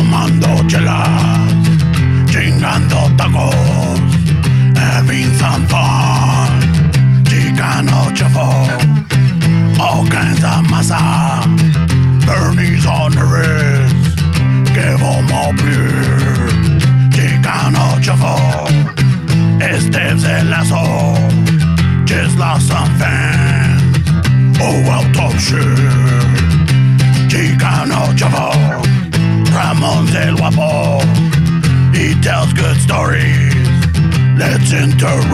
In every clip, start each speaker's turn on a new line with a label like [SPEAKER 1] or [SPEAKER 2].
[SPEAKER 1] eh,
[SPEAKER 2] lives in Lasso, just lost some fans. Oh, out of shit. Chicano Chavo, Ramon's el Guapo. He tells good stories. Let's interrupt.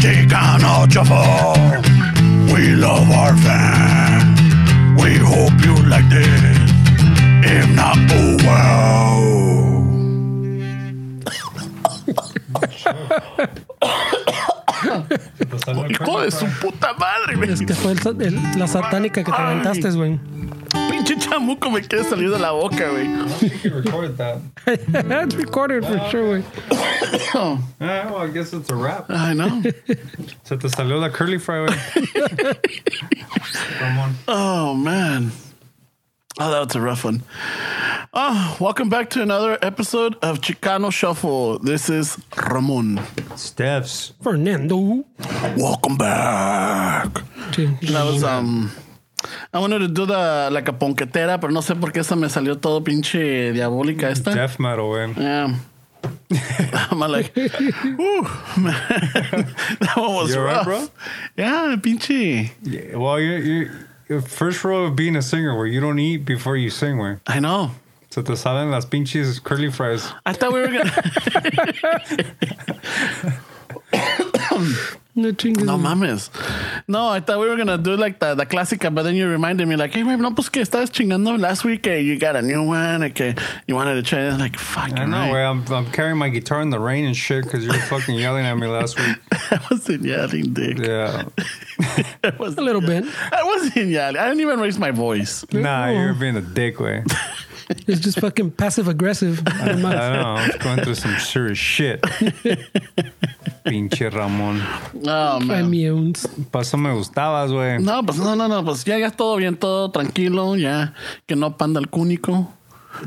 [SPEAKER 2] Chicano Chavo, we love our fans. We hope you like this. If not, oh wow.
[SPEAKER 1] Hijo de su puta madre, güey.
[SPEAKER 3] Es que fue el sa- el- la satánica que te aventaste, güey.
[SPEAKER 1] Pinche chamuco me quiere salir de la boca, güey.
[SPEAKER 4] You recorded that.
[SPEAKER 3] It's recorded for sure, güey.
[SPEAKER 4] Eh, well, I guess it's a wrap.
[SPEAKER 1] Ay, no.
[SPEAKER 4] Se te salió la curly fry, güey. Come on.
[SPEAKER 1] Oh, man. Oh, that was a rough one. Oh, welcome back to another episode of Chicano Shuffle. This is Ramon.
[SPEAKER 4] Steph's.
[SPEAKER 3] Fernando.
[SPEAKER 1] Welcome back.
[SPEAKER 3] Sí.
[SPEAKER 1] That was, um, I wanted to do the, like a ponquetera, pero no sé por qué esa me salió todo pinche diabólica esta.
[SPEAKER 4] Death metal, güey.
[SPEAKER 1] Yeah. I'm like, ooh, man. that one was
[SPEAKER 4] You all right,
[SPEAKER 1] rough.
[SPEAKER 4] bro?
[SPEAKER 1] Yeah, pinche.
[SPEAKER 4] Yeah, well, you, you, your first rule of being a singer, where you don't eat before you sing, where
[SPEAKER 1] I know.
[SPEAKER 4] se te salen las pinches curly fries.
[SPEAKER 1] I thought we were gonna.
[SPEAKER 3] No chingues.
[SPEAKER 1] no
[SPEAKER 3] güey.
[SPEAKER 1] mames. No, I thought we were gonna do like the, the classica, but then you reminded me like, hey, man, no, pues que estabas chingando last week. eh, you got a new one. Okay, you wanted to try. it. I'm Like, fuck.
[SPEAKER 4] I know, where I'm, I'm carrying my guitar in the rain and shit because you were fucking yelling at me last week.
[SPEAKER 1] I wasn't yelling, dick.
[SPEAKER 4] Yeah.
[SPEAKER 1] I
[SPEAKER 3] A
[SPEAKER 1] wasn't-
[SPEAKER 3] little bit.
[SPEAKER 1] I wasn't yelling. I didn't even raise my voice.
[SPEAKER 4] Nah,
[SPEAKER 3] Oh.
[SPEAKER 4] you're being a dick, way.
[SPEAKER 3] It's just fucking passive aggressive. Nada
[SPEAKER 4] I
[SPEAKER 3] más.
[SPEAKER 4] know, I'm going through some serious shit. Pinche Ramón.
[SPEAKER 1] Oh, man.
[SPEAKER 3] Ay, mi uns.
[SPEAKER 4] Paso me gustabas, güey.
[SPEAKER 1] No, pues no, no, no, pues ya, ya todo bien, todo tranquilo, ya que no panda el cúnico,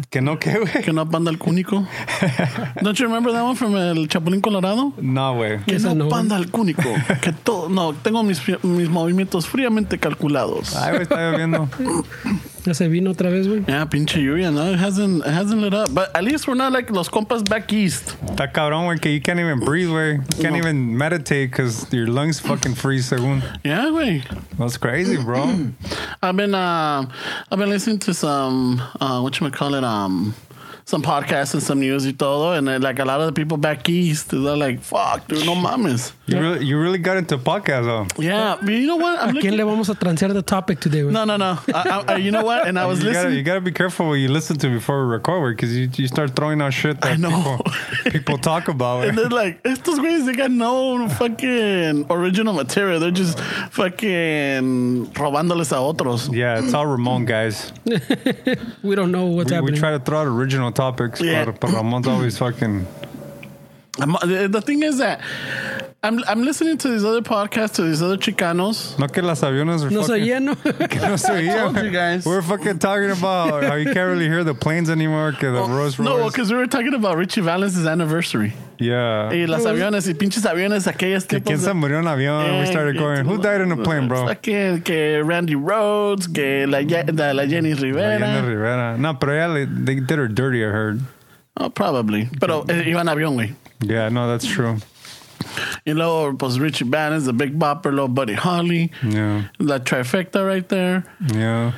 [SPEAKER 4] Que no, que, güey.
[SPEAKER 1] que no panda el cúnico. Don't you remember that one from el Chapulín Colorado?
[SPEAKER 4] No, güey.
[SPEAKER 1] Que
[SPEAKER 3] Esa
[SPEAKER 1] no,
[SPEAKER 3] no.
[SPEAKER 1] panda el cúnico, que todo, no, tengo mis, fri- mis movimientos fríamente calculados.
[SPEAKER 4] Ay, güey, está lloviendo.
[SPEAKER 3] Ya se vino otra vez, güey.
[SPEAKER 1] Yeah, pinche lluvia, no, it hasn't, it hasn't lit up, but at least we're not like los compas back east.
[SPEAKER 4] Está cabrón, güey, que you can't even breathe, güey. You can't even meditate because your lungs fucking freeze, según.
[SPEAKER 1] Yeah, güey.
[SPEAKER 4] That's crazy, bro.
[SPEAKER 1] I've been, uh, I've been listening to some, uh, what you call it, um. Some podcasts and some news y todo, and uh, like a lot of the people back east, they're like, "Fuck, dude, no mames."
[SPEAKER 4] You really, you really got into podcast, though.
[SPEAKER 1] Yeah, but you know what? I'm
[SPEAKER 3] ¿Quién
[SPEAKER 1] looking.
[SPEAKER 3] le vamos a transear the topic today, güey?
[SPEAKER 1] No, no, no. I, I, I- you know what? And I was
[SPEAKER 4] You gotta, you
[SPEAKER 1] listening.
[SPEAKER 4] gotta be careful what you listen to before we record, because you, you start throwing out shit that
[SPEAKER 1] I know.
[SPEAKER 4] people, people talk about.
[SPEAKER 1] And they're
[SPEAKER 4] güey.
[SPEAKER 1] like, estos güeyes, they got no fucking original material. They're just fucking robándoles a otros.
[SPEAKER 4] Yeah, it's all Ramon, guys.
[SPEAKER 3] We don't know what's
[SPEAKER 4] We, we
[SPEAKER 3] happening.
[SPEAKER 4] try to throw out original topics,
[SPEAKER 1] Yeah.
[SPEAKER 4] but, but Ramon's always fucking.
[SPEAKER 1] I'm- the eh, the thing is that I'm, I'm listening to these other podcasts, to these other Chicanos.
[SPEAKER 4] No que las aviones are
[SPEAKER 3] no se
[SPEAKER 4] fucking.
[SPEAKER 3] lleno.
[SPEAKER 4] que no se oía.
[SPEAKER 1] told you guys.
[SPEAKER 4] We're fucking talking about how you can't really hear the planes anymore, que the Rolls
[SPEAKER 1] Oh, No,
[SPEAKER 4] Royce.
[SPEAKER 1] because we were talking about Richie Valens' anniversary.
[SPEAKER 4] yeah.
[SPEAKER 1] Y las aviones y pinches aviones, aquellas
[SPEAKER 4] Que quién
[SPEAKER 1] tiempos
[SPEAKER 4] se
[SPEAKER 1] de-
[SPEAKER 4] murió en avión? we started going, who died in a plane, bro?
[SPEAKER 1] Fucking que Randy Rhodes, que la, Ye- la, la Jenny Rivera.
[SPEAKER 4] Mariana Rivera. No, pero ella, le- they did her dirty, I heard.
[SPEAKER 1] Oh, probably. Pero eh, iba en avión, güey.
[SPEAKER 4] Yeah, no, that's true.
[SPEAKER 1] Y luego, pues Richie Bannis, The Big Bopper, luego Buddy Holly,
[SPEAKER 4] Yeah,
[SPEAKER 1] La Trifecta right there.
[SPEAKER 4] yeah.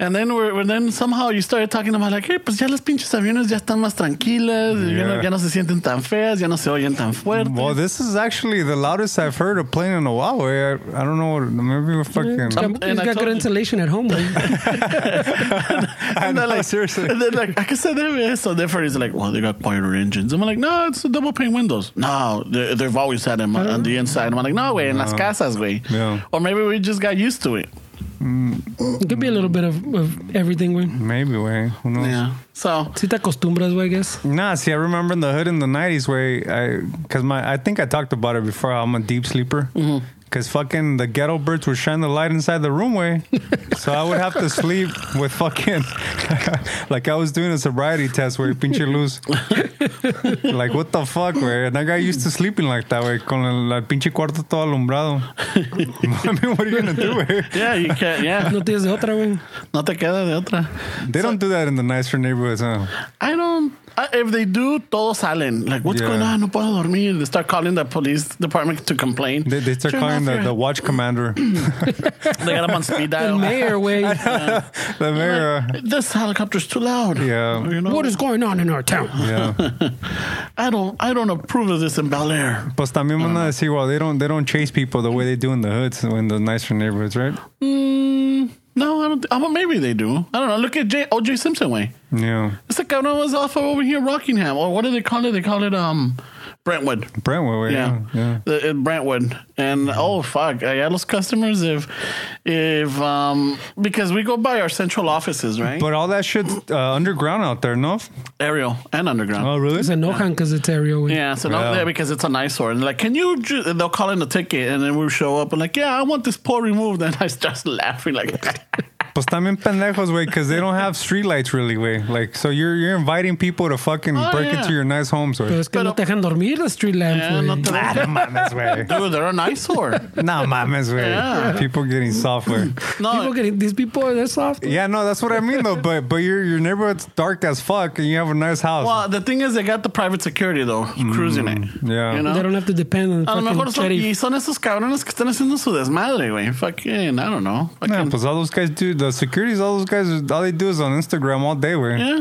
[SPEAKER 1] And then we're, we're- then somehow you started talking about like, hey, pues ya las pinches aviones ya están más tranquilas, ya, no,
[SPEAKER 4] Yeah.
[SPEAKER 1] ya no se sienten tan feas, ya no se oyen tan fuerte.
[SPEAKER 4] Well, this is actually the loudest I've heard a plane in a while. eh? I, I don't know. Maybe we're fucking.
[SPEAKER 1] and
[SPEAKER 3] He's
[SPEAKER 1] I
[SPEAKER 3] got
[SPEAKER 1] told
[SPEAKER 3] good
[SPEAKER 1] you.
[SPEAKER 3] insulation at home, güey.
[SPEAKER 4] I know,
[SPEAKER 1] like,
[SPEAKER 4] seriously.
[SPEAKER 1] And then like, I can say there is. So therefore, he's like, well, they got quieter engines. I'm like, no, it's the double pane windows. No, they, they've always had them on the inside. I'm like, no, way, en las casas, güey.
[SPEAKER 4] Uh-huh. Yeah.
[SPEAKER 1] Or maybe we just got used to it.
[SPEAKER 3] It could be a little bit of, of everything, güey.
[SPEAKER 4] Maybe, way. Who knows?
[SPEAKER 1] Yeah. So
[SPEAKER 3] Si te acostumbras, güey, I guess.
[SPEAKER 4] Nah, see, I remember in the hood in the nineties where I, cause my, I think I talked about it before. I'm a deep sleeper. Cause fucking the ghetto birds would shine the light inside the room way, so I would have to sleep with fucking, like I was doing a sobriety test where pinche luz, like, what the fuck, way? And I got used to sleeping like that, way, con el, el pinche cuarto todo alumbrado. I mean, what are you gonna do, way?
[SPEAKER 1] Yeah, you can't. Yeah,
[SPEAKER 3] No tienes de otra, güey.
[SPEAKER 1] no te queda de otra.
[SPEAKER 4] They don't do that in the nicer neighborhoods, huh?
[SPEAKER 1] I don't. I, if they do, todos salen. Like, what's
[SPEAKER 4] Yeah.
[SPEAKER 1] going on? No puedo dormir. They start calling the police department to complain.
[SPEAKER 4] They, they start
[SPEAKER 1] Turn
[SPEAKER 4] calling
[SPEAKER 1] off
[SPEAKER 4] the,
[SPEAKER 1] your-
[SPEAKER 4] the watch commander,
[SPEAKER 1] They got them on speed dial.
[SPEAKER 3] El mayor, güey.
[SPEAKER 4] the mayor. uh,
[SPEAKER 1] Like, this helicopter's too loud.
[SPEAKER 4] Yeah.
[SPEAKER 1] You know,
[SPEAKER 3] What is going on in our town?
[SPEAKER 4] Yeah.
[SPEAKER 1] I don't. I don't approve of this in Bel Air.
[SPEAKER 4] Pues también van a decir, well, they don't they don't chase people the way they do in the hoods in the nicer neighborhoods, right?
[SPEAKER 1] Mm, no, I don't. Th- well, maybe they do. I don't know. Look at J- O.J. Simpson way.
[SPEAKER 4] Yeah.
[SPEAKER 1] It's like I was off of over here, Rockingham, or what do they call it? They call it um, Brentwood.
[SPEAKER 4] Brentwood, way,
[SPEAKER 1] Yeah,
[SPEAKER 4] yeah. yeah.
[SPEAKER 1] The- in Brentwood, and oh fuck, I got those customers if, if um, because we go by our central offices, right?
[SPEAKER 4] But all that shit's uh, underground out there, no?
[SPEAKER 1] Aerial and underground.
[SPEAKER 4] really?
[SPEAKER 3] Se enojan because it's Ariel, güey.
[SPEAKER 1] Yeah, so not
[SPEAKER 4] Oh, Yeah.
[SPEAKER 1] there because it's an eyesore. And like, can you? Ju-? and They'll call in a ticket, and then we show up and like, yeah, I want this pole removed. And I start laughing like,
[SPEAKER 4] Pues también pendejos, way, because they don't have streetlights really, way. Like, so you're you're inviting people to fucking
[SPEAKER 1] Oh,
[SPEAKER 4] break
[SPEAKER 1] yeah.
[SPEAKER 4] into your nice homes,
[SPEAKER 3] Pero
[SPEAKER 4] way.
[SPEAKER 3] es que
[SPEAKER 1] Pero- Eh,
[SPEAKER 3] no te dejan dormir las street lamps,
[SPEAKER 1] yeah, not
[SPEAKER 3] güey.
[SPEAKER 1] the-
[SPEAKER 4] Ah, no mames, way.
[SPEAKER 1] dude, they're an eyesore.
[SPEAKER 4] No mames, way.
[SPEAKER 1] Yeah.
[SPEAKER 4] People getting software.
[SPEAKER 1] No,
[SPEAKER 3] People getting, these people, they're soft.
[SPEAKER 4] Yeah, no, that's what I mean though. But but your your neighborhood's dark as fuck, and you have a nice house.
[SPEAKER 1] well, uh, the thing is, they got the private security though, cruising it.
[SPEAKER 4] Mm, yeah.
[SPEAKER 1] you know.
[SPEAKER 3] They don't have to depend on
[SPEAKER 1] A lo
[SPEAKER 3] fucking
[SPEAKER 1] mejor son, y
[SPEAKER 3] sheriff.
[SPEAKER 1] son esos cabrones que están haciendo su desmadre, güey. Fucking, I don't know.
[SPEAKER 4] Yeah,
[SPEAKER 1] Fucking,
[SPEAKER 4] because all those guys do the securities. All those guys, all they do is on Instagram all day. Where
[SPEAKER 1] yeah.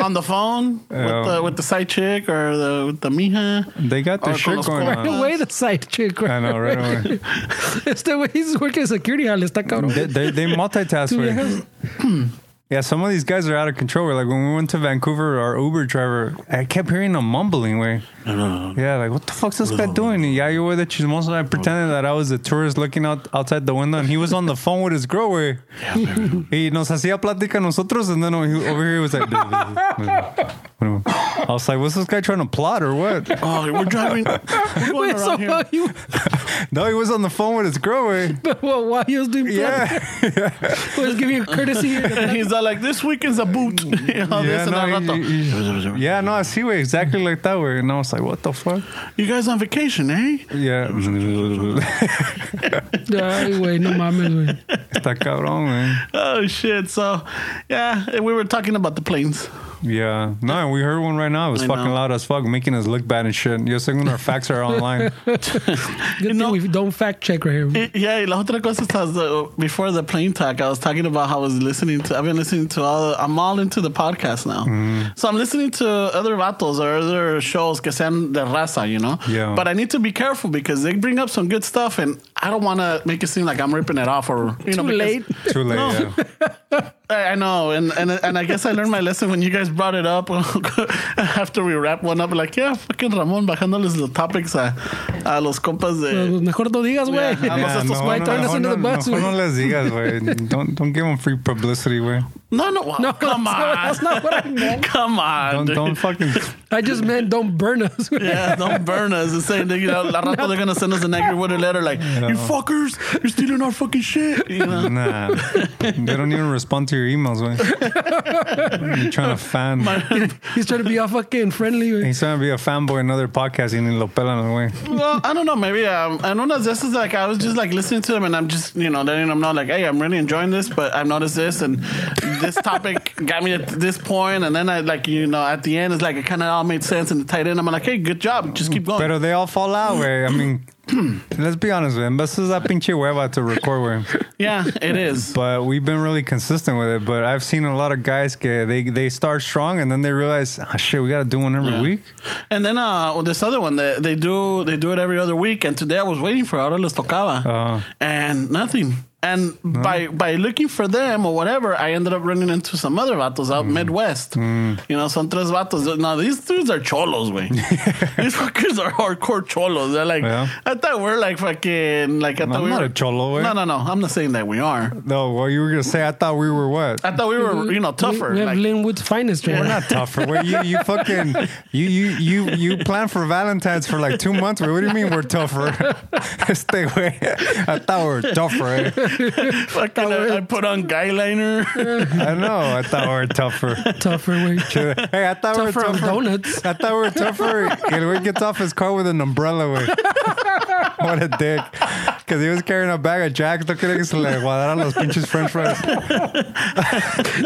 [SPEAKER 1] on the phone with,
[SPEAKER 4] Yeah.
[SPEAKER 1] the, with the side chick or the, with the mija.
[SPEAKER 4] they got their
[SPEAKER 1] Or
[SPEAKER 4] shit
[SPEAKER 1] con los
[SPEAKER 4] going
[SPEAKER 3] Right
[SPEAKER 4] on.
[SPEAKER 3] away the side chick,
[SPEAKER 4] I know, right away.
[SPEAKER 3] Este güey is working security, jale, está cabrón.
[SPEAKER 4] They, they, they multitask.
[SPEAKER 3] Tú
[SPEAKER 4] Where.
[SPEAKER 3] viajas.
[SPEAKER 4] Yeah, some of these guys are out of control. Where, like when we went to Vancouver, our Uber driver, I kept hearing him mumbling. Where, yeah, like what the fuck's this guy doing? And yeah, you were the chismoso. I pretended that I was a tourist looking out outside the window, and he was on the phone with his girl. Where he nos hacía plática a nosotros, and then he- over here he was like, I was like, what's this guy trying to plot or what?
[SPEAKER 1] Oh, we're driving. We're going
[SPEAKER 3] Güey, so
[SPEAKER 1] around
[SPEAKER 3] while
[SPEAKER 1] here.
[SPEAKER 3] you,
[SPEAKER 4] No, he was on the phone with his girl. Way.
[SPEAKER 3] well, while he was doing yeah.
[SPEAKER 4] Yeah,
[SPEAKER 3] was giving a courtesy.
[SPEAKER 1] And he's all like, this weekend's a boot. You know,
[SPEAKER 4] yeah,
[SPEAKER 1] this and
[SPEAKER 4] no,
[SPEAKER 1] that rato.
[SPEAKER 4] he- he- yeah, no, I see way exactly like that. Way, and I was like, what the fuck?
[SPEAKER 1] You guys on vacation, eh?
[SPEAKER 4] Yeah,
[SPEAKER 3] Ay, güey, no mames, güey.
[SPEAKER 4] está cabrón, man.
[SPEAKER 1] Oh, shit. So, yeah, and we were talking about the planes.
[SPEAKER 4] Yeah, no, we heard one right now. It was
[SPEAKER 1] I
[SPEAKER 4] fucking
[SPEAKER 1] know.
[SPEAKER 4] loud as fuck, making us look bad and shit. Yo, según our facts are online.
[SPEAKER 3] Good thing
[SPEAKER 1] know-
[SPEAKER 3] we don't fact check right here.
[SPEAKER 1] Y- Yeah, y la otra cosa estás uh, before the plane talk, I was talking about how I was listening to. I've been listening to all. I'm all into the podcast now, so I'm listening to other battles or other shows que sean de raza, you know.
[SPEAKER 4] Yeah.
[SPEAKER 1] But I need to be careful because they bring up some good stuff, and I don't want to make it seem like I'm ripping it off or you know.
[SPEAKER 3] Too
[SPEAKER 1] because-
[SPEAKER 3] late.
[SPEAKER 4] Too late.
[SPEAKER 1] No.
[SPEAKER 4] Yeah.
[SPEAKER 1] I, I know, and, and and I guess I learned my lesson when you guys brought it up after we wrap one up. Like, yeah, fucking Ramon bajándoles los topics a, a los compas de.
[SPEAKER 3] Pues mejor no digas, güey.
[SPEAKER 1] Yeah,
[SPEAKER 4] Yeah,
[SPEAKER 1] estos
[SPEAKER 4] no,
[SPEAKER 1] white
[SPEAKER 4] no,
[SPEAKER 3] owners
[SPEAKER 4] no,
[SPEAKER 3] under the
[SPEAKER 4] no,
[SPEAKER 3] bus,
[SPEAKER 4] no,
[SPEAKER 3] güey.
[SPEAKER 4] no les digas, güey. Don't don't give them free publicity, güey.
[SPEAKER 1] No, no, come
[SPEAKER 3] No, that's
[SPEAKER 1] on.
[SPEAKER 3] Not, that's not what I meant.
[SPEAKER 1] Come on.
[SPEAKER 4] Don't
[SPEAKER 1] dude.
[SPEAKER 4] don't fucking.
[SPEAKER 3] I just meant don't burn us. güey.
[SPEAKER 1] Yeah, don't burn us and say, you know, la rato they're gonna send us an angry worded letter like, you fuckers, you're stealing our fucking shit. You know,
[SPEAKER 4] Nah, they don't even respond to your emails, güey. You're trying to fan.
[SPEAKER 3] He's trying to be all fucking friendly, güey.
[SPEAKER 4] He's trying to be a fanboy in other podcasts y ni lo pelan, güey.
[SPEAKER 1] well, I don't know, maybe um, and one of this is like I was just like listening to them and I'm just you know letting them know like, hey, I'm really enjoying this, but I've noticed this and this topic got me at this point, and then I like you know at the end it's like it kind of all made sense and it tied in. I'm like, hey, good job, just keep going.
[SPEAKER 4] Pero they all fall out, güey. I mean, let's be honest, güey. This is a pinche hueva to record, güey.
[SPEAKER 1] yeah, it is.
[SPEAKER 4] But we've been really consistent with it. But I've seen a lot of guys que they, they start strong and then they realize, ah, shit, we got to do one every
[SPEAKER 1] Yeah.
[SPEAKER 4] week.
[SPEAKER 1] And then uh, well, this other one, they, they do they do it every other week. And today I was waiting for Ahora les tocaba,
[SPEAKER 4] Uh-huh.
[SPEAKER 1] and nothing. And by by looking for them or whatever, I ended up running into some other vatos
[SPEAKER 4] Mm.
[SPEAKER 1] out Midwest. You know, son tres vatos. Now these dudes are cholos, way. these fuckers are hardcore cholos. They're like,
[SPEAKER 4] Yeah.
[SPEAKER 1] I thought we're like fucking like I thought we
[SPEAKER 4] not
[SPEAKER 1] were
[SPEAKER 4] a cholo, eh?
[SPEAKER 1] No, no, no. I'm not saying that we are.
[SPEAKER 4] No, well, you were going to say, I thought we were what?
[SPEAKER 1] I thought we were you know tougher.
[SPEAKER 3] Mm-hmm. We, we have
[SPEAKER 1] like-
[SPEAKER 3] Linwood's finest, right?
[SPEAKER 4] We're not tougher. We're, you, you fucking, you, you, you, you plan for Valentine's for like two months. What do you mean we're tougher? Stay away. I thought we were tougher. Eh?
[SPEAKER 1] Fucking, uh, I, I put on guyliner.
[SPEAKER 4] I know. I thought we were tougher.
[SPEAKER 3] Tougher way.
[SPEAKER 4] hey, I thought we were
[SPEAKER 3] Tougher on
[SPEAKER 4] tougher.
[SPEAKER 3] donuts.
[SPEAKER 4] I thought we were tougher. And we gets off his car with an umbrella. Way. what a dick. Because he was carrying a bag of Jack. Look at it. He's like, guardaron los pinches French fries.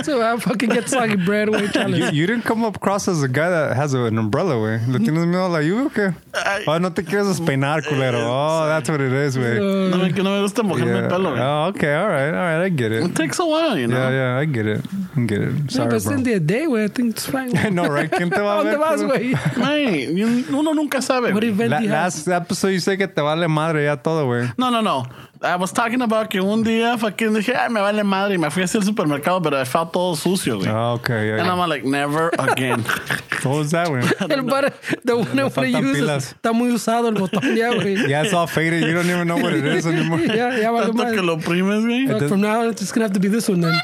[SPEAKER 3] So I fucking get soggy bread away
[SPEAKER 4] You,
[SPEAKER 3] challenge.
[SPEAKER 4] you didn't come across as a guy that has an umbrella, way. Lo tienes miedo a la lluvia o qué?
[SPEAKER 1] I-
[SPEAKER 4] Oh, no te quieres despeinar, culero. Oh, that's what it is, way.
[SPEAKER 1] no, me, no me gusta mojar mi
[SPEAKER 4] Yeah.
[SPEAKER 1] pelo. güey.
[SPEAKER 4] Oh, okay. All right. All right. I get it.
[SPEAKER 1] It takes a while, you know.
[SPEAKER 4] Yeah, yeah. I get it. I get it.
[SPEAKER 3] No,
[SPEAKER 4] Sorry,
[SPEAKER 3] but it's
[SPEAKER 4] bro.
[SPEAKER 3] in the day, güey. I think it's fine. Oh,
[SPEAKER 4] I know, right? ¿Quién te va a
[SPEAKER 3] ¿Dónde
[SPEAKER 4] ver?
[SPEAKER 3] vas,
[SPEAKER 4] culero?
[SPEAKER 3] güey?
[SPEAKER 1] Man, you- uno nunca sabe.
[SPEAKER 3] What
[SPEAKER 1] güey.
[SPEAKER 3] event
[SPEAKER 4] La,
[SPEAKER 3] do you have?
[SPEAKER 4] last episode you said que te vale madre ya todo, güey.
[SPEAKER 1] No, no, no. I was talking about que un día fucking dije, ay, me vale madre. Y me fui hacia el supermercado, pero I felt todo sucio, güey.
[SPEAKER 4] Oh, okay, yeah.
[SPEAKER 1] And I'm
[SPEAKER 4] yeah.
[SPEAKER 1] like, never again.
[SPEAKER 4] What was that one?
[SPEAKER 3] El bar, the one I want
[SPEAKER 4] faltan
[SPEAKER 3] use
[SPEAKER 4] pilas.
[SPEAKER 3] is- está muy usado el botón ya, güey.
[SPEAKER 4] yeah, it's all faded. You don't even know what it is anymore.
[SPEAKER 3] Ya, ya vale
[SPEAKER 1] Tanto
[SPEAKER 3] más.
[SPEAKER 1] que lo primes, güey.
[SPEAKER 4] does-
[SPEAKER 3] From now on, it's just gonna have to be this one then.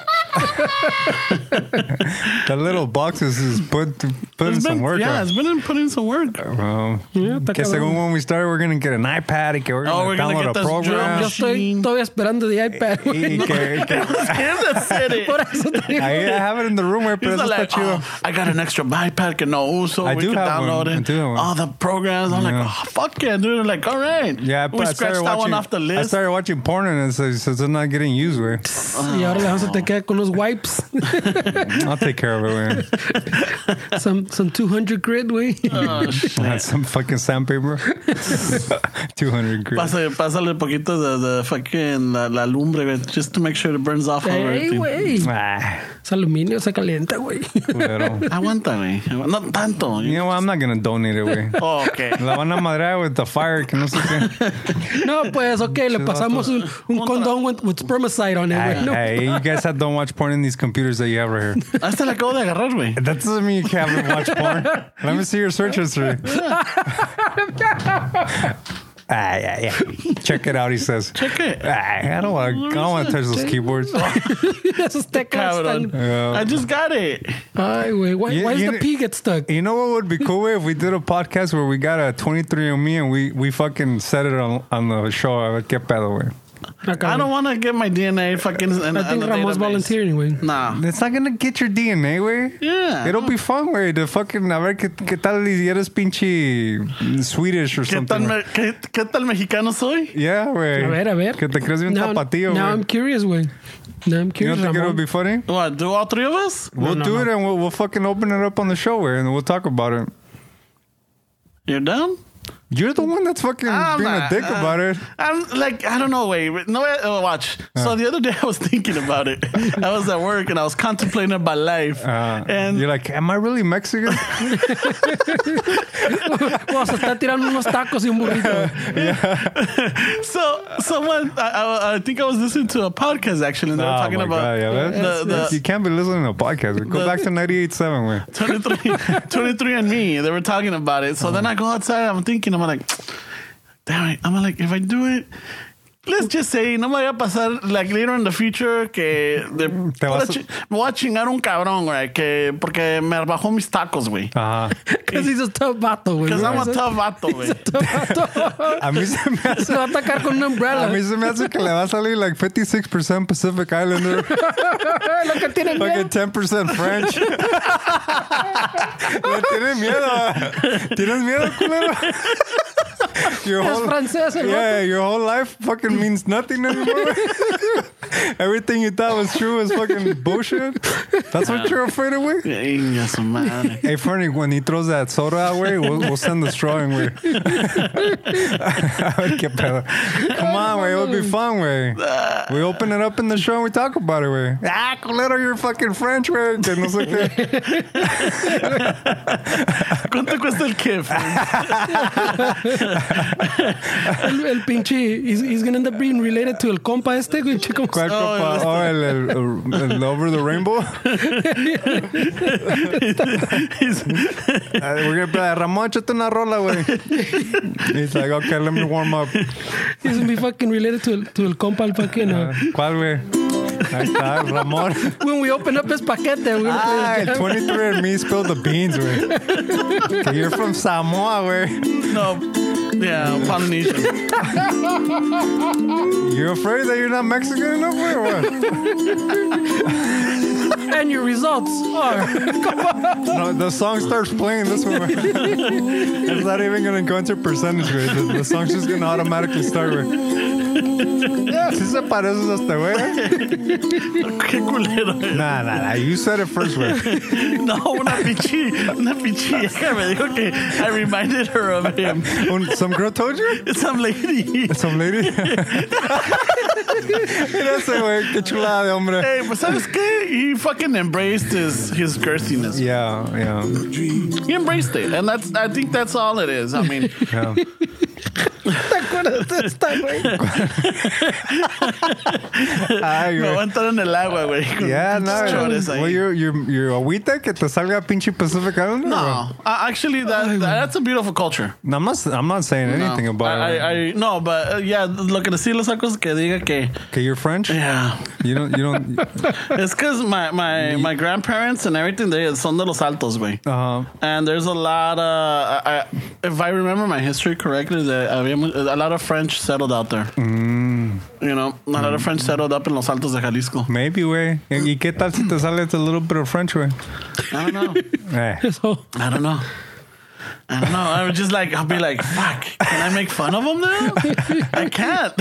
[SPEAKER 4] That little box is, is put put in
[SPEAKER 1] It's
[SPEAKER 4] some
[SPEAKER 1] been-
[SPEAKER 4] work.
[SPEAKER 1] yeah,
[SPEAKER 4] Yeah,
[SPEAKER 1] it's been in- putting some work.
[SPEAKER 3] Yeah, está
[SPEAKER 4] que
[SPEAKER 3] cabrón.
[SPEAKER 4] según when we started, we're gonna get an iPad and que we're gonna
[SPEAKER 1] Oh, we're gonna
[SPEAKER 4] download
[SPEAKER 1] get
[SPEAKER 4] a
[SPEAKER 1] this
[SPEAKER 4] program.
[SPEAKER 3] Yo
[SPEAKER 1] drum-
[SPEAKER 3] estoy
[SPEAKER 1] Machine.
[SPEAKER 3] todavía esperando the iPad,
[SPEAKER 4] Y
[SPEAKER 3] güey.
[SPEAKER 4] que, que,
[SPEAKER 1] Here's a city.
[SPEAKER 3] Por eso te digo.
[SPEAKER 4] I, I have it in the room, güey, pero
[SPEAKER 1] He's
[SPEAKER 4] eso está
[SPEAKER 1] like,
[SPEAKER 4] chido.
[SPEAKER 1] "Oh, I got an extra iPad que no uso.
[SPEAKER 4] I
[SPEAKER 1] we
[SPEAKER 4] do
[SPEAKER 1] can
[SPEAKER 4] have one.
[SPEAKER 1] download it.
[SPEAKER 4] I do have one.
[SPEAKER 1] All the programs. I'm
[SPEAKER 4] Yeah.
[SPEAKER 1] like, oh, fuck yeah, dude. I'm like, all right.
[SPEAKER 4] Yeah,
[SPEAKER 1] we
[SPEAKER 4] I started
[SPEAKER 1] scratched that one
[SPEAKER 4] watching-
[SPEAKER 1] off the
[SPEAKER 4] I
[SPEAKER 1] list.
[SPEAKER 4] started watching porn and it's, it's, it's not getting used, güey.
[SPEAKER 3] Y ahora la vamos a te queda con los wipes.
[SPEAKER 4] I'll take care of it, güey.
[SPEAKER 3] Some, some 200 grit, güey.
[SPEAKER 4] That's Some fucking sandpaper. 200 grit.
[SPEAKER 1] Pásale, pásale poquito de, de fucking la, la lumbre, güey, just to make sure it burns off.
[SPEAKER 3] Ey,
[SPEAKER 1] everything.
[SPEAKER 3] güey.
[SPEAKER 4] Ah,
[SPEAKER 3] Es aluminio, se calienta, güey.
[SPEAKER 4] culero.
[SPEAKER 1] Aguántame. No tanto.
[SPEAKER 4] You know what? I'm not gonna donate it, güey.
[SPEAKER 1] Oh, okay.
[SPEAKER 4] La van a madrear with the fire, que no sé qué.
[SPEAKER 3] No, pues, ok, le
[SPEAKER 4] Chido,
[SPEAKER 3] pasamos un, un
[SPEAKER 1] Contra-
[SPEAKER 3] condón with, with spermicide on it, güey.
[SPEAKER 4] Hey,
[SPEAKER 3] No,
[SPEAKER 4] hey, you guys that don't watch porn in these computers that you have right here.
[SPEAKER 1] Ah, Esta la acabo de agarrar, güey.
[SPEAKER 4] That doesn't mean you can't watch porn. Let me see your search history. Ah, yeah, yeah. Check it out, he says.
[SPEAKER 1] Check it.
[SPEAKER 4] Ah, I don't want to. I don't want to touch those keyboards.
[SPEAKER 3] esos teclas
[SPEAKER 1] Cabrón.
[SPEAKER 3] están...
[SPEAKER 4] Yeah.
[SPEAKER 1] I just got it.
[SPEAKER 3] Ay, güey. Why,
[SPEAKER 4] You-
[SPEAKER 3] why
[SPEAKER 4] you
[SPEAKER 3] does the
[SPEAKER 4] kn-
[SPEAKER 3] pee get stuck?
[SPEAKER 4] You know what would be cool if we did a podcast where we got a 23 on me and we we fucking said it on on the show. I would get better way.
[SPEAKER 1] I don't want to get my DNA fucking. In,
[SPEAKER 3] I
[SPEAKER 1] in
[SPEAKER 3] think
[SPEAKER 1] the
[SPEAKER 3] Ramos
[SPEAKER 1] database.
[SPEAKER 3] volunteering, güey.
[SPEAKER 1] Nah.
[SPEAKER 4] It's not gonna get your DNA, way.
[SPEAKER 1] Yeah.
[SPEAKER 4] It'll be fun, way. The fucking a ver qué, qué tal y eres pinche Swedish or
[SPEAKER 1] ¿Qué tal,
[SPEAKER 4] something.
[SPEAKER 1] me, qué, ¿Qué tal mexicano soy?
[SPEAKER 4] Yeah, way.
[SPEAKER 3] A ver, a ver.
[SPEAKER 4] Que te crees bien
[SPEAKER 3] Now,
[SPEAKER 4] tapatío,
[SPEAKER 3] now
[SPEAKER 4] way.
[SPEAKER 3] I'm curious, güey. Now I'm
[SPEAKER 4] You
[SPEAKER 3] curious,
[SPEAKER 4] don't think it'll
[SPEAKER 3] Ramon.
[SPEAKER 4] be funny?
[SPEAKER 1] What, do all three of us?
[SPEAKER 4] We'll
[SPEAKER 3] no,
[SPEAKER 4] do
[SPEAKER 3] no.
[SPEAKER 4] it and we'll, we'll fucking open it up on the show, way, and we'll talk about it.
[SPEAKER 1] You're down?
[SPEAKER 4] You're the one that's fucking
[SPEAKER 1] I'm
[SPEAKER 4] being a
[SPEAKER 1] not-
[SPEAKER 4] dick
[SPEAKER 1] uh,
[SPEAKER 4] about it.
[SPEAKER 1] I'm like, I don't know. Wait, wait, no, uh, watch. So the other day I was thinking about it. I was at work and I was contemplating about life.
[SPEAKER 4] Uh,
[SPEAKER 1] and
[SPEAKER 4] you're like, am I really Mexican?
[SPEAKER 3] Vamos a estar tirando unos tacos y un burrito.
[SPEAKER 1] so someone, I, I, I think I was listening to a podcast actually, and they were
[SPEAKER 4] Oh
[SPEAKER 1] talking
[SPEAKER 4] my
[SPEAKER 1] about
[SPEAKER 4] God, yeah, that-
[SPEAKER 1] the, the,
[SPEAKER 4] you can't be listening to a podcast. Go
[SPEAKER 1] The-
[SPEAKER 4] back to 98.7, way.
[SPEAKER 1] 23, 23 and me. They were talking about it. So then I go outside. I'm thinking, I'm like, damn it. I'm like, if I do it, let's just say, no me voy a pasar, like later in the future, que de,
[SPEAKER 4] Te vas a-
[SPEAKER 1] me voy a chingar un cabrón, güey, que porque me bajó mis tacos, güey.
[SPEAKER 4] Ajá.
[SPEAKER 3] Because he's a tough vato, güey.
[SPEAKER 1] Because I'm a
[SPEAKER 3] He's
[SPEAKER 1] tough vato,
[SPEAKER 3] He's a
[SPEAKER 1] güey.
[SPEAKER 3] tough vato.
[SPEAKER 4] A mí se me hace,
[SPEAKER 3] Se va a atacar con una umbrella.
[SPEAKER 4] a mí se me hace que le va a salir like 56% Pacific Islander,
[SPEAKER 3] Lo que tiene
[SPEAKER 4] fucking
[SPEAKER 3] miedo.
[SPEAKER 4] 10% French. Le tienes miedo. ¿Tienes miedo, culero? Your
[SPEAKER 3] Es francés, el
[SPEAKER 4] yeah, your whole life fucking means nothing anymore. Everything you thought was true is fucking bullshit. That's what you're afraid of, güey.
[SPEAKER 1] Chinga su madre.
[SPEAKER 4] Hey, Fernie, when he throws that soda out, way, we'll, we'll send the straw in, way. Get better. Come on, way. It'll be fun, way. We open it up in the show and we talk about it, way. Ah, culero, you're fucking French, way. Que no sé qué.
[SPEAKER 1] ¿Cuánto cuesta el kif?
[SPEAKER 3] El, el pinche. He's, he's gonna end up being related to el compa este, güey. Checa cómo
[SPEAKER 4] ¿Cuál copa? Oh, el, el, el, Over the Rainbow. Uh, we're gonna be like, Ramón, échate una rola, güey. He's like, okay, let me warm up.
[SPEAKER 3] he's gonna be fucking related to el, to el compa, el fucking. uh,
[SPEAKER 4] ¿Cuál, güey? Ahí está, Ramón.
[SPEAKER 3] when we open up his paquete, we're gonna play
[SPEAKER 4] Ah,
[SPEAKER 3] his
[SPEAKER 4] el
[SPEAKER 3] game.
[SPEAKER 4] 23 and me spilled the beans, güey. Que You're from Samoa, güey.
[SPEAKER 1] No, Yeah, Polynesian.
[SPEAKER 4] You're afraid that you're not Mexican enough, or what?
[SPEAKER 3] and your results are
[SPEAKER 4] no, the song starts playing this one. it's not even gonna go into percentage rate. The, the song's just gonna automatically start with. Yeah, si se pareces a este güey.
[SPEAKER 1] Qué culero.
[SPEAKER 4] Nah, nah, nah. You said it first, way.
[SPEAKER 1] No, una pichi, una pichi. Ella me dijo que I reminded her of him.
[SPEAKER 4] Some girl told you?
[SPEAKER 1] Some lady.
[SPEAKER 4] Some lady? Mira ese güey, qué chulada de hombre.
[SPEAKER 1] Hey, but sabes qué? He fucking embraced his his girthiness.
[SPEAKER 4] Yeah, yeah,
[SPEAKER 1] He embraced it, and that's I think that's all it is. I mean,
[SPEAKER 4] yeah. Ay,
[SPEAKER 1] me
[SPEAKER 4] güey.
[SPEAKER 1] voy a entrar en el agua, güey. con
[SPEAKER 4] Yeah,
[SPEAKER 1] pinches
[SPEAKER 4] no.
[SPEAKER 1] chores
[SPEAKER 4] Well,
[SPEAKER 1] ahí.
[SPEAKER 4] your your your agüita que te salga pinche Pacific Islander.
[SPEAKER 1] No, uh, actually, that, that's a beautiful culture.
[SPEAKER 4] No, I'm not. I'm not saying
[SPEAKER 1] No.
[SPEAKER 4] anything about
[SPEAKER 1] I,
[SPEAKER 4] it.
[SPEAKER 1] I, I, no, but uh, yeah, lo que decir los sacos que diga que,
[SPEAKER 4] okay, you're French.
[SPEAKER 1] yeah,
[SPEAKER 4] You don't. You don't.
[SPEAKER 1] it's because my, my, my grandparents and everything, they son de los altos, güey.
[SPEAKER 4] Uh,
[SPEAKER 1] And there's a lot of, I, I, if I remember my history correctly, that había mu- a lot of French settled out there.
[SPEAKER 4] Mm.
[SPEAKER 1] You know, a lot of French settled up in Los Altos de Jalisco.
[SPEAKER 4] maybe way. ¿Y qué tal si te sale a little bit of French way?
[SPEAKER 1] I don't know.
[SPEAKER 4] Eh.
[SPEAKER 3] so
[SPEAKER 1] I don't know. I don't know. I would just like I'll be like, fuck. Can I make fun of them now? I can't.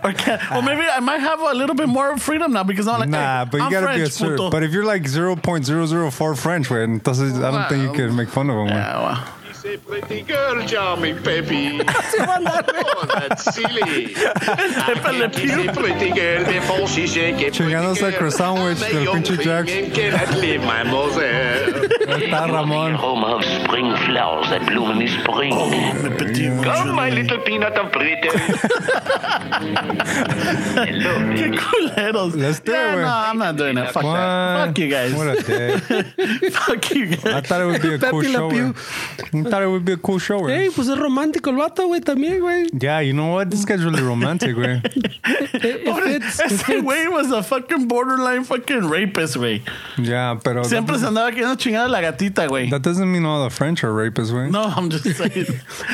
[SPEAKER 1] or can Well, maybe I might have a little bit more freedom now because I'm like,
[SPEAKER 4] Nah,
[SPEAKER 1] hey,
[SPEAKER 4] but you
[SPEAKER 1] I'm
[SPEAKER 4] gotta
[SPEAKER 1] French,
[SPEAKER 4] be a certain.
[SPEAKER 1] puto.
[SPEAKER 4] But if you're like 0.004 French way, entonces I don't think you can make fun of them. Yeah.
[SPEAKER 1] Yeah, well.
[SPEAKER 5] Say pretty girl, Johnny Peppy. oh, that's silly.
[SPEAKER 1] Pepe Le Pew.
[SPEAKER 5] Say pretty girl before she shake it.
[SPEAKER 4] Chingándose el croissant, güey,
[SPEAKER 5] Ah,
[SPEAKER 4] del pinche Jax. Está Ramón.
[SPEAKER 6] Home of spring flowers that bloom in spring.
[SPEAKER 5] Come, Oh, my little peanut of Britain.
[SPEAKER 1] Qué culeros.
[SPEAKER 4] Let's do
[SPEAKER 1] yeah,
[SPEAKER 4] it.
[SPEAKER 1] No, I'm not doing it. Fuck that.
[SPEAKER 4] What?
[SPEAKER 1] Fuck you guys.
[SPEAKER 4] What a dick.
[SPEAKER 1] Fuck you
[SPEAKER 4] I
[SPEAKER 1] guys.
[SPEAKER 4] thought it would be a cool
[SPEAKER 3] Pepe Le
[SPEAKER 4] show.
[SPEAKER 3] Pew.
[SPEAKER 4] güey. I thought it would be a cool show. güey.
[SPEAKER 3] hey pues es romántico el vato güey también güey
[SPEAKER 4] Yeah, you know what? This guy's really romantic, güey.
[SPEAKER 3] If it's- if
[SPEAKER 1] Ese
[SPEAKER 3] it's-
[SPEAKER 1] güey was a fucking borderline fucking rapist, güey.
[SPEAKER 4] Yeah, pero that
[SPEAKER 1] Siempre se andaba queriendo chingar a la gatita, güey.
[SPEAKER 4] That doesn't mean all the French are rapists, güey.
[SPEAKER 1] No, I'm just saying.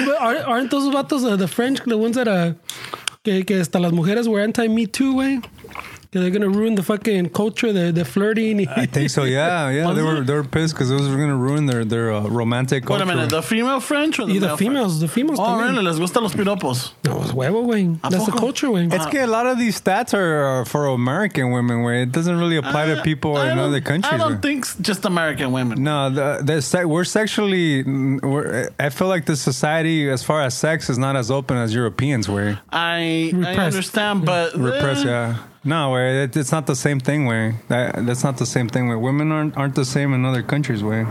[SPEAKER 3] But aren't, aren't those vatos uh, the French the ones that uh, que, que hasta las mujeres were anti Me Too way? They're gonna ruin the fucking culture. They're, they're flirting.
[SPEAKER 4] I think so. Yeah, yeah. they were they were pissed because it was gonna ruin their their uh, romantic
[SPEAKER 1] Wait
[SPEAKER 4] culture.
[SPEAKER 1] a minute. The female French or the,
[SPEAKER 3] y the
[SPEAKER 1] male
[SPEAKER 3] females, the females.
[SPEAKER 1] French? Oh,
[SPEAKER 3] también.
[SPEAKER 1] really? Les gustan los piropos.
[SPEAKER 3] No, es huevo, güey. That's the
[SPEAKER 1] poco?
[SPEAKER 3] culture, güey.
[SPEAKER 4] it's okay, a lot of these stats are, are for American women, where it doesn't really apply to people
[SPEAKER 1] Uh, I
[SPEAKER 4] in
[SPEAKER 1] don't-
[SPEAKER 4] other countries.
[SPEAKER 1] I don't
[SPEAKER 4] güey.
[SPEAKER 1] think s- just American women.
[SPEAKER 4] no, the, the se- we're sexually. We're, I feel like the society, as far as sex, is not as open as Europeans were.
[SPEAKER 1] I, I
[SPEAKER 3] Repressed.
[SPEAKER 1] understand, but
[SPEAKER 4] Repress,
[SPEAKER 1] eh,
[SPEAKER 4] yeah. No, way. It, it's not the same thing, way. That, that's not the same thing. Way. Women aren't aren't the same in other countries, way.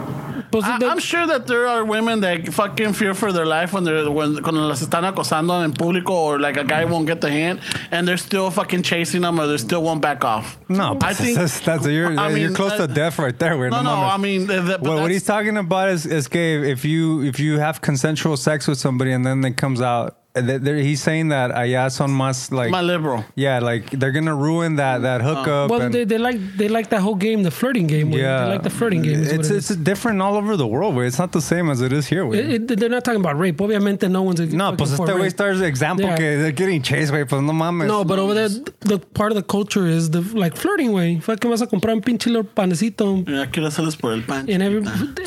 [SPEAKER 3] Pues,
[SPEAKER 1] I,
[SPEAKER 3] the-
[SPEAKER 1] I'm sure that there are women that fucking fear for their life when they're when cuando las están acosando en público or like a guy won't get the hand and they're still fucking chasing them or they still won't back off.
[SPEAKER 4] No,
[SPEAKER 1] I
[SPEAKER 4] pues,
[SPEAKER 1] think
[SPEAKER 4] that's, that's, you're,
[SPEAKER 1] I
[SPEAKER 4] you're
[SPEAKER 1] mean,
[SPEAKER 4] close
[SPEAKER 1] uh,
[SPEAKER 4] to death right there. Way.
[SPEAKER 1] no, no.
[SPEAKER 4] mames.
[SPEAKER 1] I mean, the, the, but
[SPEAKER 4] Well, what
[SPEAKER 1] that's-
[SPEAKER 4] he's talking about is is gay. If you if you have consensual sex with somebody and then it comes out, th- there- he's saying that allá son más like
[SPEAKER 1] my liberal.
[SPEAKER 4] yeah, like they're gonna ruin that that hookup.
[SPEAKER 3] well,
[SPEAKER 4] and-
[SPEAKER 3] they, they like they like that whole game, the flirting game. güey.
[SPEAKER 4] yeah,
[SPEAKER 3] they like the flirting game. is what
[SPEAKER 4] It's
[SPEAKER 3] it
[SPEAKER 4] it's different all over the world. Way. It's not the same as it is here. Way.
[SPEAKER 3] is. It- it- they're not talking about rape. Obviamente, no one's
[SPEAKER 4] no,
[SPEAKER 3] fucking
[SPEAKER 4] pues
[SPEAKER 3] for
[SPEAKER 4] este way
[SPEAKER 3] rape.
[SPEAKER 4] starts the example
[SPEAKER 3] Yeah.
[SPEAKER 4] que they're getting chased. Way, pues no mames.
[SPEAKER 3] No, but over there, the part of the culture is the like flirting way. Fucking vas a comprar un pinche little panecito.
[SPEAKER 1] Mira, quiero hacerles por el pan.
[SPEAKER 3] and every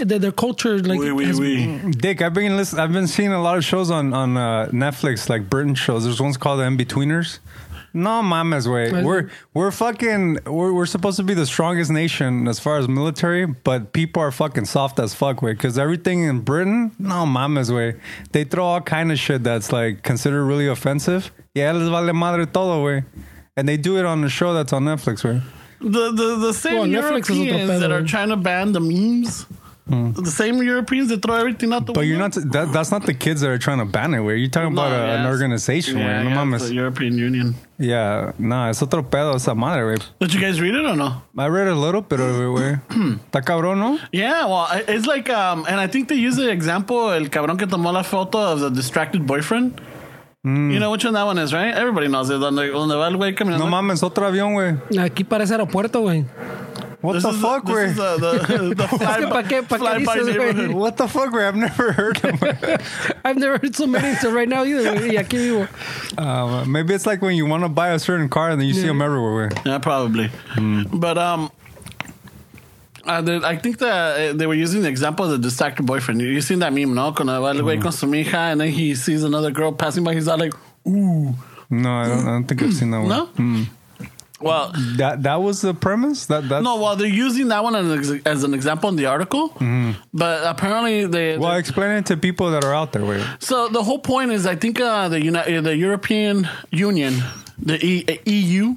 [SPEAKER 3] their, their culture like
[SPEAKER 1] Oui, oui,
[SPEAKER 3] has-
[SPEAKER 1] oui.
[SPEAKER 4] Dick, I've been listen, I've been seeing a lot of shows on on uh, Netflix, like Britain shows. There's ones called The In Betweeners. No mames way.
[SPEAKER 3] Right.
[SPEAKER 4] We're we're fucking we're, we're supposed to be the strongest nation as far as military, but people are fucking soft as fuck way. Because everything in Britain, no mames way. They throw all kind of shit that's like considered really offensive. Yeah, les vale madre todo way. And they do it on the show that's on Netflix, way.
[SPEAKER 1] The the the
[SPEAKER 3] Well,
[SPEAKER 1] same
[SPEAKER 3] Netflix is otro
[SPEAKER 1] Europeans that
[SPEAKER 3] pedo.
[SPEAKER 1] are trying to ban the memes. The same Europeans that throw everything out the
[SPEAKER 4] Mm. But you're
[SPEAKER 1] window.
[SPEAKER 4] not that, that's not the kids that are trying to ban it. Where you're talking about
[SPEAKER 1] No,
[SPEAKER 4] a, an
[SPEAKER 1] Mm-hmm. yes.
[SPEAKER 4] organization,
[SPEAKER 1] Yeah,
[SPEAKER 4] way. No
[SPEAKER 1] yeah,
[SPEAKER 4] mames.
[SPEAKER 1] it's the European Union.
[SPEAKER 4] Yeah, nah, es otro pedo esa madre, güey.
[SPEAKER 1] Did you guys read it or no?
[SPEAKER 4] I read a little bit of it, güey. Está cabrón, ¿no?
[SPEAKER 1] Yeah, well, I- it's like, um, and I think they use the example el cabrón que tomó la foto of the distracted boyfriend.
[SPEAKER 4] Mm.
[SPEAKER 1] You know which one that one is, right? Everybody knows it. Donde, donde va el güey caminando.
[SPEAKER 4] No mames, otro avión, güey.
[SPEAKER 3] aquí parece aeropuerto güey
[SPEAKER 4] What
[SPEAKER 1] This
[SPEAKER 4] the
[SPEAKER 1] is
[SPEAKER 4] fuck,
[SPEAKER 1] this
[SPEAKER 4] güey?
[SPEAKER 1] is uh, the, the fly,
[SPEAKER 3] que pa'
[SPEAKER 1] by-
[SPEAKER 3] qué- pa' qué
[SPEAKER 1] fly by
[SPEAKER 3] dices, güey?
[SPEAKER 1] neighborhood.
[SPEAKER 4] What the fuck, güey? I've never heard of it.
[SPEAKER 3] I've never heard so many until right now either. güey. Y aquí vivo.
[SPEAKER 4] Uh, maybe it's like when you want to buy a certain car and then you see 'em see them everywhere. Güey.
[SPEAKER 1] Yeah, probably. But um, uh, the, I think that uh, they were using the example of the distracted boyfriend. You, you seen that meme, no? Con el güey con su mija, and then he sees another girl passing by. He's all like, "Ooh,
[SPEAKER 4] No, I don't, I don't think I've seen that one.
[SPEAKER 1] no." Well,
[SPEAKER 4] That that was the premise. That that.
[SPEAKER 1] no. Well, they're using that one as, an ex- as an example in the article, but apparently they.
[SPEAKER 4] Well, explain it to people that are out there. Wait.
[SPEAKER 1] so the whole point is, I think uh, the Uni- uh, the European Union, the e- uh, EU,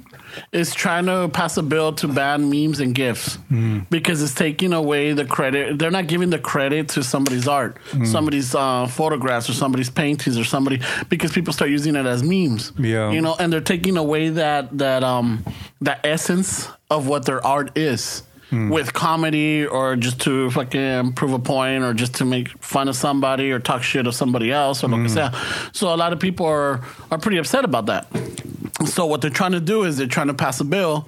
[SPEAKER 1] is trying to pass a bill to ban memes and gifs because it's taking away the credit. They're not giving the credit to somebody's art, somebody's uh, photographs, or somebody's paintings, or somebody because people start using it as memes.
[SPEAKER 4] Yeah.
[SPEAKER 1] you know, and they're taking away that that um that essence of what their art is with comedy or just to fucking prove a point or just to make fun of somebody or talk shit of somebody else or lo que sea. So a lot of people are are pretty upset about that. So what they're trying to do is they're trying to pass a bill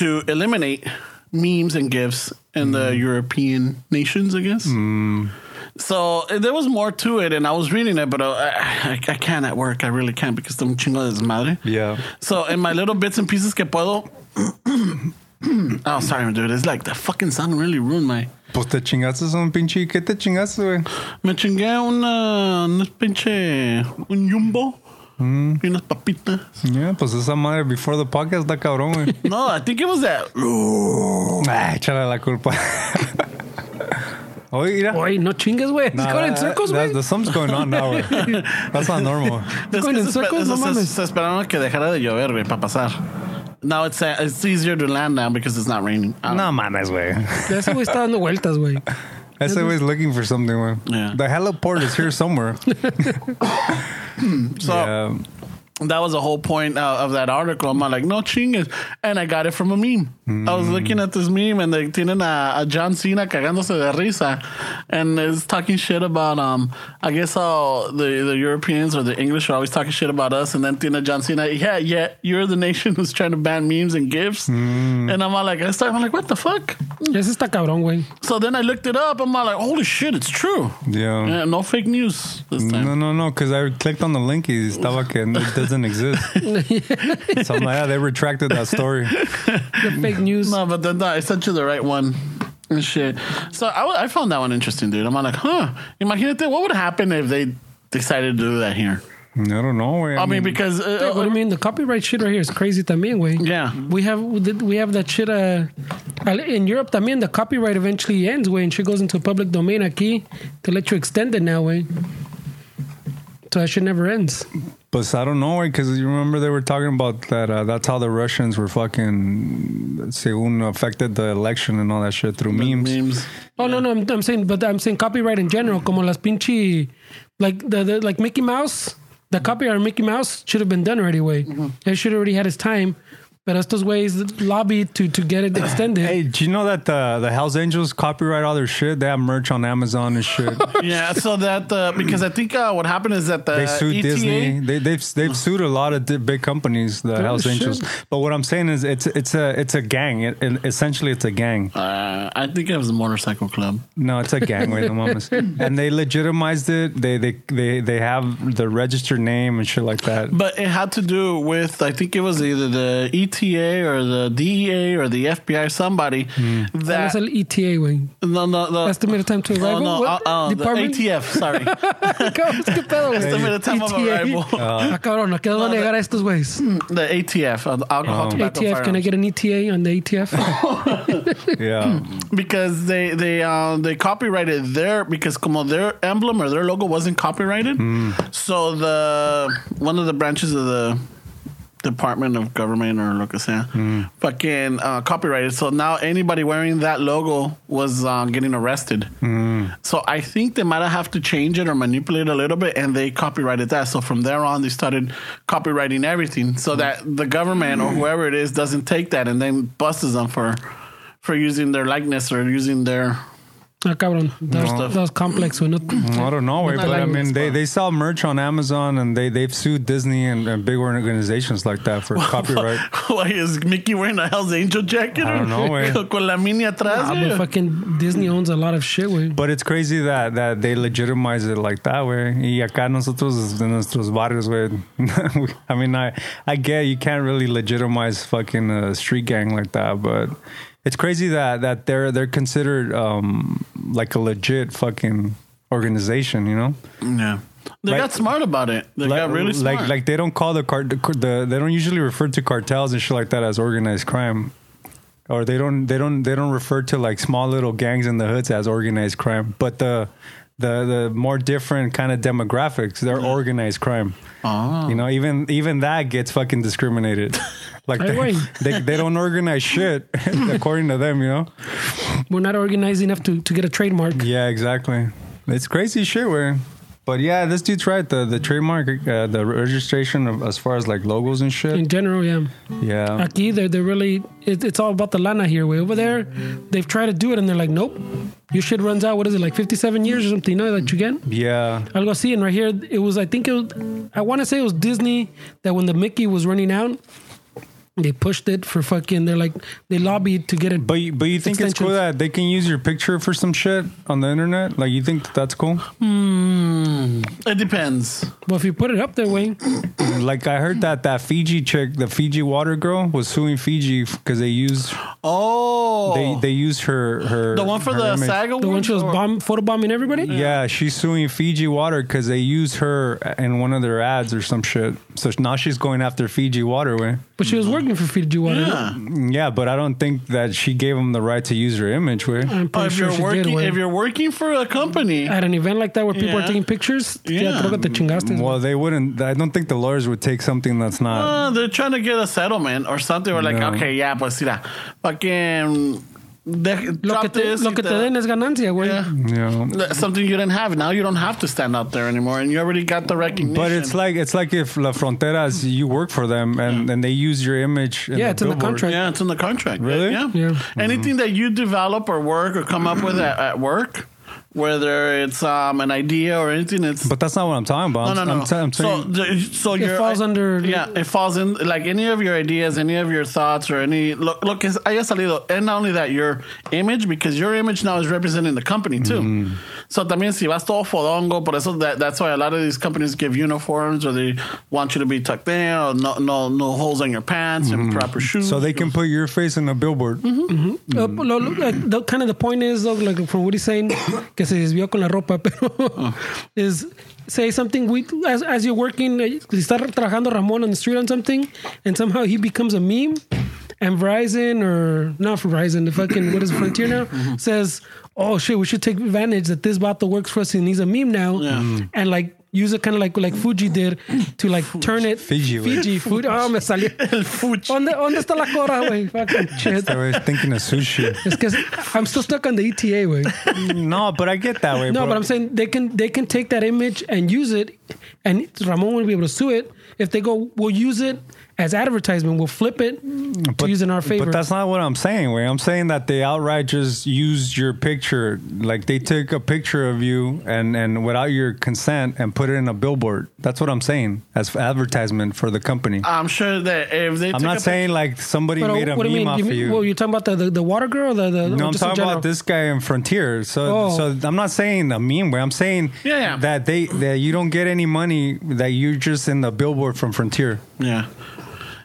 [SPEAKER 1] to eliminate memes and gifs in the European nations, I guess. So eh, there was more to it, and I was reading it, but uh, I, I, I can't at work. I really can't because I'm chingo de madre.
[SPEAKER 4] Yeah.
[SPEAKER 1] So in my little bits and pieces que puedo. oh, sorry, dude. It's like that fucking song really ruined my.
[SPEAKER 4] Pues te chingaste un pinche. ¿Qué te chingaste, güey?
[SPEAKER 1] Me chingué una, unas pinche. Un jumbo. Y unas papitas.
[SPEAKER 4] Yeah, pues esa madre before the podcast está cabrón, güey.
[SPEAKER 1] No, I think it was that.
[SPEAKER 4] ah, échale la culpa. Oye, mira.
[SPEAKER 3] Oye, no chingues, güey. It's
[SPEAKER 4] Nah,
[SPEAKER 3] going in
[SPEAKER 4] that-
[SPEAKER 3] circles,
[SPEAKER 4] that-
[SPEAKER 3] güey.
[SPEAKER 4] that- Uh, Something's going on now, güey. That's not normal.
[SPEAKER 1] Es
[SPEAKER 3] Con
[SPEAKER 1] que
[SPEAKER 3] el
[SPEAKER 1] se,
[SPEAKER 3] sueco,
[SPEAKER 1] espe-
[SPEAKER 3] no
[SPEAKER 1] se-
[SPEAKER 3] mames.
[SPEAKER 1] se esperaron a que dejara de llover, güey, para pasar. Now it's, uh, it's easier to land now because it's not raining. I don't-
[SPEAKER 4] No mames, güey.
[SPEAKER 3] Ya Ese güey está dando vueltas, güey.
[SPEAKER 4] That's always looking for something, man.
[SPEAKER 1] Yeah.
[SPEAKER 4] The heliport is here somewhere.
[SPEAKER 1] So.
[SPEAKER 4] yeah.
[SPEAKER 1] that was the whole point uh, of that article. I'm like, no chingas. And I got it from a meme. I
[SPEAKER 3] Mm.
[SPEAKER 1] was looking at this meme and they tienen a, a John Cena cagándose de risa. And it's talking shit about, um, I guess how the, the Europeans or the English are always talking shit about us. And then tiene John Cena, yeah, yeah, you're the nation who's trying to ban memes and gifs.
[SPEAKER 3] Mm.
[SPEAKER 1] And I'm all like, I started, I'm like, what the fuck?
[SPEAKER 3] Ese está cabrón, güey.
[SPEAKER 1] So then I looked it up. I'm all like, holy shit, it's true.
[SPEAKER 4] Yeah.
[SPEAKER 1] Yeah, no fake news this time.
[SPEAKER 4] No, no, no, because I clicked on the link. y Estaba que it doesn't exist. so I'm like, yeah, they retracted that story.
[SPEAKER 3] The fake news.
[SPEAKER 1] No, but then no, I sent you the right one and shit. So I, wa- I found that one interesting, dude. I'm like, huh? Imagínate, what would happen if they decided to do that here?
[SPEAKER 4] I don't know. güey.
[SPEAKER 1] I mean, because uh,
[SPEAKER 3] What do you mean? The copyright shit right here is crazy también, güey.
[SPEAKER 1] Yeah.
[SPEAKER 3] We have we did- we have that shit uh, in Europe también. The copyright eventually ends, güey, and shit goes into public domain aquí. They let you extend it now, güey. So that shit never ends.
[SPEAKER 4] But I don't know because you remember they were talking about that. Uh, that's how the Russians were fucking según affected the election and all that shit through memes.
[SPEAKER 1] memes.
[SPEAKER 3] Oh no, no, I'm, I'm saying, but I'm saying copyright in general, como las pinche, like the, the like Mickey Mouse, the copyright of Mickey Mouse should have been done already. Way it should already had its time, but estos ways lobbied to to get it extended.
[SPEAKER 4] Hey, do you know that the the Hell's Angels copyright all their shit? They have merch on Amazon and shit.
[SPEAKER 1] Yeah, so that uh, because I think uh, what happened is that the E
[SPEAKER 4] They sued
[SPEAKER 3] E
[SPEAKER 1] ETA,
[SPEAKER 4] Disney. They, they've they've sued a lot of di- big companies, the Hell's
[SPEAKER 3] shit.
[SPEAKER 4] Angels. But what I'm saying is, it's it's a it's a gang. It, it- essentially, it's a gang.
[SPEAKER 1] Uh, I think it was a motorcycle club.
[SPEAKER 4] No, it's a gang. Wait, no mames. And they legitimized it. They they they they have the registered name and shit like that.
[SPEAKER 1] But it had to do with I think it was either the ETA or the DEA or the FBI, somebody
[SPEAKER 4] Mm.
[SPEAKER 3] That's
[SPEAKER 1] that
[SPEAKER 3] el E ETA, güey.
[SPEAKER 1] no no the
[SPEAKER 3] Estimated time to
[SPEAKER 1] oh
[SPEAKER 3] arrival.
[SPEAKER 1] no uh,
[SPEAKER 3] What?
[SPEAKER 1] uh, the
[SPEAKER 3] Department?
[SPEAKER 1] ATF sorry
[SPEAKER 3] Cabrón, ¿Qué pedo, güey?
[SPEAKER 1] estimated time of
[SPEAKER 3] ETA.
[SPEAKER 1] arrival.
[SPEAKER 3] Ah, cabrón, ¿a qué van a llegar a estos güeyes?
[SPEAKER 1] The ATF, uh, the alcohol, tobacco,
[SPEAKER 3] ATF, E can I
[SPEAKER 1] firearms.
[SPEAKER 3] get an ETA on the E ATF?
[SPEAKER 4] Yeah,
[SPEAKER 1] because they they uh, they copyrighted their because como their emblem or their logo wasn't copyrighted, so the one of the branches of the Department of Government or lo que sea,
[SPEAKER 4] Mm.
[SPEAKER 1] fucking uh, copyrighted. So now anybody wearing that logo was uh, getting arrested.
[SPEAKER 4] Mm.
[SPEAKER 1] So I think they might have to change it or manipulate it a little bit, and they copyrighted that. So from there on, they started copywriting everything,
[SPEAKER 4] Mm.
[SPEAKER 1] so that the government or whoever it is doesn't take that and then busts them for for using their likeness or using their
[SPEAKER 3] Ah, cabrón. That was,
[SPEAKER 4] No.
[SPEAKER 3] that was complex. We're not,
[SPEAKER 4] I don't know, way,
[SPEAKER 3] Not
[SPEAKER 4] but I
[SPEAKER 3] like-
[SPEAKER 4] mean, they, they sell merch on Amazon and they, they've sued Disney and, and big organizations like that for copyright.
[SPEAKER 1] Why is Mickey wearing a Hell's Angel jacket?
[SPEAKER 4] I don't know, güey.
[SPEAKER 1] Con la mini atrás,
[SPEAKER 3] Ah,
[SPEAKER 1] güey.
[SPEAKER 3] but fucking Disney owns a lot of shit, we.
[SPEAKER 4] But it's crazy that, that they legitimize it like that, way. Y acá nosotros, en nuestros barrios, güey. I mean, I, I get you can't really legitimize fucking a street gang like that, but it's crazy that, that they're, they're considered um, like a legit fucking organization, you know?
[SPEAKER 1] Yeah. They
[SPEAKER 4] Like-
[SPEAKER 1] got smart about it. They got really smart.
[SPEAKER 4] like like they don't call the cart the, the they don't usually refer to cartels and shit like that as organized crime or they don't they don't they don't refer to like small little gangs in the hoods as organized crime but the the the more different kind of demographics they're organized crime
[SPEAKER 1] Ah.
[SPEAKER 4] you know even even that gets fucking discriminated like
[SPEAKER 3] Ay,
[SPEAKER 4] they,
[SPEAKER 3] güey.
[SPEAKER 4] they, they don't organize shit according to them you know
[SPEAKER 3] We're not organized enough to, to get a trademark.
[SPEAKER 4] yeah, exactly. It's crazy shit, where. But yeah, this dude's right. The the trademark, uh, the registration of, as far as like logos and
[SPEAKER 3] In
[SPEAKER 4] shit.
[SPEAKER 3] general, yeah.
[SPEAKER 4] Yeah,
[SPEAKER 3] Aquí, they're, they're really, it, it's all about the lana here, way. Over there, they've tried to do it and they're like, nope. Your shit runs out, what is it, like 57 years or something, you know, that you get?
[SPEAKER 4] yeah,
[SPEAKER 3] Algo así. And right here, it was, I think it was, I want to say it was Disney that when the Mickey was running out, they pushed it for fucking, they're like, they lobbied to get it.
[SPEAKER 4] But you- but you think it's cool
[SPEAKER 3] Extensions.
[SPEAKER 4] that they can use your picture for some shit on the internet? Like you think that that's cool?
[SPEAKER 1] it depends.
[SPEAKER 3] Well, if you put it up there, way,
[SPEAKER 1] Mm.
[SPEAKER 4] Like I heard that that Fiji chick, the Fiji water girl, was suing Fiji because they used
[SPEAKER 1] Oh.
[SPEAKER 4] they they used her her
[SPEAKER 1] the one for
[SPEAKER 4] her
[SPEAKER 1] the Oh.
[SPEAKER 4] image.
[SPEAKER 1] SAG Awards?
[SPEAKER 3] the one she was
[SPEAKER 1] or-
[SPEAKER 3] bomb, photobombing everybody?
[SPEAKER 4] Yeah, she's suing Fiji Water because they used her in one of their ads or some shit. So now she's going after Fiji Water, way.
[SPEAKER 3] But she was working for Fiji Water.
[SPEAKER 1] Yeah. Oh,
[SPEAKER 4] Yeah, but I don't think that she gave him the right to use her image. Where
[SPEAKER 3] I'm
[SPEAKER 1] Oh,
[SPEAKER 3] pretty
[SPEAKER 1] if
[SPEAKER 3] sure
[SPEAKER 1] you're
[SPEAKER 3] she
[SPEAKER 1] working,
[SPEAKER 3] did. güey.
[SPEAKER 1] if you're working for a company,
[SPEAKER 3] At an event like that where people
[SPEAKER 1] Yeah.
[SPEAKER 3] are taking pictures, yeah,
[SPEAKER 1] Yeah.
[SPEAKER 3] droga te chingaste.
[SPEAKER 4] well, they wouldn't. I don't think the lawyers would take something that's not.
[SPEAKER 1] uh, they're trying to get a settlement or something. We're like,
[SPEAKER 4] No.
[SPEAKER 1] okay, yeah, pues mira, fucking de-
[SPEAKER 3] Lo que
[SPEAKER 1] drop
[SPEAKER 3] te,
[SPEAKER 1] this.
[SPEAKER 3] lo que te den es ganancia, güey.
[SPEAKER 1] Yeah.
[SPEAKER 4] You know.
[SPEAKER 1] something you didn't have. Now you don't have to stand out there anymore, and you already got the recognition.
[SPEAKER 4] But it's like it's like if La Fronteras, you work for them and, and they use your image.
[SPEAKER 3] Yeah, it's in the
[SPEAKER 4] billboard.
[SPEAKER 3] contract.
[SPEAKER 1] yeah, it's in the contract.
[SPEAKER 4] Really?
[SPEAKER 1] Yeah.
[SPEAKER 3] Yeah.
[SPEAKER 1] Anything that you develop or work or come up with at, at work, whether it's um, an idea or anything, it's
[SPEAKER 4] But that's not what I'm talking about.
[SPEAKER 1] no,
[SPEAKER 4] I'm,
[SPEAKER 1] no, no.
[SPEAKER 4] I'm, i I'm
[SPEAKER 1] so,
[SPEAKER 4] saying
[SPEAKER 1] the, so
[SPEAKER 3] It
[SPEAKER 1] your-
[SPEAKER 3] falls under-
[SPEAKER 1] Yeah, it falls in like any of your ideas, any of your thoughts, or any look. Look, es- haya salido, and not only that, your image because your image now is representing the company too.
[SPEAKER 4] Mm.
[SPEAKER 1] So también si vas todo fodongo, por eso that, that's why a lot of these companies give uniforms or they want you to be tucked in or no no no holes on your pants and proper shoes.
[SPEAKER 4] Mm. so they can put your face in a billboard.
[SPEAKER 3] Uh, lo- lo- like, the, kind of the point is, though, like from what he's saying, que se desvió con la ropa, pero is say something we, as, as you're working, eh, si está trabajando Ramon on the street on something, and somehow he becomes a meme, and Verizon or not Verizon, the fucking what is it, Frontier now says, oh shit, we should take advantage that this bato works for us and he's a meme now, and like. Use it kind of like like Fuji did to like turn it
[SPEAKER 4] Fiji, güey.
[SPEAKER 3] Fiji Fuji. Oh, me salió.
[SPEAKER 1] El fuchi.
[SPEAKER 3] ¿Dónde, ¿Dónde está la cora, güey? Fucking shit.
[SPEAKER 4] I was thinking of sushi.
[SPEAKER 3] It's because I'm still stuck on the ETA way.
[SPEAKER 4] no, but I get that way.
[SPEAKER 3] No,
[SPEAKER 4] bro.
[SPEAKER 3] but I'm saying they can they can take that image and use it, and Ramon will be able to sue it if they go. We'll use it as advertisement. We'll flip it to use in our favor.
[SPEAKER 4] But that's not what I'm saying. Way I'm saying that they outright just used your picture, like they took a picture of you and and without your consent and put it in a billboard. That's what I'm saying as advertisement for the company.
[SPEAKER 1] I'm sure that if they
[SPEAKER 4] I'm
[SPEAKER 1] took
[SPEAKER 4] not
[SPEAKER 1] a
[SPEAKER 4] saying like somebody
[SPEAKER 3] But, uh,
[SPEAKER 4] made a
[SPEAKER 3] what do
[SPEAKER 4] meme
[SPEAKER 3] you mean?
[SPEAKER 4] off
[SPEAKER 3] You
[SPEAKER 4] of
[SPEAKER 3] mean-
[SPEAKER 4] you.
[SPEAKER 3] Well, you're talking about the the, the water girl. The, the
[SPEAKER 4] no,
[SPEAKER 3] or
[SPEAKER 4] I'm
[SPEAKER 3] just in
[SPEAKER 4] talking about
[SPEAKER 3] general?
[SPEAKER 4] this guy in Frontier. So,
[SPEAKER 3] Oh.
[SPEAKER 4] so I'm not saying a meme way. I'm saying
[SPEAKER 1] Yeah, yeah.
[SPEAKER 4] that they that you don't get any money that you're just in the billboard from Frontier.
[SPEAKER 1] Yeah,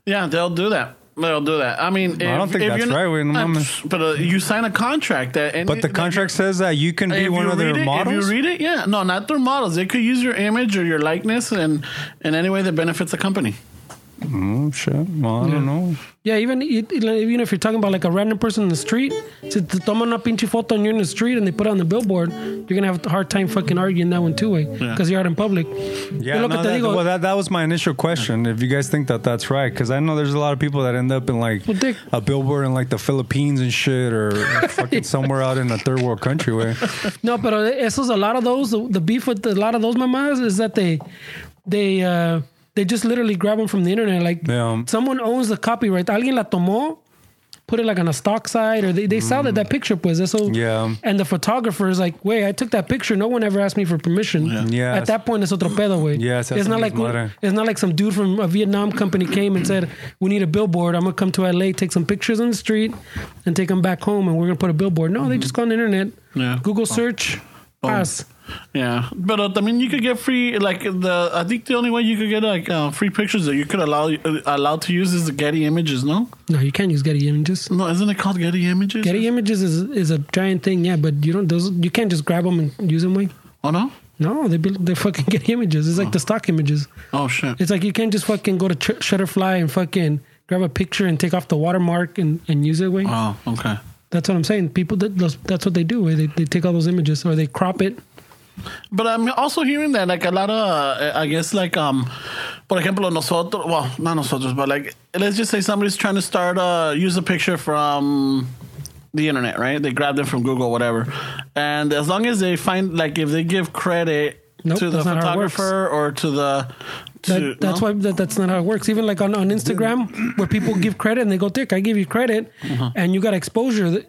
[SPEAKER 1] yeah, they'll do that. They'll do that. I mean, if,
[SPEAKER 4] I don't think
[SPEAKER 1] if
[SPEAKER 4] that's
[SPEAKER 1] you're not-
[SPEAKER 4] right, wait, no
[SPEAKER 1] Uh,
[SPEAKER 4] mames.
[SPEAKER 1] But uh, you sign a contract that, and
[SPEAKER 4] But the contract says that you can be
[SPEAKER 1] If
[SPEAKER 4] one
[SPEAKER 1] you
[SPEAKER 4] of their
[SPEAKER 1] read it,
[SPEAKER 4] models.
[SPEAKER 1] If you read it, yeah, no, not their models. They could use your image or your likeness, and in any way that benefits the company.
[SPEAKER 4] oh shit! Well, I don't know.
[SPEAKER 3] Yeah, even it- it- like, even if you're talking about like a random person in the street, si te toman una pinche foto and you're in the street and they put it on the billboard, you're gonna have a hard time fucking arguing that one too, way because you're out in public.
[SPEAKER 4] Yeah,
[SPEAKER 3] Yo lo que
[SPEAKER 4] no,
[SPEAKER 3] te
[SPEAKER 4] that,
[SPEAKER 3] digo-
[SPEAKER 4] well, that, that was my initial question. If you guys think that that's right, because I know there's a lot of people that end up in like
[SPEAKER 3] Well, Dick-
[SPEAKER 4] a billboard in like the Philippines and shit, or fucking somewhere out in a third world country. Where
[SPEAKER 3] No, but esos a lot of those the, beef with a lot of those mamas is that they they uh they just literally grab them from the internet. Like
[SPEAKER 4] Yeah.
[SPEAKER 3] someone owns the copyright. Alguien la tomó, put it like on a stock site or they, they sell it that picture pues. So
[SPEAKER 4] Mm. Yeah.
[SPEAKER 3] And the photographer is like, wait, I took that picture. No one ever asked me for permission.
[SPEAKER 4] Yeah.
[SPEAKER 3] At that point, it's otro pedo, way.
[SPEAKER 4] Yeah, it's
[SPEAKER 3] It's not
[SPEAKER 4] hacen
[SPEAKER 3] like
[SPEAKER 4] desmadre.
[SPEAKER 3] it's not like some dude from a Vietnam company came and said, we need a billboard. I'm gonna come to LA, take some pictures on the street, and take them back home, and we're gonna put a billboard. No, they just go on the internet,
[SPEAKER 1] Yeah.
[SPEAKER 3] Google search, pass.
[SPEAKER 1] Yeah, but uh, I mean, you could get free like the. I think the only way you could get like uh, free pictures that you could allow uh, allowed to use is the Getty Images. No,
[SPEAKER 3] No, you can't use Getty Images.
[SPEAKER 1] no, isn't it called Getty Images?
[SPEAKER 3] Getty Images is is a giant thing, yeah, but you don't those you can't just grab them and use them. Way.
[SPEAKER 1] Oh no.
[SPEAKER 3] No, they build they fucking Getty Images. It's like the stock images.
[SPEAKER 1] Oh shit.
[SPEAKER 3] It's like you can't just fucking go to Ch- Shutterfly and fucking grab a picture and take off the watermark and, and use it. Way.
[SPEAKER 1] oh okay.
[SPEAKER 3] That's what I'm saying. People that those, that's what they do. Way. They they take all those images or they crop it.
[SPEAKER 1] But I'm also hearing that like a lot of uh, I guess like um, por ejemplo nosotros well not nosotros but like let's just say somebody's trying to start uh use a picture from the internet right they grabbed it from Google whatever and as long as they find like if they give credit
[SPEAKER 3] Nope,
[SPEAKER 1] to the
[SPEAKER 3] that's not how it works.
[SPEAKER 1] photographer or to the to,
[SPEAKER 3] That, that's
[SPEAKER 1] no?
[SPEAKER 3] why that, that's not how it works. Even like on, on Instagram, where people give credit and they go, "Dick, I give you credit,
[SPEAKER 1] Uh-huh.
[SPEAKER 3] and you got exposure." Th-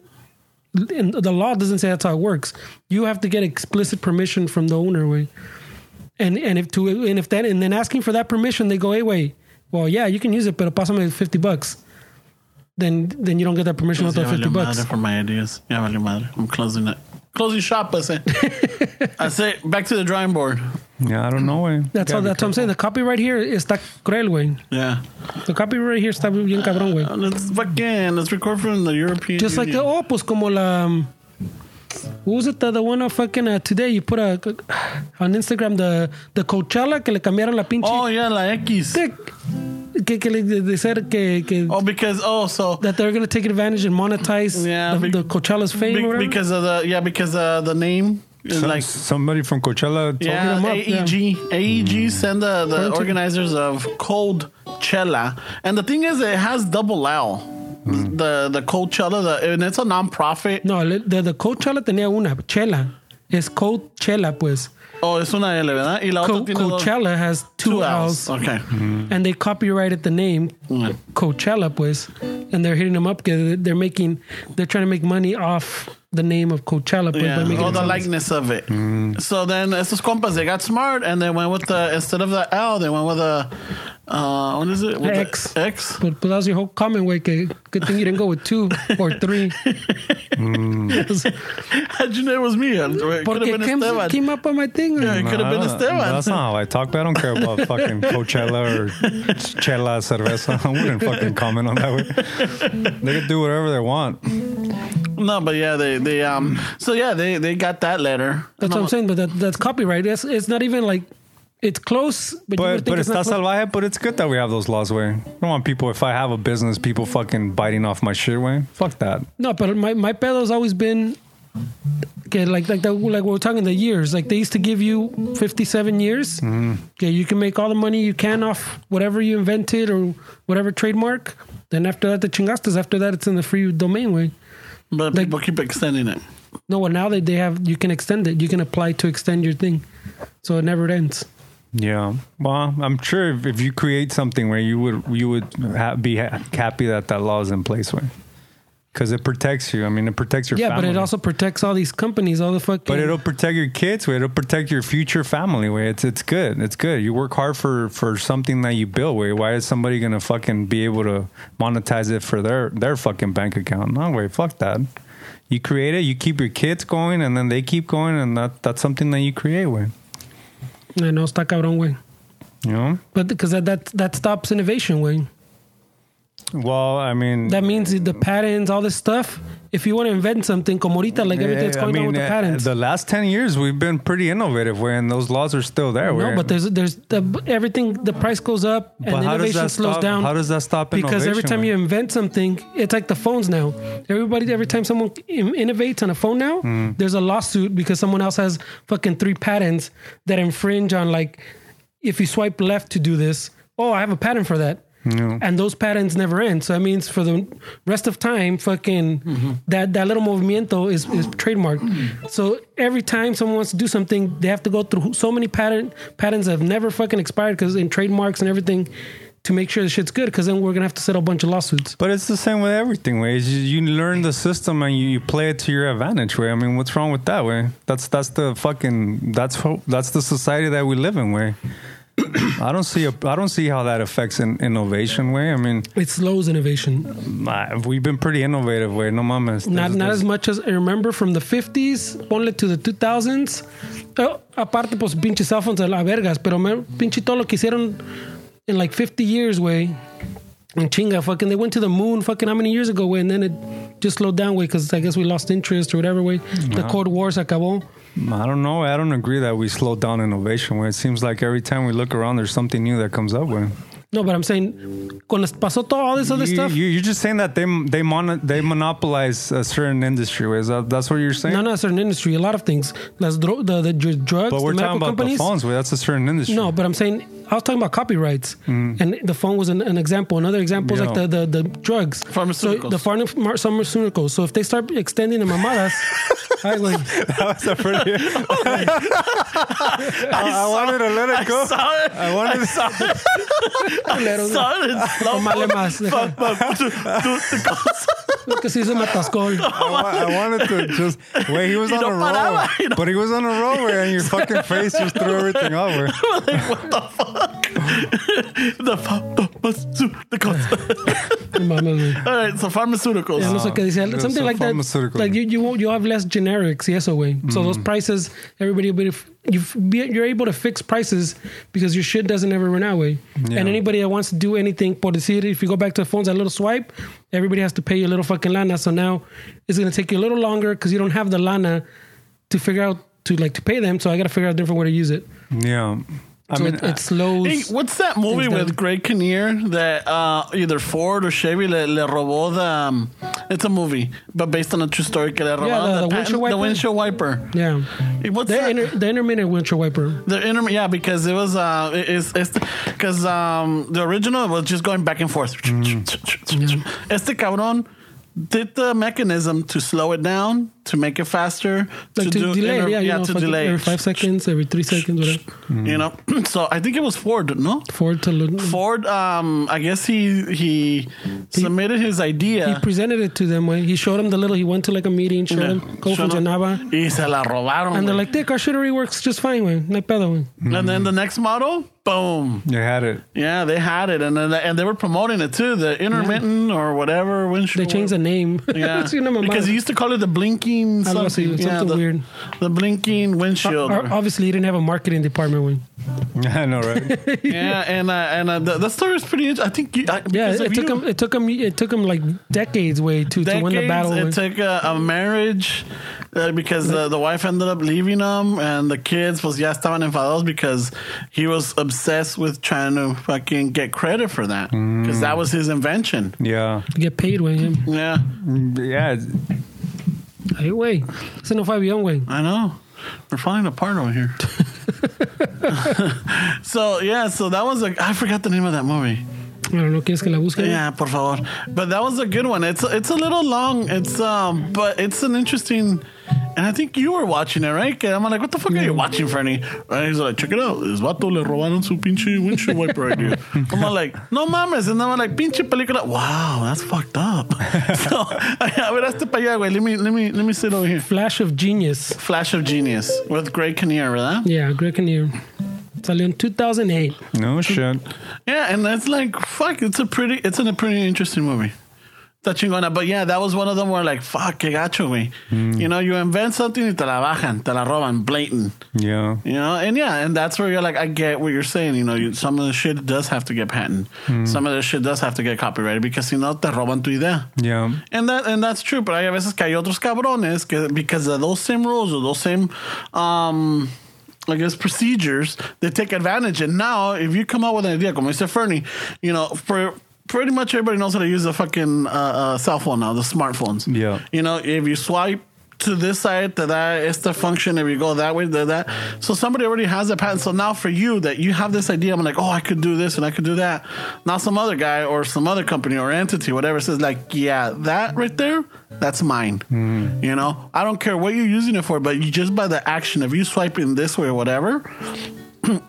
[SPEAKER 3] And the law doesn't say that's how it works. You have to get explicit permission from the owner, way. And and if to and if that and then asking for that permission, they go, "Hey, wait, well, yeah, you can use it, but pásame fifty bucks." Then then you don't get that permission
[SPEAKER 1] Ya
[SPEAKER 3] without
[SPEAKER 1] valió
[SPEAKER 3] fifty bucks.
[SPEAKER 1] madre for my ideas. Yeah, valió madre. I'm closing it. Closing shop, I say. I say back to the drawing board.
[SPEAKER 4] Yeah, I don't know. Way.
[SPEAKER 3] That's all. That's what I'm saying. The copyright here is está cruel, way.
[SPEAKER 1] Yeah.
[SPEAKER 3] The copyright here está bien cabrón, way.
[SPEAKER 1] Uh, Let's fucking let's record from the European.
[SPEAKER 3] Just like the
[SPEAKER 1] Union.
[SPEAKER 3] oh, pues como la. Um, what was it the, the one on fucking uh, today? You put a on Instagram the the Coachella que le cambiaron la pinche.
[SPEAKER 1] Oh yeah, la X.
[SPEAKER 3] Dick. Que, que le de ser que, que
[SPEAKER 1] Oh, because oh, so
[SPEAKER 3] that they're gonna take advantage and monetize
[SPEAKER 1] Yeah,
[SPEAKER 3] the,
[SPEAKER 1] be-
[SPEAKER 3] the Coachella's fame.
[SPEAKER 1] be-
[SPEAKER 3] or whatever.
[SPEAKER 1] because of the yeah, because uh, the name is
[SPEAKER 4] Some-
[SPEAKER 1] like
[SPEAKER 4] somebody from Coachella. told-
[SPEAKER 1] yeah, E
[SPEAKER 3] them up, yeah.
[SPEAKER 1] AEG AEG send the,
[SPEAKER 3] According
[SPEAKER 1] the
[SPEAKER 3] to-
[SPEAKER 1] organizers of Cold Chella, and the thing is, it has double L. The the Coachella, the, and it's a non-profit.
[SPEAKER 3] no, le- the, the Coachella tenía una Chela. Es Coachella pues.
[SPEAKER 1] Oh, es una L, ¿verdad? Y la
[SPEAKER 3] Co-
[SPEAKER 1] otra tiene dos-
[SPEAKER 3] Coachella has two,
[SPEAKER 1] two
[SPEAKER 3] L's,
[SPEAKER 1] L's. Okay.
[SPEAKER 3] and they copyrighted the name
[SPEAKER 1] Yeah.
[SPEAKER 3] Coachella, pues, and they're hitting them up because they're making, they're trying to make money off the name of Coachella, pues, by
[SPEAKER 1] Yeah,
[SPEAKER 3] making
[SPEAKER 1] or the
[SPEAKER 3] songs.
[SPEAKER 1] likeness of it. So then, estos compas, they got smart and they went with the, instead of the L, they went with the, uh, what is it? With the
[SPEAKER 3] X.
[SPEAKER 1] X?
[SPEAKER 3] But, but that's your whole comment way. Que, good thing you didn't go with two or three. Mm.
[SPEAKER 1] How'd you know it was me? eh? It could
[SPEAKER 3] Porque
[SPEAKER 1] have been
[SPEAKER 3] came,
[SPEAKER 1] Esteban.
[SPEAKER 3] came up on my thing.
[SPEAKER 1] Yeah, it could have been
[SPEAKER 4] Nah, That's
[SPEAKER 1] Esteban.
[SPEAKER 4] not how I talk. But I don't care about fucking Coachella or Chela Cerveza. I wouldn't fucking comment on that. Way. They can do whatever they want.
[SPEAKER 1] No, but yeah, they, they, um, so yeah, they, they got that letter.
[SPEAKER 3] That's what
[SPEAKER 1] No,
[SPEAKER 3] I'm saying. But that, that's copyright. It's, it's not even like, it's close, but, you would
[SPEAKER 4] But
[SPEAKER 3] think
[SPEAKER 4] but
[SPEAKER 3] it's
[SPEAKER 4] it's
[SPEAKER 3] not
[SPEAKER 4] not
[SPEAKER 3] close.
[SPEAKER 4] salvaje. But it's good that we have those laws. Way. I don't want people. If I have a business, people fucking biting off my shit. Way. Fuck that.
[SPEAKER 3] No, but my, my pedo's always been, okay, like, like, the, like we're talking the years. Like they used to give you 57 years.
[SPEAKER 4] Mm-hmm.
[SPEAKER 3] Okay, you can make all the money you can off whatever you invented or whatever trademark. Then after that, the chingastas, after that, it's in the free domain way.
[SPEAKER 1] But
[SPEAKER 3] Like-
[SPEAKER 1] people keep extending it.
[SPEAKER 3] No, well, now that they have, you can extend it. You can apply to extend your thing. So it never ends.
[SPEAKER 4] Yeah. Well, I'm sure if, if you create something where you would you would ha- be ha- happy that that law is in place where because it protects you. I mean, it protects your
[SPEAKER 3] Yeah,
[SPEAKER 4] family.
[SPEAKER 3] but it also protects all these companies, all the fucking.
[SPEAKER 4] But it'll protect your kids. Way it'll protect your future family. Way it's it's good. It's good. You work hard for for something that you build. Way why is somebody gonna fucking be able to monetize it for their their fucking bank account? No way. Fuck that. You create it. You keep your kids going, and then they keep going, and that that's something that you create. Way
[SPEAKER 3] I know, está cabrón, way.
[SPEAKER 4] you know.
[SPEAKER 3] But because that, that, that stops innovation, way.
[SPEAKER 4] Well, I mean,
[SPEAKER 3] That means the patents, all this stuff. If you want to invent something, como ahorita, like everything that's
[SPEAKER 4] Yeah,
[SPEAKER 3] going on with the
[SPEAKER 4] uh,
[SPEAKER 3] patents.
[SPEAKER 4] the last 10 years, we've been pretty innovative, way, and those laws are still there.
[SPEAKER 3] no,
[SPEAKER 4] way.
[SPEAKER 3] but there's there's the, everything. The price goes up and
[SPEAKER 4] But how does
[SPEAKER 3] innovation
[SPEAKER 4] that
[SPEAKER 3] slows
[SPEAKER 4] stop-
[SPEAKER 3] down.
[SPEAKER 4] how does that stop
[SPEAKER 3] Because every
[SPEAKER 4] innovation,
[SPEAKER 3] time
[SPEAKER 4] man?
[SPEAKER 3] you invent something, it's like the phones now. Everybody, every time someone in- innovates on a phone now, there's a lawsuit because someone else has fucking three patents that infringe on like if you swipe left to do this. Oh, I have a patent for that. And those patents never end. So that means for the rest of time, fucking that, that little movimiento is, is trademarked. So every time someone wants to do something, they have to go through so many patent patents that have never fucking expired because in trademarks and everything, to make sure the shit's good because then we're gonna have to settle a bunch of lawsuits.
[SPEAKER 4] But it's the same with everything, way. It's just You learn the system and you, you play it to your advantage, way. I mean, what's wrong with that, way? That's that's the fucking that's ho- that's the society that we live in, way. I don't see a, I don't see how that affects in, innovation, way. I mean,
[SPEAKER 3] It slows innovation.
[SPEAKER 4] my- we've been pretty innovative, way. No mames. There's-
[SPEAKER 3] Not not
[SPEAKER 4] there's-
[SPEAKER 3] as much as I remember from the 50s, ponle to the 2000s. Eh, aparte, pues pinches cell phones a la vergas, pero me, pinche todo lo que hicieron in like 50 years, way. And chinga, fucking, they went to the moon, fucking, how many years ago, way? And then it just slowed down, way, because I guess we lost interest or whatever, way. The Cold War se acabó.
[SPEAKER 4] I don't know. I don't agree that we slow down innovation. Where it seems like every time we look around, there's something new that comes up. Where
[SPEAKER 3] No, but I'm saying, cuando pasó todo all this other
[SPEAKER 4] you,
[SPEAKER 3] stuff.
[SPEAKER 4] you, you're just saying that they they mono, they monopolize a certain industry. Where is that? That's what you're saying.
[SPEAKER 3] no, no, certain industry, a lot of things. That's dro- the, the, dr- drugs,
[SPEAKER 4] But we're
[SPEAKER 3] the medical
[SPEAKER 4] talking about
[SPEAKER 3] companies.
[SPEAKER 4] the phones. Where that's a certain industry.
[SPEAKER 3] No, but I'm saying I was talking about copyrights, and the phone was an, an example. Another example is like
[SPEAKER 4] Yeah.
[SPEAKER 3] the, the, the drugs,
[SPEAKER 1] Pharmaceuticals.
[SPEAKER 3] so the pharma- mar- pharmaceuticals. So if they start extending the mamadas, I like
[SPEAKER 4] that was a pretty. Oh I, I wanted to let it go.
[SPEAKER 1] Sorry.
[SPEAKER 4] I wanted. To,
[SPEAKER 1] Sorry, it's slow.
[SPEAKER 3] Tomale más.
[SPEAKER 1] Fuck, fuck. Tú- tú- te cosas.
[SPEAKER 3] look, se hizo matascol.
[SPEAKER 4] I, wa- I wanted to just. Wait, he was
[SPEAKER 1] Y
[SPEAKER 4] on
[SPEAKER 1] no
[SPEAKER 4] a roll.
[SPEAKER 1] paraba, y no-
[SPEAKER 4] But he was on a roll, where, and your fucking face just threw everything off. where.
[SPEAKER 1] The fuck, the cosas.
[SPEAKER 3] No mames, güey.
[SPEAKER 1] All right, so pharmaceuticals.
[SPEAKER 3] Ya no sé qué decía.
[SPEAKER 4] no,
[SPEAKER 3] Something
[SPEAKER 4] so
[SPEAKER 3] like that.
[SPEAKER 4] pharmaceutical.
[SPEAKER 3] Like you, you, won't- you have less generics, yes, away. So those prices, everybody will be, you f- be, you're able to fix prices because your shit doesn't ever run out, way. And anybody that wants to do anything, por decir, if you go back to the phones, that little swipe, everybody has to pay you a little fucking lana. So now it's going to take you a little longer because you don't have the lana to figure out to like to pay them. So I got to figure out a different way to use it.
[SPEAKER 4] Yeah. I
[SPEAKER 3] So
[SPEAKER 4] mean, uh,
[SPEAKER 3] it, it slows.
[SPEAKER 1] Hey, what's that movie
[SPEAKER 3] Things
[SPEAKER 1] with
[SPEAKER 3] done.
[SPEAKER 1] Greg Kinnear that uh, either Ford or Chevy le, le robó the? Um, it's a movie, but based on a true story. Que le robaron
[SPEAKER 3] the- the
[SPEAKER 1] patent-
[SPEAKER 3] windshield
[SPEAKER 1] The
[SPEAKER 3] wiper?
[SPEAKER 1] windshield wiper.
[SPEAKER 3] yeah.
[SPEAKER 1] Hey, What's
[SPEAKER 3] The,
[SPEAKER 1] that?
[SPEAKER 3] inter, the intermittent windshield wiper.
[SPEAKER 1] The inter- yeah, because it was uh, it- it's it's because um the original was just going back and forth.
[SPEAKER 3] Mm.
[SPEAKER 1] Este cabrón did the mechanism to slow it down, to make it faster,
[SPEAKER 3] Like to,
[SPEAKER 1] do
[SPEAKER 3] delay,
[SPEAKER 1] inter-
[SPEAKER 3] yeah, you know,
[SPEAKER 1] to
[SPEAKER 3] fucking
[SPEAKER 1] delay. Mm.
[SPEAKER 3] every five seconds, every three seconds, whatever.
[SPEAKER 1] You know, so I think it was Ford, no?
[SPEAKER 3] Ford to look.
[SPEAKER 1] Ford, um, I guess he he, submitted his
[SPEAKER 3] He
[SPEAKER 1] idea.
[SPEAKER 3] presented it to them. When he showed them the little, he went to like a meeting, showed
[SPEAKER 1] Yeah.
[SPEAKER 3] them Kung Fu
[SPEAKER 1] Showed him-
[SPEAKER 3] Janaba,
[SPEAKER 1] Y se la robaron.
[SPEAKER 3] and they're
[SPEAKER 1] güey.
[SPEAKER 3] like, "Mm." "Dick, our shit already works just fine, way. No pedo, güey."
[SPEAKER 1] and then the next model, boom.
[SPEAKER 4] you had it.
[SPEAKER 1] Yeah, they had it, and then and they were promoting it too, the intermittent or whatever
[SPEAKER 3] They
[SPEAKER 1] windshield.
[SPEAKER 3] changed the name.
[SPEAKER 1] Yeah,
[SPEAKER 3] It's una mamada.
[SPEAKER 1] because he used to call it the blinking
[SPEAKER 3] Algo
[SPEAKER 1] something,
[SPEAKER 3] así,
[SPEAKER 1] yeah,
[SPEAKER 3] something
[SPEAKER 1] the,
[SPEAKER 3] weird.
[SPEAKER 1] The blinking windshield.
[SPEAKER 3] Or- obviously, he didn't have a marketing department. When
[SPEAKER 4] I know, right?
[SPEAKER 1] yeah, and uh, and uh, the, the story is pretty. Interesting. I think. You, I,
[SPEAKER 3] yeah,
[SPEAKER 1] because
[SPEAKER 3] it
[SPEAKER 1] if
[SPEAKER 3] took
[SPEAKER 1] you-
[SPEAKER 3] him. It took him. It took him like decades, way to, to win the
[SPEAKER 1] decades,
[SPEAKER 3] battle.
[SPEAKER 1] It
[SPEAKER 3] güey.
[SPEAKER 1] took a, a marriage uh, because the, the wife ended up leaving him, and the kids pues ya estaban enfadados because he was obsessed with trying to fucking get credit for that because
[SPEAKER 3] Mm.
[SPEAKER 1] that was his invention.
[SPEAKER 4] Yeah.
[SPEAKER 3] to get paid, way.
[SPEAKER 1] Yeah,
[SPEAKER 4] Yeah. it's-
[SPEAKER 3] Hey, way. Se no fue avión, way.
[SPEAKER 1] I know. We're falling apart over here. so yeah, so that was a I forgot the name of that movie.
[SPEAKER 3] I don't know. ¿Quieres que la busque?
[SPEAKER 1] Yeah, por favor. But that was a good one. It's it's a little long. It's um, but it's an interesting. And I think you were watching it, right? And I'm like, what the fuck are you watching, Fernie? And he's like, check it out. This vato le robaron su pinche windshield wiper idea. I'm like, no mames. And I'm like, pinche película. Wow, that's fucked up. so, a ver, hasta para allá, güey. Let me, let me, let me sit over here.
[SPEAKER 3] Flash of genius.
[SPEAKER 1] Flash of Genius with Greg Kinnear, ¿verdad?
[SPEAKER 3] Yeah, Greg Kinnear. Salió en 2008.
[SPEAKER 4] No shit.
[SPEAKER 1] Yeah, and that's like fuck. It's a pretty. It's in a pretty interesting movie. Touching on it, but yeah, that was one of them where like fuck, que gacho, güey. You know, you invent something, y te la bajan, te la roban, blatant.
[SPEAKER 4] Yeah.
[SPEAKER 1] You know, and yeah, and that's where you're like, I get what you're saying. You know, you, some of the shit does have to get patent. Some of the shit does have to get copyrighted because si no te roban tu idea.
[SPEAKER 4] Yeah.
[SPEAKER 1] And that and that's true, but hay a veces que hay otros cabrones que because of those same rules or those same um I guess procedures they take advantage and now if you come out with an idea como dice Fernie, you know, for pretty much everybody knows how to use a fucking uh, uh, cell phone now, the smartphones.
[SPEAKER 4] Yeah.
[SPEAKER 1] You know, if you swipe to this side, to that, it's the function. If you go that way, to that. So somebody already has a patent. So now for you that you have this idea, I'm like, oh, I could do this and I could do that. Now some other guy or some other company or entity, whatever, says like, yeah, that right there, that's mine. You know, I don't care what you're using it for, but you just by the action of you swiping this way or whatever,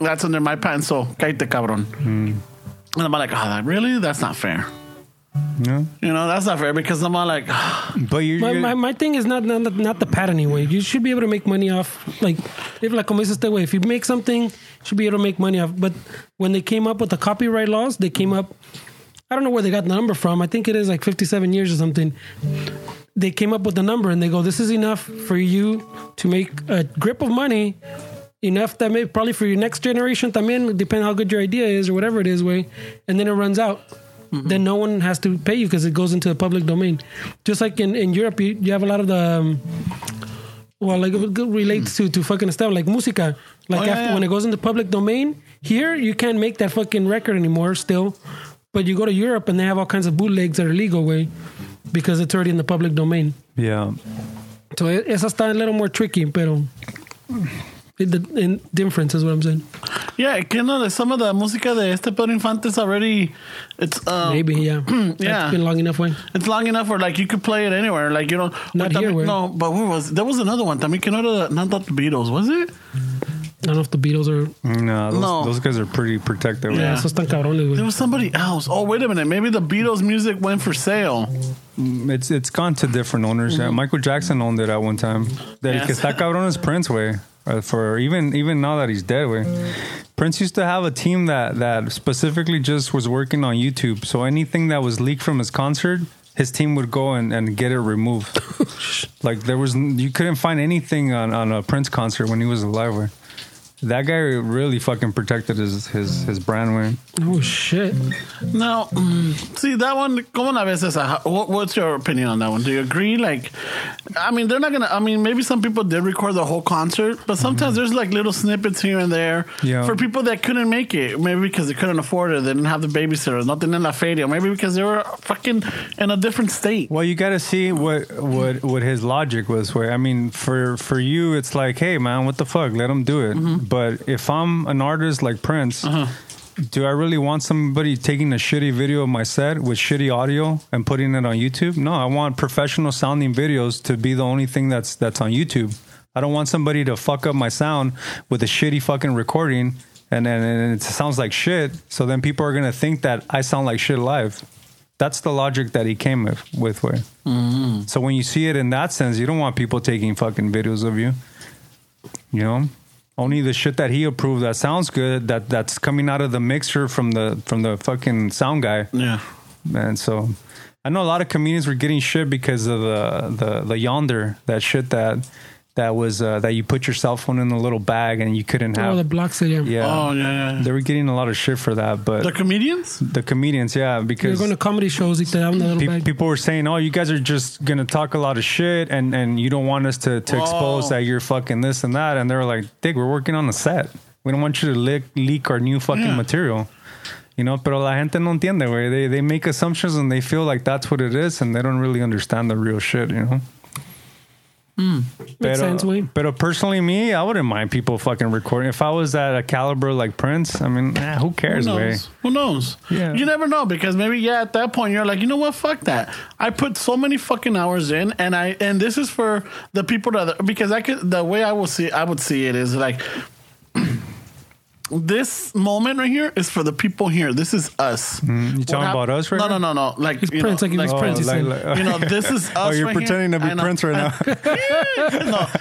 [SPEAKER 1] that's under my patent. So, cállate, cabrón. And I'm like, oh, that- really? That's not fair.
[SPEAKER 4] No,
[SPEAKER 1] You know, that's not fair because I'm all like, ah,
[SPEAKER 4] but you're.
[SPEAKER 3] My,
[SPEAKER 4] you're-
[SPEAKER 3] my, my thing is not, not not the pattern anyway. You should be able to make money off like if like como dices este way. If you make something, you should be able to make money off. But when they came up with the copyright laws, they came up. I don't know where they got the number from. I think it is like fifty-seven years or something. They came up with the number and they go, "This is enough for you to make a grip of money." Enough that may probably for your next generation, también, depending how good your idea is or whatever it is, way, and then it runs out
[SPEAKER 1] Mm-hmm.
[SPEAKER 3] then no one has to pay you because it goes into the public domain. Just like in, in Europe, you, you have a lot of the, um, well, like it relates to, to fucking stuff like musica. Like
[SPEAKER 1] Oh, yeah,
[SPEAKER 3] after,
[SPEAKER 1] yeah.
[SPEAKER 3] when it goes into public domain, here you can't make that fucking record anymore still. But you go to Europe and they have all kinds of bootlegs that are legal way because it's already in the public domain.
[SPEAKER 4] yeah,
[SPEAKER 3] So it, it's just a little more tricky, pero it, the in difference is what I'm saying.
[SPEAKER 1] yeah, you know, some of the música de este Pedro Infante's already, it's um,
[SPEAKER 3] Maybe, yeah.
[SPEAKER 1] Yeah.
[SPEAKER 3] That's been long enough way.
[SPEAKER 1] It's long enough where like you could play it anywhere. Like you don't. but
[SPEAKER 3] Not here,
[SPEAKER 1] También-
[SPEAKER 3] where-
[SPEAKER 1] No, but where was there was another one. También que no era not the Beatles, was it?
[SPEAKER 3] I don't know if the Beatles are.
[SPEAKER 4] no, those,
[SPEAKER 1] No.
[SPEAKER 4] those guys are pretty protective. right?
[SPEAKER 1] Yeah.
[SPEAKER 3] Esos están cabrones, güey.
[SPEAKER 1] There was somebody else. Oh wait a minute, maybe the Beatles music went for sale.
[SPEAKER 4] It's it's gone to different owners. Yeah, Michael Jackson owned it at one time. That
[SPEAKER 1] Yes.
[SPEAKER 4] que está cabrón is Prince way. Uh, For even even now that he's dead, way Prince used to have a team that that specifically just was working on YouTube. So anything that was leaked from his concert, his team would go and, and get it removed. like there was n- you couldn't find anything on, on a Prince concert when he was alive. Way that guy really fucking protected his his his brand. Way
[SPEAKER 3] Oh shit!
[SPEAKER 1] Now, mm, see that one. Como la ves esa? How- What, what's your opinion on that one? Do you agree? Like, I mean, they're not gonna. I mean, maybe some people did record the whole concert, but sometimes there's like little snippets here and there
[SPEAKER 4] Mm-hmm. Yeah.
[SPEAKER 1] for people that couldn't make it. Maybe because they couldn't afford it, they didn't have the babysitter, nothing in la feria. Maybe because they were fucking in a different state.
[SPEAKER 4] Well, you got to see what what what his logic was. Where I mean, for for you, it's like, hey, man, what the fuck? Let him do it. But if I'm an artist like Prince. Do I really want somebody taking a shitty video of my set with shitty audio and putting it on YouTube? No, I want professional sounding videos to be the only thing that's that's on YouTube. I don't want somebody to fuck up my sound with a shitty fucking recording and and, and it sounds like shit. So then people are gonna think that I sound like shit live. That's the logic that he came with. with way. So when you see it in that sense, you don't want people taking fucking videos of you. You know, only the shit that he approved that sounds good that that's coming out of the mixer from the from the fucking sound guy.
[SPEAKER 1] Yeah.
[SPEAKER 4] And so I know a lot of comedians were getting shit because of the the the yonder that shit that that was uh, that you put your cell phone in a little bag and you couldn't
[SPEAKER 3] Oh,
[SPEAKER 4] have.
[SPEAKER 3] the blocks that you
[SPEAKER 4] yeah.
[SPEAKER 1] Oh yeah, yeah. yeah.
[SPEAKER 4] They were getting a lot of shit for that, but
[SPEAKER 1] The comedians?
[SPEAKER 4] the comedians, yeah,
[SPEAKER 3] You're
[SPEAKER 4] because
[SPEAKER 3] going to comedy shows. Like that, I'm the little
[SPEAKER 4] Pe-
[SPEAKER 3] bag.
[SPEAKER 4] people were saying, "Oh, you guys are just gonna talk a lot of shit, and and you don't want us to to expose that you're fucking this and that." And they were like, "Dick, we're working on the set. We don't want you to leak leak our new fucking
[SPEAKER 1] Yeah.
[SPEAKER 4] material." You know, pero la gente no entiende, güey. They they make assumptions and they feel like that's what it is, and they don't really understand the real shit. You know.
[SPEAKER 3] Hmm. Makes sense, way.
[SPEAKER 4] But personally, me, I wouldn't mind people fucking recording. If I was at a caliber like Prince, I mean, eh, who cares,
[SPEAKER 1] Who
[SPEAKER 4] way?
[SPEAKER 1] knows? Who knows?
[SPEAKER 4] Yeah.
[SPEAKER 1] You never know because maybe yeah, at that point you're like, you know what, fuck that. I put so many fucking hours in, and I and this is for the people that because I could the way I will see I would see it is like. This moment right here is for the people here. This is us.
[SPEAKER 4] Mm, you talking about us right
[SPEAKER 1] No,
[SPEAKER 4] now?
[SPEAKER 1] no, no, no. Like
[SPEAKER 3] He's
[SPEAKER 1] you
[SPEAKER 3] Prince,
[SPEAKER 1] know,
[SPEAKER 3] like he was Prince. He said.
[SPEAKER 1] you know, this is us.
[SPEAKER 4] oh, you're
[SPEAKER 1] right
[SPEAKER 4] pretending
[SPEAKER 1] here.
[SPEAKER 4] to
[SPEAKER 1] I
[SPEAKER 4] be
[SPEAKER 1] know.
[SPEAKER 4] Prince right now.
[SPEAKER 1] no,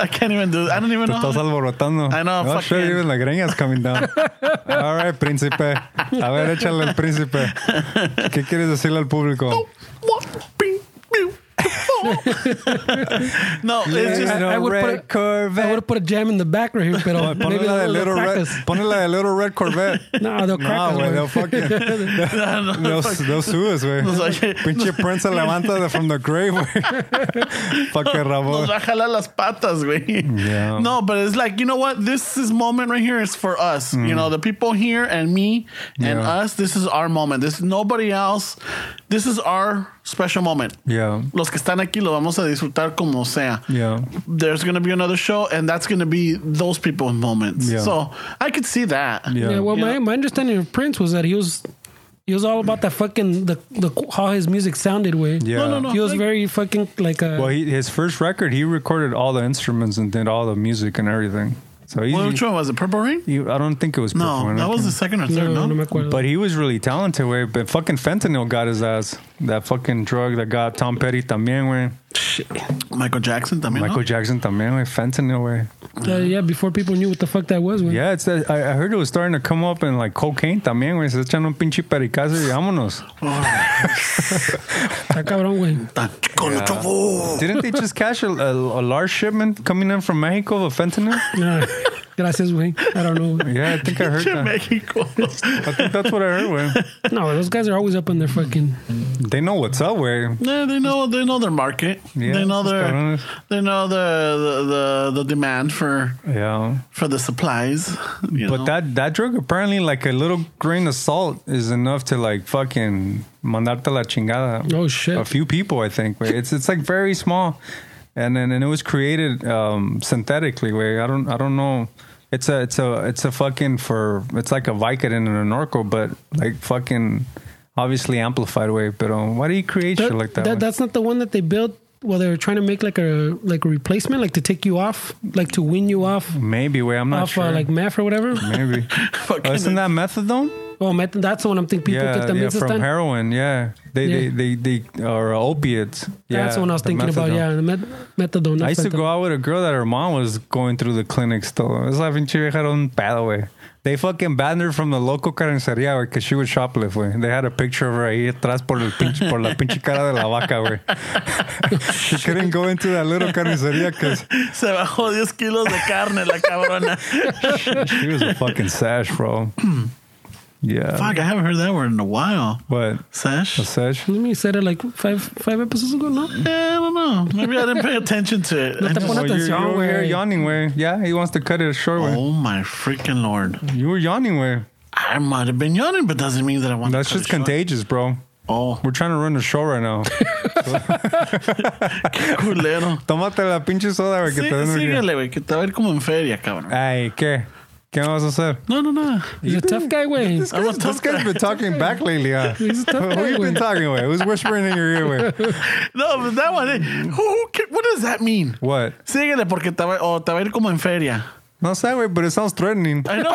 [SPEAKER 1] I can't even do. I don't even know.
[SPEAKER 4] Estás
[SPEAKER 1] how-
[SPEAKER 4] alborotando.
[SPEAKER 1] I know,
[SPEAKER 4] No, sure,
[SPEAKER 1] fucking-
[SPEAKER 4] even la greña's coming down. All right, príncipe. A ver, échale al príncipe. ¿Qué quieres decirle al público?
[SPEAKER 1] no, it's just
[SPEAKER 3] I- I would put it- I would
[SPEAKER 4] Corvette.
[SPEAKER 3] have put a jam in the back right here,
[SPEAKER 4] Ponle
[SPEAKER 3] but
[SPEAKER 4] la
[SPEAKER 3] maybe
[SPEAKER 4] de
[SPEAKER 3] they'll,
[SPEAKER 4] Little
[SPEAKER 3] they'll crack
[SPEAKER 4] Red.
[SPEAKER 3] us.
[SPEAKER 4] Ponle la de Little Red Corvette.
[SPEAKER 3] No, they'll crack
[SPEAKER 4] No,
[SPEAKER 3] us.
[SPEAKER 4] güey,
[SPEAKER 3] güey.
[SPEAKER 4] they'll fucking. They'll, they'll sue us, güey.
[SPEAKER 1] oye.
[SPEAKER 4] Pinche Prince se levanta de from the grave, güey. Fucking
[SPEAKER 1] Nos
[SPEAKER 4] Ramón.
[SPEAKER 1] va a jalar las patas, güey.
[SPEAKER 4] Yeah.
[SPEAKER 1] No, but it's like, you know what? This is moment right here is for us. You know, the people here and me and
[SPEAKER 4] Mm. Yeah.
[SPEAKER 1] us, this is our moment. This is nobody else. This is our special moment.
[SPEAKER 4] Yeah.
[SPEAKER 1] Los que están aquí lo vamos a disfrutar como sea.
[SPEAKER 4] Yeah.
[SPEAKER 1] There's going to be another show, and that's going to be those people's moments.
[SPEAKER 4] Yeah.
[SPEAKER 1] So I could see that.
[SPEAKER 4] Yeah.
[SPEAKER 3] Yeah, well,
[SPEAKER 1] Yeah.
[SPEAKER 3] my, my understanding of Prince was that he was he was all about that fucking the, the how his music sounded way.
[SPEAKER 4] Yeah.
[SPEAKER 1] No, no, no.
[SPEAKER 3] He was
[SPEAKER 1] Like-
[SPEAKER 3] very fucking like a
[SPEAKER 4] Well, he, his first record, he recorded all the instruments and did all the music and everything. So he,
[SPEAKER 1] Which one was it? Purple Rain?
[SPEAKER 4] he- I don't think it was
[SPEAKER 1] No,
[SPEAKER 4] Purple Rain, I
[SPEAKER 1] that was
[SPEAKER 4] can't-
[SPEAKER 1] the second or
[SPEAKER 3] No,
[SPEAKER 1] third.
[SPEAKER 3] no,
[SPEAKER 1] No,
[SPEAKER 3] me acuerdo.
[SPEAKER 4] But he was really talented, way. But fucking fentanyl got his ass. That fucking drug that got Tom Petty también, way.
[SPEAKER 1] Michael Jackson también.
[SPEAKER 4] Michael
[SPEAKER 1] Michael.
[SPEAKER 4] Jackson también, way. Fentanyl, way.
[SPEAKER 3] Uh, yeah, before people knew what the fuck that was. güey.
[SPEAKER 4] Uh-huh. Yeah, it's that. I, I heard it was starting to come up in like cocaine también, güey. Se echan un pinche pericazo y vámonos.
[SPEAKER 3] Está cabrón, güey.
[SPEAKER 1] Con mucho voz.
[SPEAKER 4] Didn't they just cash a, a, a large shipment coming in from Mexico of fentanyl?
[SPEAKER 3] Nah, gracias, güey. I don't know. güey.
[SPEAKER 4] Yeah, I think I heard that.
[SPEAKER 1] Mexico.
[SPEAKER 4] I think that's what I heard, way.
[SPEAKER 3] No, those guys are always up on their fucking.
[SPEAKER 4] They know what's up, way.
[SPEAKER 1] Yeah, they know they know their market.
[SPEAKER 4] Yeah,
[SPEAKER 1] they know
[SPEAKER 4] it's
[SPEAKER 1] their
[SPEAKER 4] cabrones.
[SPEAKER 1] they know the the, the the demand for
[SPEAKER 4] Yeah.
[SPEAKER 1] for the supplies. you
[SPEAKER 4] But
[SPEAKER 1] know?
[SPEAKER 4] that that drug apparently like a little grain of salt is enough to like fucking mandarte la chingada.
[SPEAKER 3] Oh, shit.
[SPEAKER 4] A few people, I think. But it's it's like very small, and then and it was created um, synthetically. Where I don't I don't know. It's a it's a it's a fucking for it's like a Vicodin and a Norco, but like fucking obviously amplified way. But um, why do you create shit like that? way?
[SPEAKER 3] that's not the one that they built while they were trying to make like a like a replacement, like to take you off, like to wean you off,
[SPEAKER 4] Maybe way I'm not
[SPEAKER 3] off
[SPEAKER 4] sure.
[SPEAKER 3] uh, like meth or whatever.
[SPEAKER 4] Maybe
[SPEAKER 1] Fucking-
[SPEAKER 4] isn't that methadone?
[SPEAKER 3] oh, meth, that's the one I'm thinking. People
[SPEAKER 4] yeah,
[SPEAKER 3] get the
[SPEAKER 4] yeah,
[SPEAKER 3] mixes
[SPEAKER 4] from
[SPEAKER 3] done.
[SPEAKER 4] heroin. Yeah, they
[SPEAKER 3] Yeah.
[SPEAKER 4] they they, they or opiates. Yeah,
[SPEAKER 3] that's the one I was
[SPEAKER 4] the
[SPEAKER 3] thinking about.
[SPEAKER 4] methadone.
[SPEAKER 3] Yeah, the met, methadone. not
[SPEAKER 4] I used to
[SPEAKER 3] fentanyl.
[SPEAKER 4] go out with a girl that her mom was going through the clinic still. It's like pinche vieja era un pedo, güey. They fucking banned her from the local carnicería, güey, because she would shoplift, güey. They had a picture of her ahí atrás por, el pinche, por la pinche cara de la vaca, güey. she couldn't go into that little carnicería because
[SPEAKER 1] se bajó 10 kilos de carne la cabrona.
[SPEAKER 4] she was a fucking sash, bro. Yeah.
[SPEAKER 1] Fuck, I haven't heard that word in a while.
[SPEAKER 4] What?
[SPEAKER 1] Sesh?
[SPEAKER 4] A sash?
[SPEAKER 3] Let me said it like five five episodes ago. No,
[SPEAKER 1] Yeah, I don't know. Maybe I didn't pay attention to it. I
[SPEAKER 3] te
[SPEAKER 1] just-
[SPEAKER 3] pones-
[SPEAKER 4] Well, you're, you're
[SPEAKER 3] atención,
[SPEAKER 4] over here
[SPEAKER 3] güey.
[SPEAKER 4] yawning, way. Yeah, he wants to cut it short, way.
[SPEAKER 1] oh my freaking lord!
[SPEAKER 4] You were yawning, way.
[SPEAKER 1] I might have been yawning, but doesn't mean that I want.
[SPEAKER 4] That's
[SPEAKER 1] to cut
[SPEAKER 4] just
[SPEAKER 1] it short.
[SPEAKER 4] contagious, bro.
[SPEAKER 1] Oh,
[SPEAKER 4] We're trying to run the show right now.
[SPEAKER 1] culero.
[SPEAKER 4] Tómate la pinche soda, güey, que
[SPEAKER 1] Sí,
[SPEAKER 4] te den un- Ah,
[SPEAKER 1] síguele, güey, que te va a ir como en feria, cabrón.
[SPEAKER 4] Ay, ¿qué? ¿Qué vas a hacer?
[SPEAKER 1] No, no, no.
[SPEAKER 3] he's a tough guy, güey.
[SPEAKER 4] This, guy,
[SPEAKER 1] a tough
[SPEAKER 4] this guy's been talking back lately, huh? Who
[SPEAKER 3] He's a tough guy,
[SPEAKER 4] Oh, you been
[SPEAKER 3] güey.
[SPEAKER 4] talking with? Who's whispering in your ear, güey?
[SPEAKER 1] No, but that one. eh, Who, who ca- what does that mean?
[SPEAKER 4] What?
[SPEAKER 1] Síguele porque te va, o te va a ir como en feria.
[SPEAKER 4] No sé, güey, but it sounds threatening.
[SPEAKER 1] I know.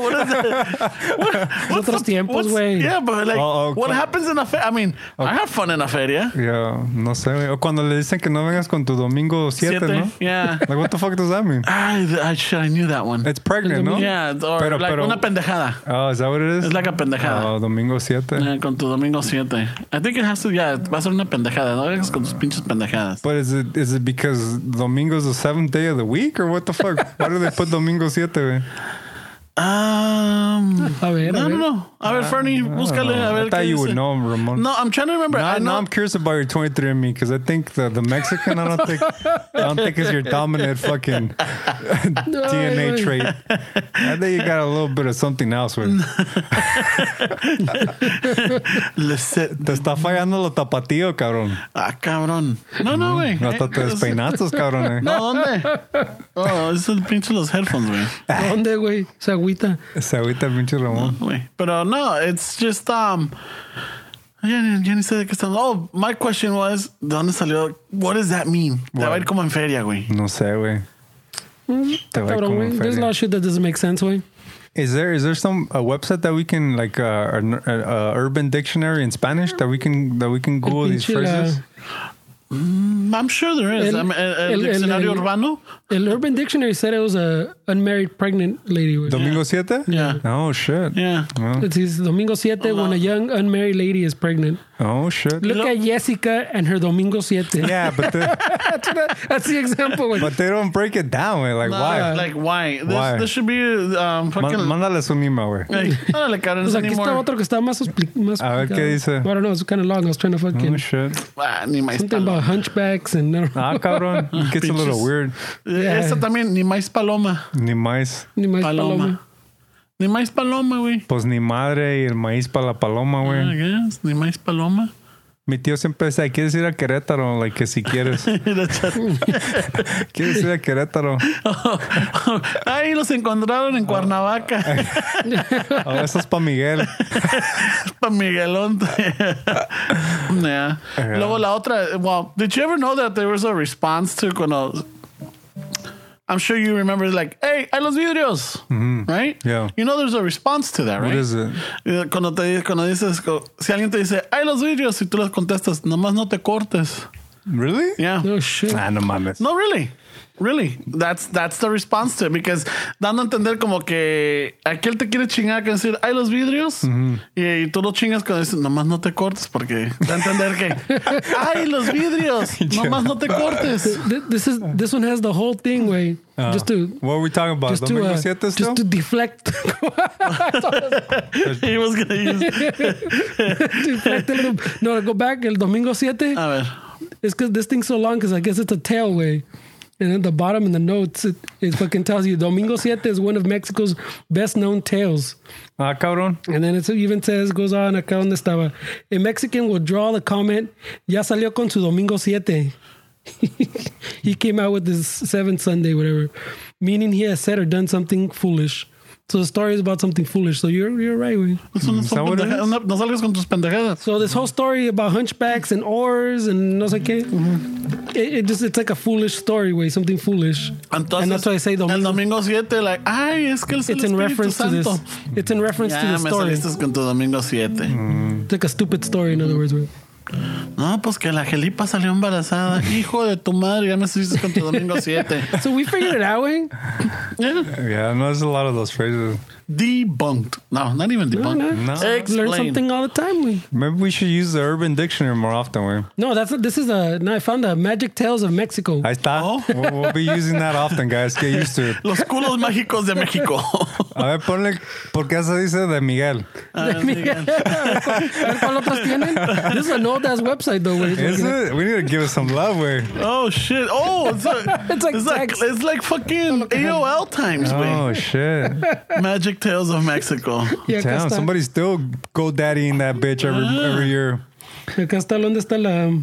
[SPEAKER 1] what is it? What, what's
[SPEAKER 3] Otros tiempos,
[SPEAKER 1] what's-
[SPEAKER 3] güey.
[SPEAKER 1] Yeah, but like,
[SPEAKER 4] Oh, okay.
[SPEAKER 1] what happens in a feria? I mean, I have fun in a feria.
[SPEAKER 4] Yeah, no sé, güey. O cuando le dicen que no vengas con tu domingo 7,
[SPEAKER 1] Siete,
[SPEAKER 4] ¿no?
[SPEAKER 1] yeah.
[SPEAKER 4] Like, what the fuck does that mean?
[SPEAKER 1] I, I, shit, I knew that one.
[SPEAKER 4] It's pregnant, no?
[SPEAKER 1] yeah, or
[SPEAKER 4] Pero-
[SPEAKER 1] like
[SPEAKER 4] pero-
[SPEAKER 1] una pendejada.
[SPEAKER 4] Oh, is that what it is?
[SPEAKER 1] Es like a pendejada.
[SPEAKER 4] Oh, domingo 7.
[SPEAKER 1] Eh, Con tu domingo 7. I think it has to, yeah, va a ser una pendejada. No hagas con tus pinches pendejadas.
[SPEAKER 4] But is it is it because domingo's the seventh day of the week or what the fuck? Why do they put domingo 7, güey?
[SPEAKER 1] Um,
[SPEAKER 3] A ver, a
[SPEAKER 1] no, no,
[SPEAKER 3] ver.
[SPEAKER 1] no. A ver, Fernie, búscale.
[SPEAKER 4] know.
[SPEAKER 1] A ver
[SPEAKER 4] I thought
[SPEAKER 1] qué
[SPEAKER 4] you
[SPEAKER 1] dice.
[SPEAKER 4] would know, Ramon.
[SPEAKER 1] No, I'm trying to remember.
[SPEAKER 4] Now,
[SPEAKER 1] I
[SPEAKER 4] now
[SPEAKER 1] know.
[SPEAKER 4] I'm curious about your 23 me because I think the, the Mexican I don't think I don't think is your dominant fucking DNA
[SPEAKER 3] güey.
[SPEAKER 4] trait. I think you got a little bit of something else with.
[SPEAKER 1] Lisette.
[SPEAKER 4] Te está fallando lo tapatío, cabrón.
[SPEAKER 1] Ah, cabrón. No, no, güey.
[SPEAKER 4] No hasta te
[SPEAKER 1] Eh,
[SPEAKER 4] despeinaste, cabrón. Eh.
[SPEAKER 1] No, ¿dónde? Oh, es el pinche los headphones, güey.
[SPEAKER 4] Ah.
[SPEAKER 3] ¿Dónde, güey? Esa agüita.
[SPEAKER 4] Se agüita el pinche Ramón.
[SPEAKER 1] Ah, Güey. Pero no, it's just, um... Ya, ni- ya ni sé de qué estamos. Oh, my question was, ¿de dónde salió? What does that mean? Te va a ir como en feria, güey.
[SPEAKER 4] No sé, güey. Te va
[SPEAKER 3] Mm, Cabrón,
[SPEAKER 4] como
[SPEAKER 3] güey. There's a lot
[SPEAKER 4] feria.
[SPEAKER 3] of shit that doesn't make sense, güey.
[SPEAKER 4] Is there is there some a website that we can like uh, an- uh, uh, urban dictionary in Spanish that we can that we can Google these
[SPEAKER 3] pinche, la-
[SPEAKER 4] phrases?
[SPEAKER 1] I'm sure there is.
[SPEAKER 3] El-
[SPEAKER 1] I'm- el, el
[SPEAKER 3] el- el-
[SPEAKER 1] diccionario
[SPEAKER 3] el-
[SPEAKER 1] urbano.
[SPEAKER 3] El Urban Dictionary said it was a unmarried pregnant lady, güey.
[SPEAKER 4] Domingo siete?
[SPEAKER 1] Yeah.
[SPEAKER 4] Oh shit.
[SPEAKER 1] Yeah.
[SPEAKER 4] Oh,
[SPEAKER 3] It says Domingo Siete when a young unmarried lady is pregnant.
[SPEAKER 4] oh shit.
[SPEAKER 3] Look
[SPEAKER 1] Lo-
[SPEAKER 3] at Jessica and her Domingo Siete.
[SPEAKER 4] Yeah, but the,
[SPEAKER 3] That's the example, güey.
[SPEAKER 4] But they don't break it down, güey. Like,
[SPEAKER 1] No,
[SPEAKER 4] why?
[SPEAKER 1] Like, why? This,
[SPEAKER 4] Why?
[SPEAKER 1] this should be, um,
[SPEAKER 4] Man-
[SPEAKER 1] fucking...
[SPEAKER 4] Mándales un email, güey.
[SPEAKER 1] Hey, órale, cabrón,
[SPEAKER 3] Pues
[SPEAKER 1] it's
[SPEAKER 3] aquí está
[SPEAKER 1] anymore.
[SPEAKER 3] otro que está más, expli- más
[SPEAKER 4] A ver, ¿qué
[SPEAKER 3] explicado.
[SPEAKER 4] dice?
[SPEAKER 3] I don't know, it's kind of long. I was trying to fucking...
[SPEAKER 4] Oh, shit.
[SPEAKER 1] Ah, ni más
[SPEAKER 3] something about hunchbacks and... I don't know.
[SPEAKER 4] Ah, cabrón. It gets a little
[SPEAKER 1] Pinches.
[SPEAKER 4] weird.
[SPEAKER 1] Eh, Esa también, ni más paloma.
[SPEAKER 4] Ni maíz.
[SPEAKER 3] Ni más
[SPEAKER 1] Paloma.
[SPEAKER 3] paloma.
[SPEAKER 1] Ni más paloma, güey.
[SPEAKER 4] Pues ni madre y el maíz para la paloma,
[SPEAKER 1] I
[SPEAKER 4] güey.
[SPEAKER 1] guess. Ni más paloma.
[SPEAKER 4] Mi tío siempre decía, ¿quieres ir a Querétaro? Like, que si quieres.
[SPEAKER 1] La chat-
[SPEAKER 4] ¿Quieres ir a Querétaro?
[SPEAKER 1] Ay, los encontraron en Cuernavaca.
[SPEAKER 4] A ver, "Oh, eso es para Miguel.
[SPEAKER 1] Pa' Miguelón. yeah. Luego la otra. Well, did you ever know that there was a response to cuando. I'm sure you remember, like, hey, I los vidrios, right?
[SPEAKER 4] Mm-hmm. Yeah.
[SPEAKER 1] You know, there's a response to that, right?
[SPEAKER 4] What is it?
[SPEAKER 1] Eh, Cuando te cuando dices, co- si alguien te dice, ay, los vidrios, y tú les contestas, nomás no te cortes.
[SPEAKER 4] Really?
[SPEAKER 1] Yeah.
[SPEAKER 3] Oh shit.
[SPEAKER 4] Ah, no mames.
[SPEAKER 1] No, really. Really. That's that's the response to it because dando a entender como que aquel te quiere chingar que decir, hay los vidrios y, y tú lo chingas cuando dices, nomás no te cortes porque da a entender que ay los vidrios, nomás no te cortes.
[SPEAKER 3] Th- This is this one has the whole thing way
[SPEAKER 4] Uh,
[SPEAKER 3] just to
[SPEAKER 4] what are we talking about?
[SPEAKER 3] just to,
[SPEAKER 4] Domingo
[SPEAKER 3] uh,
[SPEAKER 4] Siete still?
[SPEAKER 3] just to deflect
[SPEAKER 1] He was gonna use
[SPEAKER 3] deflect a little. No, to go back el domingo
[SPEAKER 1] a
[SPEAKER 3] siete.
[SPEAKER 1] ver.
[SPEAKER 3] It's because this thing's so long because I guess it's a tail way. And at the bottom in the notes, it, it fucking tells you Domingo Siete is one of Mexico's best known tales.
[SPEAKER 4] ah, cabrón.
[SPEAKER 3] And then it even says, goes on, acá donde estaba. A Mexican will draw the comment, ya salió con su Domingo Siete. he came out with his seventh Sunday, whatever, meaning he has said or done something foolish. So the story is about something foolish. So you're, you're right, güey.
[SPEAKER 1] Eso no, son
[SPEAKER 4] that what it
[SPEAKER 1] pendeja-
[SPEAKER 4] is?
[SPEAKER 1] no, no salgas con tus pendejadas.
[SPEAKER 3] So this whole story about hunchbacks and oars and no sé qué,
[SPEAKER 1] Mm-hmm.
[SPEAKER 3] Mm-hmm. it, it just it's like a foolish story way, something foolish.
[SPEAKER 1] Entonces,
[SPEAKER 3] and that's why I say
[SPEAKER 1] el
[SPEAKER 3] domingo.
[SPEAKER 1] domingo 7, like, ay, Ah, es que el
[SPEAKER 3] It's in
[SPEAKER 1] Espíritu
[SPEAKER 3] reference to this.
[SPEAKER 1] Santo.
[SPEAKER 3] It's in reference
[SPEAKER 1] Ya
[SPEAKER 3] to the
[SPEAKER 1] me
[SPEAKER 3] story.
[SPEAKER 1] saliste con tu domingo 7.
[SPEAKER 3] It's like a stupid story, in other words. güey.
[SPEAKER 1] No, pues que la Gelipa salió embarazada. Hijo de tu madre, ya me saliste con tu domingo 7.
[SPEAKER 3] So we figured it out, way.
[SPEAKER 4] Yeah, no, there's a lot of those phrases.
[SPEAKER 1] debunked. No, not even debunked.
[SPEAKER 3] no.
[SPEAKER 4] No.
[SPEAKER 3] Learn
[SPEAKER 1] Explain.
[SPEAKER 3] something all the time. güey.
[SPEAKER 4] Maybe we should use the Urban Dictionary more often. Way.
[SPEAKER 3] No, that's this is a. No, I found a Magic Tales of Mexico.
[SPEAKER 4] I thought we'll, we'll be using that often, guys. Get used to it.
[SPEAKER 1] Los culos mágicos de México.
[SPEAKER 4] A ver, ponle, ¿por qué se dice de Miguel?
[SPEAKER 3] A ver, ¿cuál otros tienen? This is an old ass website though. güey.
[SPEAKER 4] Is it? We need to give it some love, way.
[SPEAKER 1] oh shit. Oh, it's, a,
[SPEAKER 3] It's like
[SPEAKER 1] it's like
[SPEAKER 3] text.
[SPEAKER 1] it's like fucking AOL times,
[SPEAKER 4] Oh
[SPEAKER 1] wey.
[SPEAKER 4] shit!
[SPEAKER 1] Magic Tales of Mexico.
[SPEAKER 3] Y acá
[SPEAKER 4] Damn,
[SPEAKER 3] está.
[SPEAKER 4] somebody's still go daddying that bitch every every year.
[SPEAKER 3] Acá está donde está la.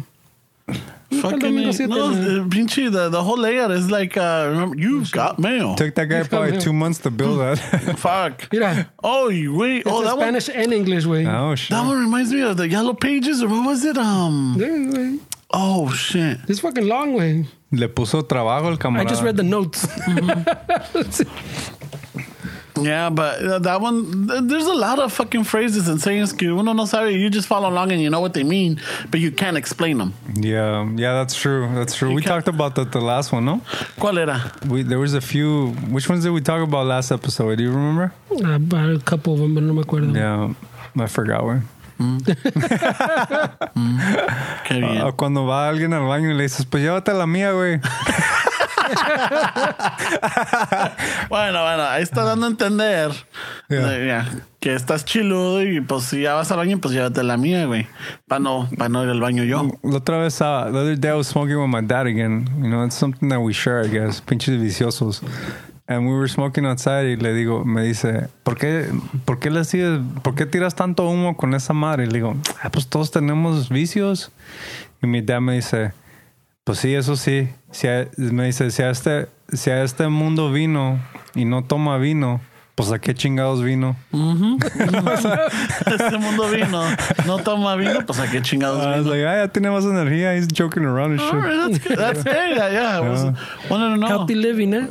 [SPEAKER 1] fucking
[SPEAKER 3] Domingo siete,
[SPEAKER 1] no,
[SPEAKER 3] man.
[SPEAKER 1] eh, pinche the, the whole layout is like uh, remember you've got mail.
[SPEAKER 4] Took that guy probably
[SPEAKER 3] coming.
[SPEAKER 4] two months to build that.
[SPEAKER 1] Fuck.
[SPEAKER 3] Mira,
[SPEAKER 1] Oh, you wait.
[SPEAKER 3] it's
[SPEAKER 1] Oh,
[SPEAKER 3] in
[SPEAKER 1] that one.
[SPEAKER 3] Spanish and English way.
[SPEAKER 4] oh shit!
[SPEAKER 1] That one reminds me of the Yellow Pages, or what was it? Um.
[SPEAKER 3] It's
[SPEAKER 1] Oh shit.
[SPEAKER 3] fucking long way.
[SPEAKER 4] Le puso trabajo el camarada.
[SPEAKER 3] I just read the notes.
[SPEAKER 1] Yeah, but uh, that one, th- there's a lot of fucking phrases and sayings que uno no sabe. You just follow along and you know what they mean, but you can't explain them.
[SPEAKER 4] Yeah, yeah, that's true. That's true.
[SPEAKER 1] You
[SPEAKER 4] we
[SPEAKER 1] can't-
[SPEAKER 4] talked about that the last one, no?
[SPEAKER 1] ¿Cuál era?
[SPEAKER 4] We there was a few. Which ones did we talk about last episode? Do you remember?
[SPEAKER 3] About a couple of them, but no me acuerdo.
[SPEAKER 4] Yeah, I forgot where.
[SPEAKER 1] Qué bien.
[SPEAKER 4] O Uh, cuando va alguien al baño y le dices, pues llévate la mía, güey.
[SPEAKER 1] Bueno, bueno, ahí está dando a entender
[SPEAKER 4] Yeah.
[SPEAKER 1] eh, ya, que estás chiludo y pues si ya vas al baño, pues llévate la mía, güey. Para no, pa no ir al baño yo.
[SPEAKER 4] La otra vez, uh, the other day I was smoking with my dad again. You know, it's something that we share, I guess. Pinches viciosos. And we were smoking outside y le digo, me dice, ¿por qué, por qué le sigues, por qué tiras tanto humo con esa madre? Y le digo, ah, pues todos tenemos vicios. Y mi dad me dice, pues sí, eso sí. Si a- me dice, si a, este, si a este mundo vino y no toma vino, pues a qué chingados vino.
[SPEAKER 1] Este mundo vino, no toma vino, pues a qué chingados
[SPEAKER 4] I was
[SPEAKER 1] vino.
[SPEAKER 4] like, ah, ya tiene más energía. He's joking around and
[SPEAKER 1] All
[SPEAKER 4] shit.
[SPEAKER 1] right, that's good. That's it. Yeah, yeah. I was, wanted to know.
[SPEAKER 3] Healthy living, eh?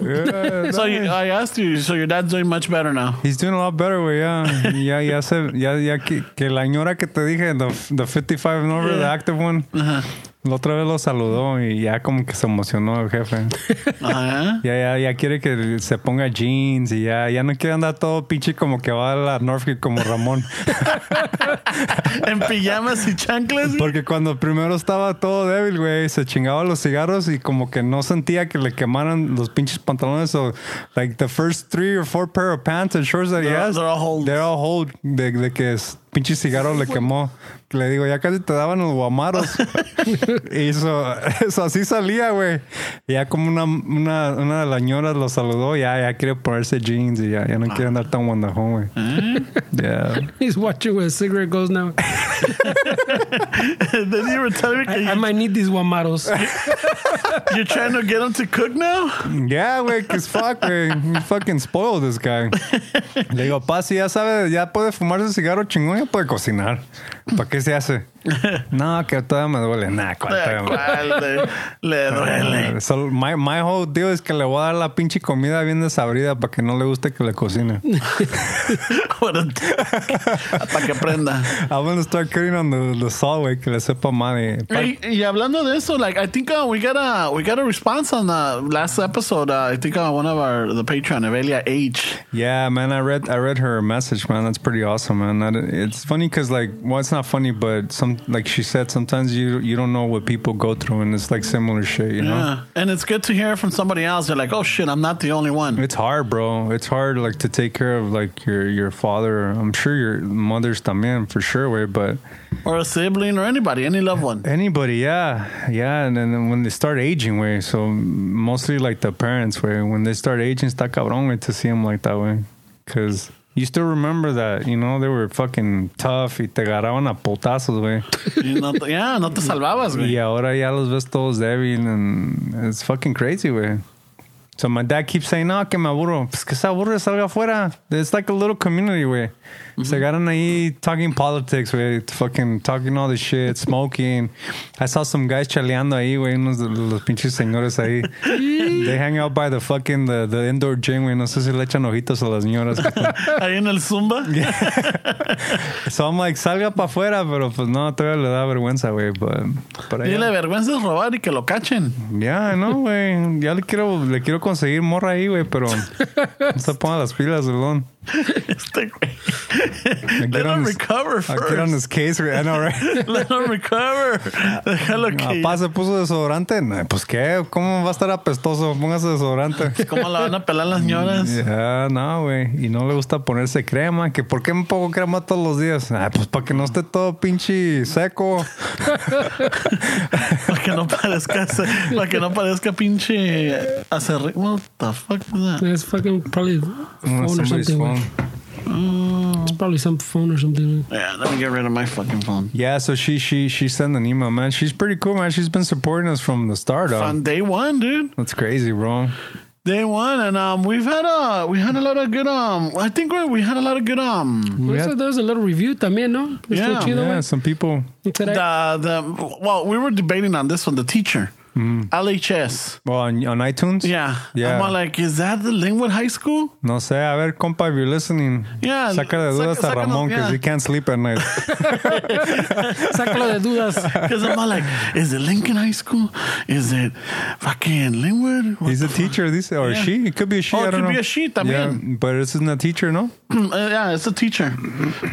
[SPEAKER 4] Yeah,
[SPEAKER 1] So you, I asked you, so your dad's doing much better now.
[SPEAKER 4] He's doing a lot better, güey. Ya, ya, ya, se, ya, ya que, que la señora que te dije, the, the 55 and over, the active one, la otra vez lo saludó y ya como que se emocionó el jefe.
[SPEAKER 1] Ajá.
[SPEAKER 4] Ya, ya, ya quiere que se ponga jeans y ya, ya no quiere andar todo pinche como que va a la Norfolk como Ramón.
[SPEAKER 1] En pijamas y chanclas. güey.
[SPEAKER 4] Porque cuando primero estaba todo débil, güey, se chingaba los cigarros y como que no sentía que le quemaran los pinches pantalones. So, like the first three or four pair of pants and shorts that he
[SPEAKER 1] They're-
[SPEAKER 4] has,
[SPEAKER 1] they're all holes.
[SPEAKER 4] they're all hold de, de que es, pinche cigarro le quemó. Que Le digo, ya casi te daban los guamaros. y eso, eso así salía, güey. Y Ya como una, una, una de las ñoras lo saludó, ya, ya quiere ponerse jeans y ya, ya no quiere andar tan guandajón, güey. Yeah.
[SPEAKER 3] He's watching where a cigarette goes now.
[SPEAKER 1] Then you were telling me
[SPEAKER 3] I,
[SPEAKER 1] you-
[SPEAKER 3] I might need these Wamaros.
[SPEAKER 1] you're trying to get him to cook now?
[SPEAKER 4] Yeah, güey, que es fuck, güey. You fucking spoiled this guy. Le digo, pa, si ya sabe, ya puede fumarse cigarro chingón, ya puede cocinar. ¿Para qué se hace? No, que todavía me duele. Nah, ¿cuál todavía me duele?
[SPEAKER 1] ¿Cuál le, le duele?
[SPEAKER 4] Solo- my, my whole deal es que le voy a dar la pinche comida bien desabrida para que no le guste que le cocine.
[SPEAKER 1] Para que aprenda.
[SPEAKER 4] I'm gonna start cutting on the, the salt, güey, que le sepa mal. y-
[SPEAKER 1] Y, y hablando de eso, like I think uh, we got a we got a response on the last episode. Uh, I think uh, one of our the Patreon, Evelia H.
[SPEAKER 4] Yeah, man, I read I read her message, man. That's pretty awesome, man. That, it's funny because like, well, it's not funny, but some like she said, sometimes you you don't know what people go through, and it's like similar shit, you know.
[SPEAKER 1] Yeah, and it's good to hear from somebody else. They're like, oh shit, I'm not the only one.
[SPEAKER 4] It's hard, bro. It's hard, like to take care of like your your father. I'm sure your mother's también for sure, way. But
[SPEAKER 1] or a sibling or anybody, any loved one.
[SPEAKER 4] anybody, yeah, yeah. And then when they start aging, way. So mostly like the parents, way. When they start aging, está cabrón, way, to see them like that, way. Because you still remember that, you know, they were fucking tough. Y te agarraban a putazos, way.
[SPEAKER 1] You know, yeah, no te salvabas, güey.
[SPEAKER 4] Y ahora ya los ves todos débil and it's fucking crazy, güey. So my dad keeps saying, no, que me aburro. Pues que se aburre, salga afuera. It's like a little community, güey. Se agarran ahí talking politics, güey. Fucking talking all this shit, smoking. I saw some guys chaleando ahí, güey. Unos de los pinches señores ahí. They hang out by the fucking, the, the indoor gym, güey. No sé si le echan ojitos a las señoras. que están-
[SPEAKER 1] Ahí en el Zumba.
[SPEAKER 4] so I'm like, salga para afuera, pero pues no, todavía le da vergüenza, güey. But, but ahí
[SPEAKER 1] Y la
[SPEAKER 4] anda.
[SPEAKER 1] vergüenza es robar y que lo cachen.
[SPEAKER 4] Ya, no, güey. Ya le quiero, le quiero conseguir morra ahí, güey, pero no se ponga las pilas, perdón.
[SPEAKER 1] Este güey.
[SPEAKER 4] I
[SPEAKER 1] Let
[SPEAKER 4] get on
[SPEAKER 1] him
[SPEAKER 4] his-
[SPEAKER 1] recover
[SPEAKER 4] I get on
[SPEAKER 1] first.
[SPEAKER 4] his case, güey. I know, right?
[SPEAKER 1] Let him recover. Déjalo que.
[SPEAKER 4] Papá se puso desodorante. Nah, Pues qué, ¿cómo va a estar apestoso? Póngase desodorante.
[SPEAKER 1] ¿Cómo la van a pelar las señoras?
[SPEAKER 4] Ya, no, güey. Y no le gusta ponerse crema. Que ¿Por qué me pongo crema todos los días? Ah, pues para que no esté todo pinche seco.
[SPEAKER 1] Para que no parezca, para que no parezca pinche acerri. What the fuck is that?
[SPEAKER 3] That's fucking probably phone or
[SPEAKER 4] Uh, Somebody's
[SPEAKER 3] something.
[SPEAKER 4] phone.
[SPEAKER 3] güey. It's probably some phone or something.
[SPEAKER 1] Yeah, let me get rid of my fucking phone.
[SPEAKER 4] Yeah, so she she she sent an email, man. She's pretty cool, man. She's been supporting us from the start. uh.
[SPEAKER 1] On day one, dude.
[SPEAKER 4] That's crazy, bro.
[SPEAKER 1] Day one, and um, we've had a we had a lot of good um. I think we we had a lot of good um.
[SPEAKER 3] Well,
[SPEAKER 4] Yeah.
[SPEAKER 3] eso- there was a little review también, ¿no? Estuvo
[SPEAKER 1] Yeah,
[SPEAKER 3] chido,
[SPEAKER 4] Yeah,
[SPEAKER 3] güey.
[SPEAKER 4] some people.
[SPEAKER 3] Said I-
[SPEAKER 1] The the well, we were debating on this one. The teacher, LHS.
[SPEAKER 4] Well, on, on iTunes?
[SPEAKER 1] Yeah,
[SPEAKER 4] Yeah.
[SPEAKER 1] I'm all like, is that the Lingwood High School?
[SPEAKER 4] No sé, a ver, compa, if you're listening,
[SPEAKER 1] Yeah,
[SPEAKER 4] saca
[SPEAKER 1] saca-
[SPEAKER 4] de dudas a
[SPEAKER 1] sácanos,
[SPEAKER 4] Ramón, because
[SPEAKER 1] yeah.
[SPEAKER 4] he can't sleep at night.
[SPEAKER 3] Sácalo de dudas.
[SPEAKER 1] Because I'm all like, is it Lincoln High School? Is it fucking Lingwood? What
[SPEAKER 4] He's a
[SPEAKER 1] the fuck?
[SPEAKER 4] teacher, this or
[SPEAKER 1] Yeah.
[SPEAKER 4] she. It could be a she.
[SPEAKER 1] Oh,
[SPEAKER 4] I
[SPEAKER 1] it
[SPEAKER 4] don't
[SPEAKER 1] could
[SPEAKER 4] know.
[SPEAKER 1] be a she también.
[SPEAKER 4] Yeah, but this isn't a teacher, no?
[SPEAKER 1] Uh, yeah, it's a teacher.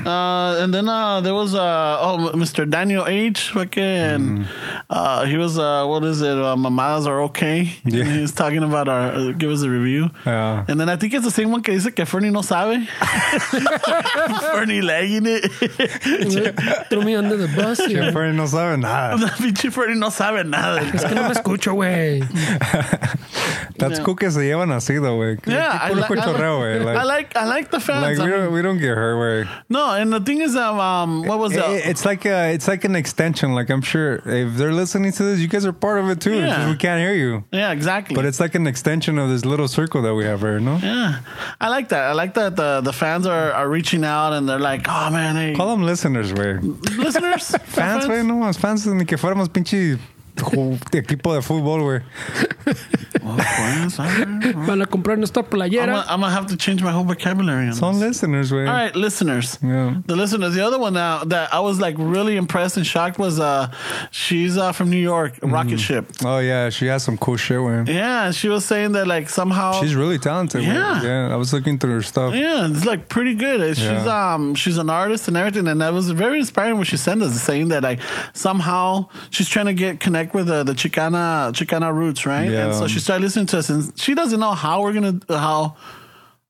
[SPEAKER 1] Uh, and then uh, there was uh, oh, Mr. Daniel H. Fucking,
[SPEAKER 4] Mm-hmm.
[SPEAKER 1] uh, he was uh, what is it? Uh, Mamas are okay.
[SPEAKER 4] Yeah.
[SPEAKER 1] And he was talking about our uh, give us a review.
[SPEAKER 4] Yeah.
[SPEAKER 1] And then I think it's the same one que dice que Fernie no sabe. Fernie lagging it.
[SPEAKER 3] Threw me under the bus. y-
[SPEAKER 4] Que Fernie no sabe nada.
[SPEAKER 1] Pinche Fernie no sabe nada.
[SPEAKER 3] Es que no me escucho, güey.
[SPEAKER 4] That's
[SPEAKER 1] Yeah.
[SPEAKER 4] cool que se llevan así, though, güey. Que-
[SPEAKER 1] Yeah,
[SPEAKER 4] que
[SPEAKER 1] I,
[SPEAKER 4] puro
[SPEAKER 1] like-
[SPEAKER 4] cotorreo,
[SPEAKER 1] I,
[SPEAKER 4] güey.
[SPEAKER 1] like, I
[SPEAKER 4] Like,
[SPEAKER 1] like I like the
[SPEAKER 4] like
[SPEAKER 1] fans.
[SPEAKER 4] we,
[SPEAKER 1] I
[SPEAKER 4] don't,
[SPEAKER 1] mean,
[SPEAKER 4] we don't get hurt, güey.
[SPEAKER 1] no, and the thing is, um, um what was that?
[SPEAKER 4] It- It's like a, it's like an extension. Like I'm sure if they're listening to this, you guys are part of it too. it's
[SPEAKER 1] Yeah.
[SPEAKER 4] just we can't hear you,
[SPEAKER 1] yeah, exactly.
[SPEAKER 4] but it's like an extension of this little circle that we have here, no?
[SPEAKER 1] Yeah, I like that. I like that the, the fans are, are reaching out and they're like, oh man, hey,
[SPEAKER 4] Call them listeners, güey.
[SPEAKER 1] listeners,
[SPEAKER 4] Fans, güey, no más fans ni que fuéramos pinche ju- equipo de fútbol, güey.
[SPEAKER 1] Oh, fans, all right.
[SPEAKER 3] Van a comprar nuestra
[SPEAKER 1] I'm
[SPEAKER 3] playera.
[SPEAKER 1] gonna, I'm gonna have to change my whole vocabulary. On
[SPEAKER 4] Son
[SPEAKER 1] this.
[SPEAKER 4] listeners, güey.
[SPEAKER 1] All right, listeners.
[SPEAKER 4] Yeah.
[SPEAKER 1] The listeners. The other one now that I was like really impressed and shocked was uh, she's uh, from New York, Rocket Ship.
[SPEAKER 4] Oh yeah, she has some cool shit, güey.
[SPEAKER 1] Yeah, she was saying that like somehow
[SPEAKER 4] She's really talented. güey.
[SPEAKER 1] Yeah.
[SPEAKER 4] yeah. I was looking through her stuff.
[SPEAKER 1] Yeah, it's like pretty good. Uh, She's
[SPEAKER 4] Yeah.
[SPEAKER 1] um she's an artist and everything, and that was very inspiring when she sent us saying that like somehow she's trying to get connect with the, the Chicana Chicana roots, right? And
[SPEAKER 4] Yeah.
[SPEAKER 1] so she started listening to us, and she doesn't know how we're gonna how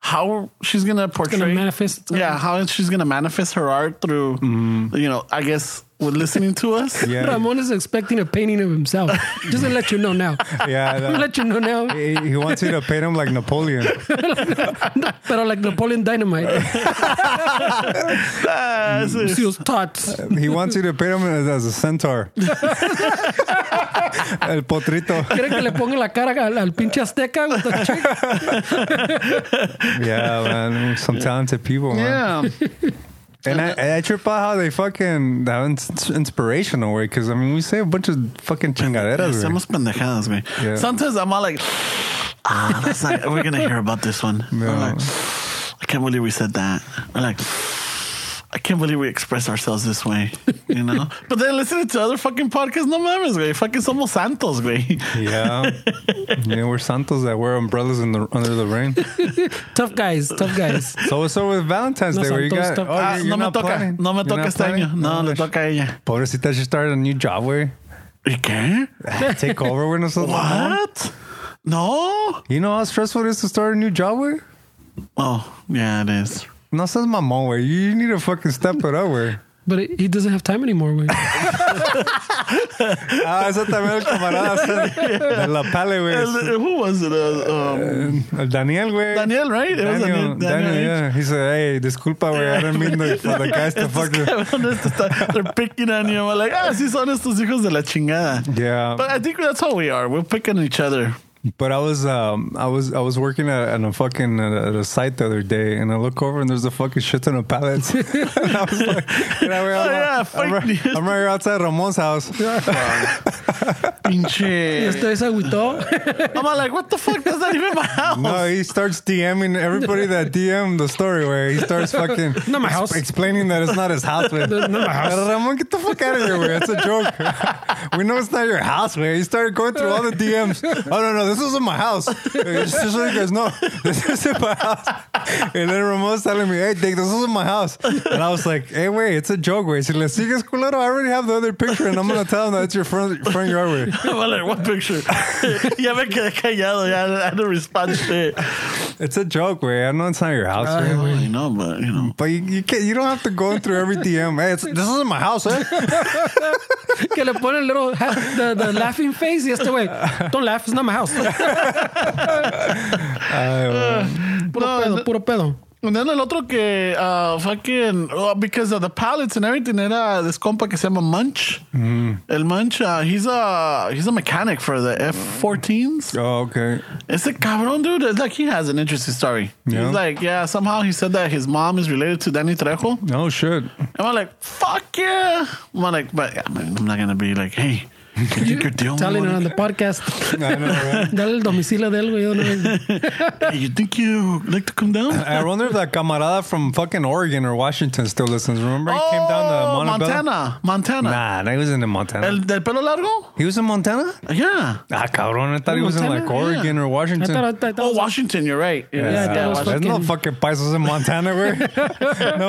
[SPEAKER 1] how she's gonna portray
[SPEAKER 3] manifest itself.
[SPEAKER 1] yeah how she's gonna manifest her art through you know I guess with listening to us.
[SPEAKER 4] Mm-hmm. Yeah,
[SPEAKER 3] Ramon is expecting a painting of himself. Just to let you know now.
[SPEAKER 4] yeah.
[SPEAKER 3] I'm gonna
[SPEAKER 4] that-
[SPEAKER 3] let you know now.
[SPEAKER 4] he, he wants you to paint him like Napoleon.
[SPEAKER 3] Pero like Napoleon Dynamite.
[SPEAKER 1] Uh, so-
[SPEAKER 3] Seals tots.
[SPEAKER 4] He wants you to paint him as, as a centaur. El potrito.
[SPEAKER 3] ¿Quieren que le ponga la cara al, al pinche azteca? with the chick?
[SPEAKER 4] Yeah, man. Some talented people, man.
[SPEAKER 1] yeah.
[SPEAKER 4] And I, I trip out how they fucking that ins- inspirational way because I mean we say a bunch of fucking chingaderas. güey.
[SPEAKER 1] Hacemos pendejadas, güey.
[SPEAKER 4] Yeah.
[SPEAKER 1] Sometimes I'm all like, ah, that's not, we're going to hear about this one.
[SPEAKER 4] No.
[SPEAKER 1] We're like, I can't believe we said that. We're like, I can't believe we express ourselves this way, you know? but then listening to other fucking podcasts, no mames, güey. Fucking somos santos, güey.
[SPEAKER 4] Yeah, you know we're Santos that wear umbrellas in the under the rain.
[SPEAKER 3] Tough guys, tough guys.
[SPEAKER 4] So what's up with Valentine's
[SPEAKER 3] No,
[SPEAKER 4] Day? Where you
[SPEAKER 3] Santos
[SPEAKER 4] got?
[SPEAKER 3] toca.
[SPEAKER 4] Oh,
[SPEAKER 1] Ah,
[SPEAKER 4] you're
[SPEAKER 1] no me
[SPEAKER 4] not
[SPEAKER 1] toca,
[SPEAKER 4] planning?
[SPEAKER 1] no me
[SPEAKER 4] You're
[SPEAKER 1] toca
[SPEAKER 4] not
[SPEAKER 1] este año.
[SPEAKER 4] planning?
[SPEAKER 1] No, le
[SPEAKER 4] sh-
[SPEAKER 1] toca a ella.
[SPEAKER 4] Pobrecita, she started a new job. Way
[SPEAKER 1] ¿Y qué?
[SPEAKER 4] take over with us.
[SPEAKER 1] What? No?
[SPEAKER 4] You know how stressful it is to start a new job. Way
[SPEAKER 1] Oh, yeah, it is.
[SPEAKER 4] no, says my mom. Way you need to fucking step it up. Way
[SPEAKER 3] But it, he doesn't have time anymore. Way.
[SPEAKER 4] ah, eso también el camarada de la pale. Way
[SPEAKER 1] And, uh, Who was it? Uh, um,
[SPEAKER 4] El Daniel, güey.
[SPEAKER 1] Daniel, right? It was
[SPEAKER 4] Daniel,
[SPEAKER 1] Daniel. Daniel,
[SPEAKER 4] Daniel,
[SPEAKER 1] right?
[SPEAKER 4] yeah. He said, hey, disculpa, güey. I didn't mean the, for the guys to fuck you.
[SPEAKER 1] They're picking on you. I'm like, ah, sí son estos hijos de la chingada.
[SPEAKER 4] Yeah.
[SPEAKER 1] But I think that's how we are. We're picking each other.
[SPEAKER 4] But I was, um, I was, I was working at, at a fucking uh, at a site the other day, and I look over and there's a fucking shit ton of pallets. and I was like, you know, I'm,
[SPEAKER 1] Oh, yeah,
[SPEAKER 4] like- I'm,
[SPEAKER 1] fake
[SPEAKER 4] right,
[SPEAKER 1] news.
[SPEAKER 4] I'm right here outside Ramon's house.
[SPEAKER 1] Pinche.
[SPEAKER 3] Esto es Este agüitó.
[SPEAKER 1] I'm all like, what the fuck? That's not even my house.
[SPEAKER 3] Oh.
[SPEAKER 4] No, he starts DMing everybody that DM the story where he starts fucking
[SPEAKER 3] Not my
[SPEAKER 4] ex-
[SPEAKER 3] house.
[SPEAKER 4] explaining that it's not his house. Not
[SPEAKER 3] my house.
[SPEAKER 4] Ramon, get the fuck out of here, way. It's a joke. we know it's not your house, way. He started going through all the DMs. Oh no, no, this isn't my house. It's Just so you guys know, this isn't my house. And then Ramon's telling me, hey, Dick, this isn't my house. And I was like, hey, wait, it's a joke, way. Si le sigues culero, I already have the other picture, and I'm gonna tell him that it's your front front yard, way.
[SPEAKER 1] I'm all like, what picture? ya me quedé callado. Ya, I didn't respond shit.
[SPEAKER 4] It's a joke, way. I know it's not your house,
[SPEAKER 3] Ah,
[SPEAKER 4] way.
[SPEAKER 1] I know, but you know.
[SPEAKER 4] But you, you can't. You don't have to go in through every DM. Hey, it's, this isn't my house, eh?
[SPEAKER 3] que le pone el little ha- the, the laughing face y este güey. Don't laugh, it's not my house. puro
[SPEAKER 1] No,
[SPEAKER 3] pedo,
[SPEAKER 1] no.
[SPEAKER 3] puro pedo.
[SPEAKER 1] And then el otro que uh, fucking oh, because of the pallets and everything era this compa que se llama Munch. El Munch, uh, he's a he's a mechanic for the F14s.
[SPEAKER 4] Oh, okay.
[SPEAKER 1] It's a cabrón dude. It's like he has an interesting story.
[SPEAKER 4] Yeah.
[SPEAKER 1] He's like, yeah, somehow he said that his mom is related to Danny Trejo.
[SPEAKER 4] No shit.
[SPEAKER 1] And I'm like, fuck yeah. I'm like, but yeah, I'm not gonna be like, hey, you think you're dealing
[SPEAKER 3] Telling
[SPEAKER 1] with
[SPEAKER 3] on the podcast.
[SPEAKER 4] I know, right?
[SPEAKER 3] Dale el domicilio de él, güey. de una vez.
[SPEAKER 1] Hey, you think you like to come down?
[SPEAKER 4] I wonder if that camarada from fucking Oregon or Washington still listens. Remember he came down to
[SPEAKER 1] Oh,
[SPEAKER 4] Montebello?
[SPEAKER 1] Montana, Montana.
[SPEAKER 4] Nah, nah, he was in Montana.
[SPEAKER 1] El del pelo largo?
[SPEAKER 4] he was in Montana.
[SPEAKER 1] Yeah. Oh,
[SPEAKER 4] Ah, cabrón! I thought he was in
[SPEAKER 3] Montana?
[SPEAKER 4] like Oregon or
[SPEAKER 3] I
[SPEAKER 4] Washington.
[SPEAKER 3] thought, I thought, I thought
[SPEAKER 1] Oh, Washington, you're right.
[SPEAKER 3] Yeah, that was
[SPEAKER 4] There's no fucking
[SPEAKER 3] fucking-
[SPEAKER 4] paisas in Montana, güey. no,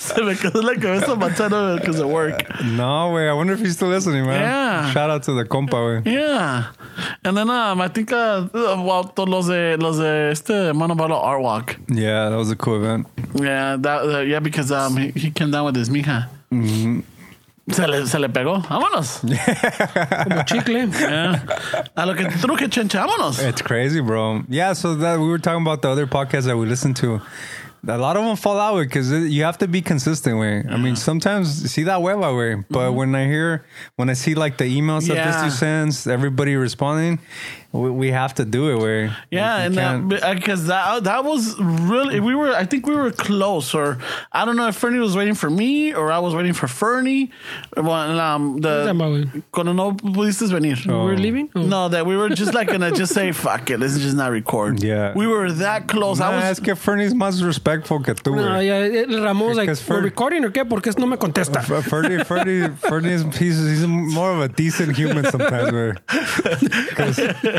[SPEAKER 1] Se me quedó la cabeza Montana because of work.
[SPEAKER 4] no, güey. I wonder if he's still listening, man.
[SPEAKER 1] Yeah.
[SPEAKER 4] Shout out to the compa, güey.
[SPEAKER 1] Yeah. And then um, I think uh, well, to- los de, los de este Monobalo Art Walk.
[SPEAKER 4] Yeah, that was a cool event.
[SPEAKER 1] Yeah, that, uh, yeah because um, he, he came down with his mija. Se, le, se le pegó. Vámonos.
[SPEAKER 3] como chicle.
[SPEAKER 1] Yeah. A lo que truque chencha, vámonos.
[SPEAKER 4] It's crazy, bro. Yeah, so that we were talking about the other podcasts that we listen to. A lot of them fall out because you have to be consistent. Way I mean, sometimes see that hueva way, but when I hear, when I see like the emails that
[SPEAKER 1] Mm-hmm. Yeah.
[SPEAKER 4] this dude sends, everybody responding, we, we have to do it. Way
[SPEAKER 1] Yeah, and uh, because that uh, that was really we were I think we were close or I don't know if Fernie was waiting for me or I was waiting for Fernie. Well, um,
[SPEAKER 3] Yeah, my way.
[SPEAKER 1] the cuando no pudiste venir.
[SPEAKER 3] We're leaving? Oh.
[SPEAKER 1] No, that we were just like gonna just say fuck it, let's just not record.
[SPEAKER 4] Yeah.
[SPEAKER 1] we were that close.
[SPEAKER 4] I
[SPEAKER 1] I was
[SPEAKER 4] was que Fernie's más respectful que tú.
[SPEAKER 3] No,
[SPEAKER 4] güey.
[SPEAKER 3] yeah, el Ramón, like,
[SPEAKER 4] Because
[SPEAKER 3] we're
[SPEAKER 4] for-
[SPEAKER 3] recording or qué? Porque no me contesta.
[SPEAKER 4] But Fernie, Fernie, Fernie's he's, he's more of a decent human sometimes,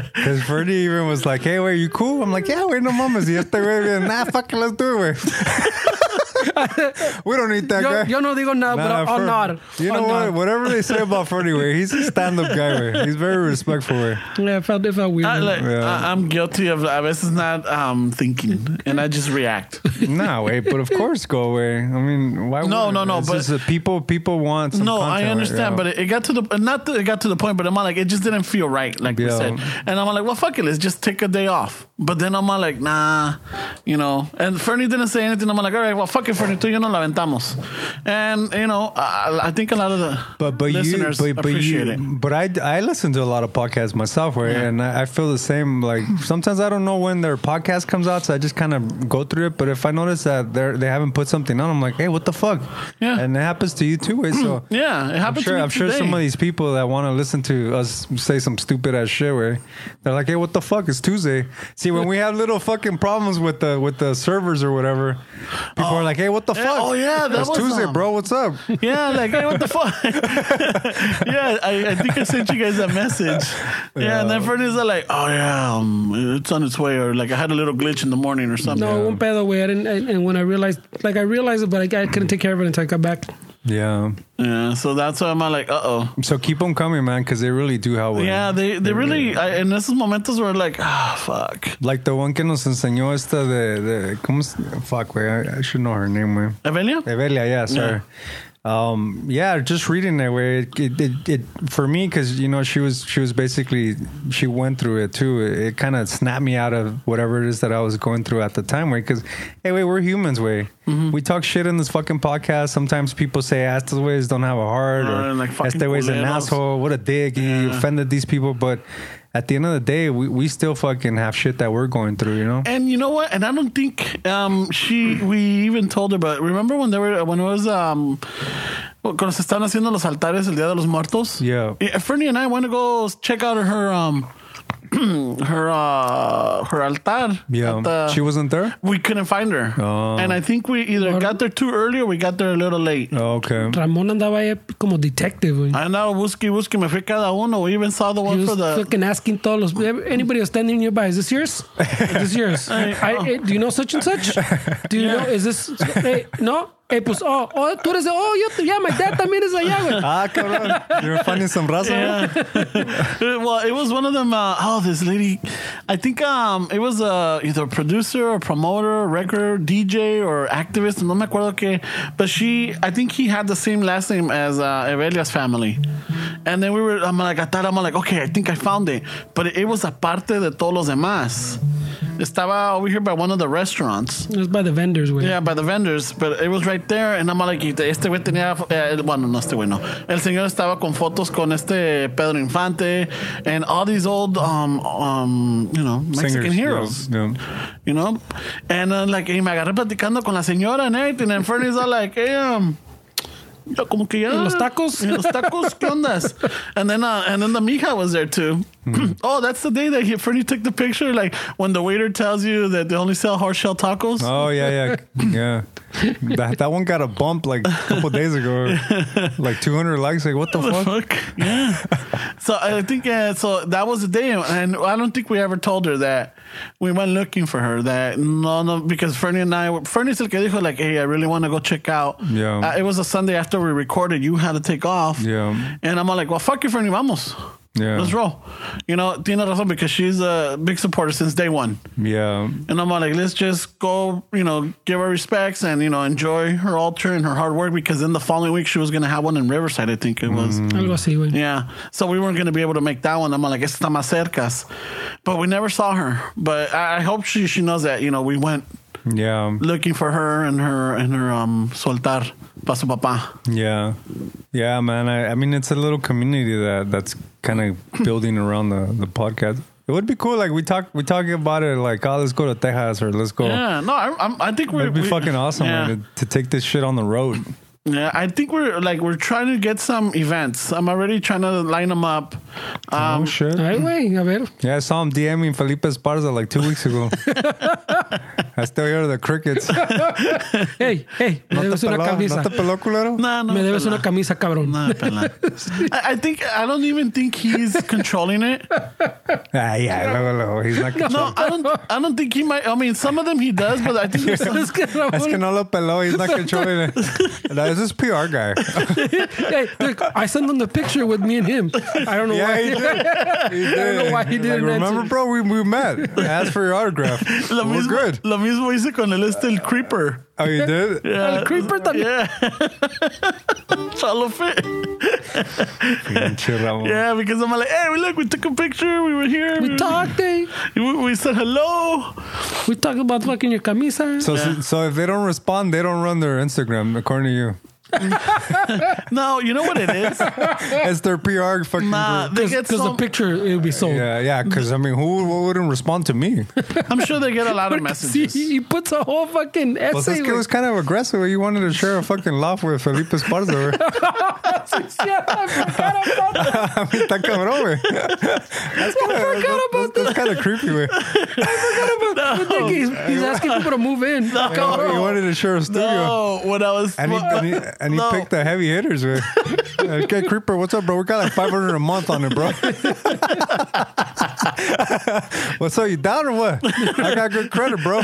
[SPEAKER 4] Because Fernie even was like, "Hey, wait, you cool?" I'm like, "Yeah, wait, no mamas." Y este güey, bien, nah, fuck it, let's do it, güey. we don't need that
[SPEAKER 3] Yo,
[SPEAKER 4] guy.
[SPEAKER 3] yo no digo
[SPEAKER 4] Nah,
[SPEAKER 3] nada, but I'll- I'll
[SPEAKER 4] Fer-
[SPEAKER 3] nod.
[SPEAKER 4] You know
[SPEAKER 3] I'll
[SPEAKER 4] what?
[SPEAKER 3] nod.
[SPEAKER 4] Whatever they say about Fernie, güey, he's a stand-up guy, güey. He's very respectful, güey.
[SPEAKER 3] Yeah, I felt, it felt weird.
[SPEAKER 1] I, Ah, like,
[SPEAKER 4] Yeah.
[SPEAKER 1] I, I'm guilty of a veces not um, thinking and I just react.
[SPEAKER 4] Nah, wait, but of course, go away. I mean, why?
[SPEAKER 1] No,
[SPEAKER 4] wouldn't
[SPEAKER 1] no,
[SPEAKER 4] it?
[SPEAKER 1] no,
[SPEAKER 4] It's
[SPEAKER 1] but-
[SPEAKER 4] just that people, people want. Some
[SPEAKER 1] No,
[SPEAKER 4] content,
[SPEAKER 1] I
[SPEAKER 4] right?
[SPEAKER 1] understand,
[SPEAKER 4] Yeah.
[SPEAKER 1] but it, it got to the not that it got to the point, but I'm like it just didn't feel right, like we
[SPEAKER 4] Yeah.
[SPEAKER 1] said. And I'm like, well, fuck it, let's just take a day off. But then I'm like, nah, you know. And Fernie didn't say anything. I'm like, all right, well, fuck it, Fernie, entre tú y yo nos la aventamos. And, you know, I, I think a lot of the
[SPEAKER 4] But but you
[SPEAKER 1] listeners
[SPEAKER 4] but, but
[SPEAKER 1] appreciate
[SPEAKER 4] you
[SPEAKER 1] it.
[SPEAKER 4] but I I listen to a lot of podcasts myself, right? And I, I feel the same. Like sometimes I don't know when their podcast comes out, so I just kind of go through it. But if I notice that they they haven't put something on, I'm like, hey, what the fuck?
[SPEAKER 1] Yeah.
[SPEAKER 4] And it happens to you too, right? So
[SPEAKER 1] Yeah, it
[SPEAKER 4] I'm
[SPEAKER 1] happened
[SPEAKER 4] sure
[SPEAKER 1] to me
[SPEAKER 4] I'm sure
[SPEAKER 1] today.
[SPEAKER 4] some of these people that want to listen to us say some stupid ass shit, right? They're like, hey, what the fuck? It's Tuesday. See, when we have little fucking problems with the with the servers or whatever, people are like, hey, what the
[SPEAKER 1] Yeah,
[SPEAKER 4] fuck?
[SPEAKER 1] oh, yeah, that
[SPEAKER 4] it's
[SPEAKER 1] was,
[SPEAKER 4] Tuesday,
[SPEAKER 1] um,
[SPEAKER 4] bro. What's up?
[SPEAKER 1] Yeah, like, hey, what the fuck? yeah, I, I think I sent you guys a message. Yeah, and then Fernie's are like, oh, yeah, um, it's on its way, or like I had a little glitch in the morning or something.
[SPEAKER 3] No, un pedo, güey. I didn't, and, and when I realized, like, I realized it, but I, I couldn't take care of it until I got back.
[SPEAKER 4] yeah.
[SPEAKER 1] Yeah, so that's why I'm like, uh oh.
[SPEAKER 4] So keep them coming, man, because they really do help. güey.
[SPEAKER 1] Yeah, they, they really, I, in esos momentos were like, ah, fuck.
[SPEAKER 4] Like the one que nos enseñó esta de, de ¿cómo es? Fuck, güey. I, I should know her name, güey.
[SPEAKER 1] Evelia?
[SPEAKER 4] Evelia, yeah, sorry. Um, yeah, just reading that way, it, it, it, it for me because you know she was she was basically she went through it too. It, it kind of snapped me out of whatever it is that I was going through at the time. Way because hey, wait, we're humans. Way
[SPEAKER 1] Mm-hmm.
[SPEAKER 4] we talk shit in this fucking podcast. Sometimes people say "Estas ways don't have a heart"
[SPEAKER 1] Uh,
[SPEAKER 4] or
[SPEAKER 1] like fucking
[SPEAKER 4] "Este way's an
[SPEAKER 1] culeros."
[SPEAKER 4] asshole." What a dick! You- You offended these people, but at the end of the day, we, we still fucking have shit that we're going through. You know?
[SPEAKER 1] And you know what? And I don't think um, she we even told her. But remember when they were when it was um, cuando se están haciendo los altares el Día de los Muertos.
[SPEAKER 4] Yeah.
[SPEAKER 1] Fernie and I want to go check out her um, her uh, her altar.
[SPEAKER 4] Yeah,
[SPEAKER 1] at the-
[SPEAKER 4] she wasn't there.
[SPEAKER 1] We couldn't find her,
[SPEAKER 4] Oh.
[SPEAKER 1] and I think we either got there too early or we got there a little late.
[SPEAKER 4] Oh, Okay.
[SPEAKER 3] Ramón andaba ahí como detective, güey.
[SPEAKER 1] I know, busque, busque, me fui cada uno. We even saw the
[SPEAKER 3] He
[SPEAKER 1] one
[SPEAKER 3] was
[SPEAKER 1] Ah, for the
[SPEAKER 3] fucking asking todos los anybody was standing nearby. Is this yours? Is this yours? I,
[SPEAKER 1] oh.
[SPEAKER 3] eh, do you know such and such? Do you know? Is this? eh, no. Eh, pues, oh, oh, tú eres de, oh, yo, te- yeah, my dad también es allá, güey.
[SPEAKER 4] Ah, cabrón. You're finding some raza. güey?
[SPEAKER 1] Uh, well, it was one of them. Uh, oh, this lady, I think um, it was uh, either producer or promoter, record DJ or activist. No me acuerdo que, but she, I think he had the same last name as uh, Evelia's family. And then we were, I'm like, I thought, I'm like, okay, I think I found it, but it was aparte de todos los demás. Estaba over here by one of the restaurants.
[SPEAKER 3] It was by the vendors, güey.
[SPEAKER 1] Yeah, by the vendors, but it was right there. And I'm like, este güey tenía, eh, el- bueno, no este güey no. El señor estaba con fotos con este Pedro Infante and all these old, um, um, you know, Mexican
[SPEAKER 4] Singers,
[SPEAKER 1] heroes,
[SPEAKER 4] yeah, yeah.
[SPEAKER 1] you know. And then like, y me agarré platicando con la señora and everything. And Fernie's all like, hey, um, yo como que ya.
[SPEAKER 3] ¿Y los tacos?
[SPEAKER 1] ¿Y los tacos? ¿Qué ondas? And then, uh, and then the mija was there too.
[SPEAKER 3] Mm-hmm.
[SPEAKER 1] oh, that's the day that he, Fernie took the picture. Like when the waiter tells you that they only sell hard-shell tacos.
[SPEAKER 4] Oh yeah, yeah, yeah. That that one got a bump like a couple days ago, like 200 likes. Like what the fuck?
[SPEAKER 1] Fuck. Yeah. so I think uh, so. That was the day, and I don't think we ever told her that we went looking for her. That no, no, because Fernie and I, Fernie's el que dijo like, hey, I really want to go check out.
[SPEAKER 4] Yeah.
[SPEAKER 1] Uh, it was a Sunday after we recorded. You had to take off.
[SPEAKER 4] Yeah.
[SPEAKER 1] And I'm all like, well, fuck you, Fernie, vamos.
[SPEAKER 4] Yeah.
[SPEAKER 1] Let's roll. You know, Tina razón because she's a big supporter since day one.
[SPEAKER 4] Yeah,
[SPEAKER 1] And I'm like, let's just go, you know, give her respects and, you know, enjoy her altar and her hard work because then the following week she was going to have one in Riverside, I think it was.
[SPEAKER 4] Mm.
[SPEAKER 3] Algo así, güey.
[SPEAKER 1] Yeah. So we weren't going to be able to make that one. I'm like, it's más cercas. But we never saw her. But I I hope she, she knows that, you know, we went
[SPEAKER 4] yeah,
[SPEAKER 1] looking for her and her, and her, um, soltar paso papá.
[SPEAKER 4] yeah, yeah, man. I, I mean, it's a little community that that's kind of building around the the podcast. It would be cool. Like we talk, we talk about it. Like, oh, let's go to Texas or let's go.
[SPEAKER 1] Yeah. No, I, I'm, I think we're.
[SPEAKER 4] It'd be
[SPEAKER 1] we-
[SPEAKER 4] fucking awesome
[SPEAKER 1] Yeah.
[SPEAKER 4] man, to, to take this shit on the road.
[SPEAKER 1] Yeah, I think we're like we're trying to get some events. I'm already trying to line them up.
[SPEAKER 4] oh
[SPEAKER 1] Um,
[SPEAKER 4] shit!
[SPEAKER 3] Ay, güey, a ver.
[SPEAKER 4] Yeah, I saw him DMing Felipe Esparza like two weeks ago. I still hear the crickets.
[SPEAKER 3] Hey, hey, me
[SPEAKER 4] No te
[SPEAKER 3] debes una
[SPEAKER 4] peló-
[SPEAKER 3] camisa.
[SPEAKER 4] no te peló, culero?
[SPEAKER 1] nah, no,
[SPEAKER 3] Me debes
[SPEAKER 1] pela.
[SPEAKER 3] una camisa, cabrón.
[SPEAKER 1] Nah, pela. I, I think I don't even think he's controlling it.
[SPEAKER 4] Ah, yeah, luego, luego. He's not
[SPEAKER 1] No,
[SPEAKER 4] controlling.
[SPEAKER 1] I don't. I don't think he might. I mean, some of them he does, but I think there's some,
[SPEAKER 3] Es que Ramón-
[SPEAKER 4] Es que no lo peló. He's not controlling it. No, this is PR guy.
[SPEAKER 3] Hey, look, I sent him the picture with me and him. I don't know
[SPEAKER 4] Yeah,
[SPEAKER 3] why.
[SPEAKER 4] he did. He did.
[SPEAKER 3] know why he didn't
[SPEAKER 4] Like,
[SPEAKER 3] answer.
[SPEAKER 4] remember, bro, we, we met. I asked for your autograph.
[SPEAKER 1] Lo
[SPEAKER 4] We're
[SPEAKER 1] mismo,
[SPEAKER 4] good.
[SPEAKER 1] Lo mismo hice con el este, el Creeper.
[SPEAKER 4] Oh, you did?
[SPEAKER 1] Yeah.
[SPEAKER 3] El creeper también.
[SPEAKER 1] Yeah. Cholo fit.
[SPEAKER 4] Pinche Ramon.
[SPEAKER 1] Yeah, because I'm like, hey, look, we took a picture. We were here.
[SPEAKER 3] We talked, eh?
[SPEAKER 1] We, we said hello.
[SPEAKER 3] We talked about fucking your camisa.
[SPEAKER 4] So, so if they don't respond, they don't run their Instagram, according to you.
[SPEAKER 1] No, you know what it is?
[SPEAKER 4] It's their PR fucking
[SPEAKER 1] Nah,
[SPEAKER 4] group.
[SPEAKER 1] they get
[SPEAKER 3] because the
[SPEAKER 1] some.
[SPEAKER 3] picture it would be sold.
[SPEAKER 4] Yeah, yeah, because I mean, who, who wouldn't respond to me?
[SPEAKER 1] I'm sure they get a lot of
[SPEAKER 3] See,
[SPEAKER 1] messages.
[SPEAKER 3] he puts a whole fucking essay.
[SPEAKER 4] Well, this kid
[SPEAKER 3] güey.
[SPEAKER 4] was kind of aggressive. You wanted to share a fucking laugh with Felipe Esparza. güey.
[SPEAKER 3] Yeah, I forgot about that.
[SPEAKER 4] I mean, está cabrón, güey. That's kinda-
[SPEAKER 3] forgot
[SPEAKER 4] that's-
[SPEAKER 3] about
[SPEAKER 4] That's kind of creepy, güey.
[SPEAKER 3] I think he's, he's asking people to move in.
[SPEAKER 4] He wanted to share a studio.
[SPEAKER 1] No, Oh, when I was
[SPEAKER 4] And he, and he, and he
[SPEAKER 1] No.
[SPEAKER 4] picked the heavy hitters, güey. okay, Creeper, what's up, bro? We got like 500 a month on it, bro. what's up? You down or what? I got good credit, bro.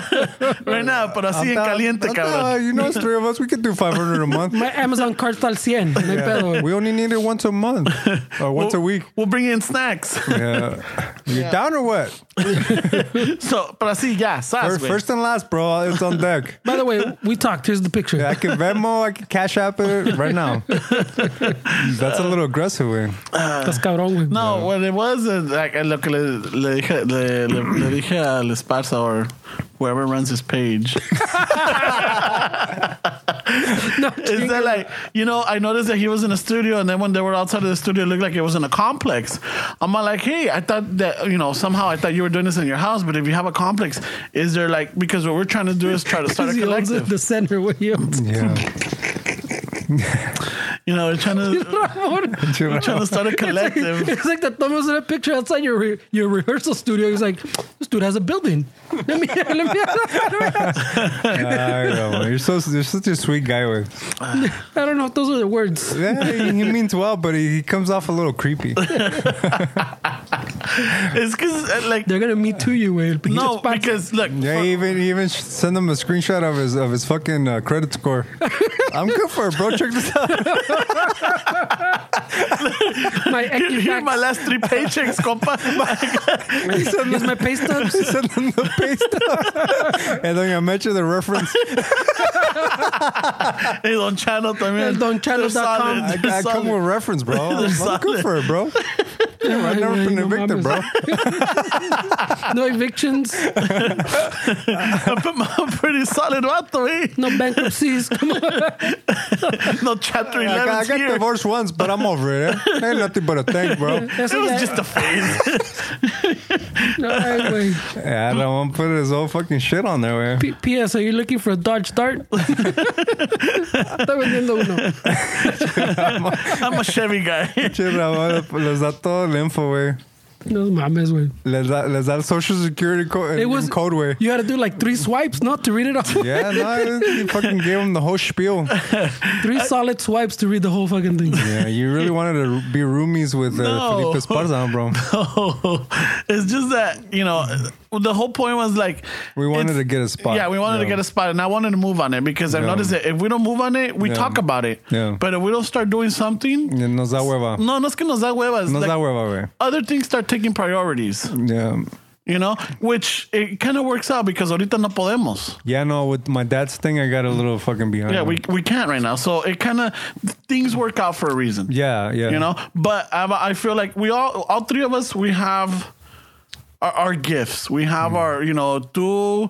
[SPEAKER 1] right now, but I see
[SPEAKER 4] I'm
[SPEAKER 1] it
[SPEAKER 4] down.
[SPEAKER 1] caliente,
[SPEAKER 4] I'm
[SPEAKER 1] cabrón.
[SPEAKER 4] down. You know, it's three of us. We could do 500 a month.
[SPEAKER 3] My Amazon card está al 100. No hay pedo, güey.
[SPEAKER 4] We only need it once a month or once a week.
[SPEAKER 1] We'll bring in snacks.
[SPEAKER 4] Yeah. You down or what?
[SPEAKER 1] so, but I see, yeah, sas,
[SPEAKER 4] First,
[SPEAKER 1] güey.
[SPEAKER 4] first and last, bro. It's on deck.
[SPEAKER 3] By the way, we talked. Here's the picture.
[SPEAKER 4] I can Venmo, I can Cash App it right now. That's a little aggressive, eh? güey.
[SPEAKER 3] Estás cabrón, güey.
[SPEAKER 1] No, what it was uh, like uh, lo que le, le dije le, le, le dije al Esparza or whoever runs his page. Is that like you know? I noticed that he was in a studio, and then when they were outside of the studio, it looked like it was in a complex. I'm all like, hey, I thought that you know somehow I thought you were doing this in your house, but if you have a complex, is there like because what we're trying to do is try to start a
[SPEAKER 3] He owns
[SPEAKER 1] collective.
[SPEAKER 3] the center, güey. He owns-
[SPEAKER 4] Yeah.
[SPEAKER 1] You know, we're trying to
[SPEAKER 3] Ramon.
[SPEAKER 1] we're trying to start a collective.
[SPEAKER 3] It's like the Thomas in a picture outside your re- your rehearsal studio. He's like, this dude has a building. Let me, let me, I
[SPEAKER 4] I know. man. You're so you're such a sweet guy with.
[SPEAKER 3] don't know if those are the words.
[SPEAKER 4] Yeah, he he means well, but he, he comes off a little creepy.
[SPEAKER 1] It's because uh, like.
[SPEAKER 3] They're gonna meet to you, güey.
[SPEAKER 1] No, because look,
[SPEAKER 4] Yeah, he even he even sh- send him a screenshot of his of his fucking uh, credit score. I'm good for it, bro. Check this out.
[SPEAKER 3] my
[SPEAKER 1] Here, here are my
[SPEAKER 3] Equifax.
[SPEAKER 1] last three paychecks, compa.
[SPEAKER 3] Here's my pay stubs.
[SPEAKER 4] He sent him the pay stub. and then I mentioned the reference.
[SPEAKER 1] Hey, Don Channel también.
[SPEAKER 3] El donchannel.com.
[SPEAKER 1] They're solid.
[SPEAKER 4] I,
[SPEAKER 1] They're
[SPEAKER 4] I come
[SPEAKER 1] solid.
[SPEAKER 4] with reference, bro. I'm, I'm good for it, bro. Damn, I've never
[SPEAKER 3] Ay,
[SPEAKER 4] been
[SPEAKER 3] no
[SPEAKER 4] a victim, bro.
[SPEAKER 3] No evictions,
[SPEAKER 1] I'm a pretty solid vato, eh?
[SPEAKER 3] no bankruptcies. Come on.
[SPEAKER 1] No chapter
[SPEAKER 4] I got, I
[SPEAKER 1] 11
[SPEAKER 4] got
[SPEAKER 1] here.
[SPEAKER 4] divorced once, but I'm over it. Eh? Ain't nothing but a thank, bro.
[SPEAKER 3] That's
[SPEAKER 1] It
[SPEAKER 3] what I-
[SPEAKER 1] was just a phase.
[SPEAKER 3] No, ay, güey.
[SPEAKER 4] Yeah, I don't want to put his whole fucking shit on there, man.
[SPEAKER 3] P- P.S. Are you looking for a Dodge Dart? Está vendiendo uno.
[SPEAKER 1] I'm a Chevy guy.
[SPEAKER 4] Che, Ramón, les da todo el info, güey.
[SPEAKER 3] No mames, güey.
[SPEAKER 4] Les da, les da el social security code
[SPEAKER 3] It
[SPEAKER 4] in
[SPEAKER 3] was
[SPEAKER 4] code, güey.
[SPEAKER 3] You had to do like three swipes, not to read it off.
[SPEAKER 4] Yeah, no, you fucking gave him the whole spiel.
[SPEAKER 3] Three solid swipes to read the whole fucking thing.
[SPEAKER 4] Yeah, you really wanted to be roomies with uh,
[SPEAKER 1] No.
[SPEAKER 4] Felipe Esparza, bro.
[SPEAKER 1] No. It's just that, you know, the whole point was like.
[SPEAKER 4] We wanted
[SPEAKER 1] it's-
[SPEAKER 4] to get a spot.
[SPEAKER 1] Yeah, we wanted to
[SPEAKER 4] Yeah.
[SPEAKER 1] get a spot, and I wanted to move on it because I've
[SPEAKER 4] Yeah.
[SPEAKER 1] noticed that if we don't move on it, we
[SPEAKER 4] Yeah.
[SPEAKER 1] talk about it.
[SPEAKER 4] Yeah.
[SPEAKER 1] But if we don't start doing something,
[SPEAKER 4] Yeah, Nos da hueva.
[SPEAKER 1] no, no es que nos da hueva. It's
[SPEAKER 4] Nos
[SPEAKER 1] like
[SPEAKER 4] da hueva,
[SPEAKER 1] Other things start taking priorities,
[SPEAKER 4] güey. Yeah.
[SPEAKER 1] you know, which it kind of works out because ahorita no podemos.
[SPEAKER 4] Yeah, no, with my dad's thing, I got a little fucking behind.
[SPEAKER 1] Yeah,
[SPEAKER 4] him.
[SPEAKER 1] we, we can't right now. So it kind of things work out for a reason.
[SPEAKER 4] Yeah, yeah.
[SPEAKER 1] You know, but I, I feel like we all, all three of us, we have our, our gifts. We have our, you know, two.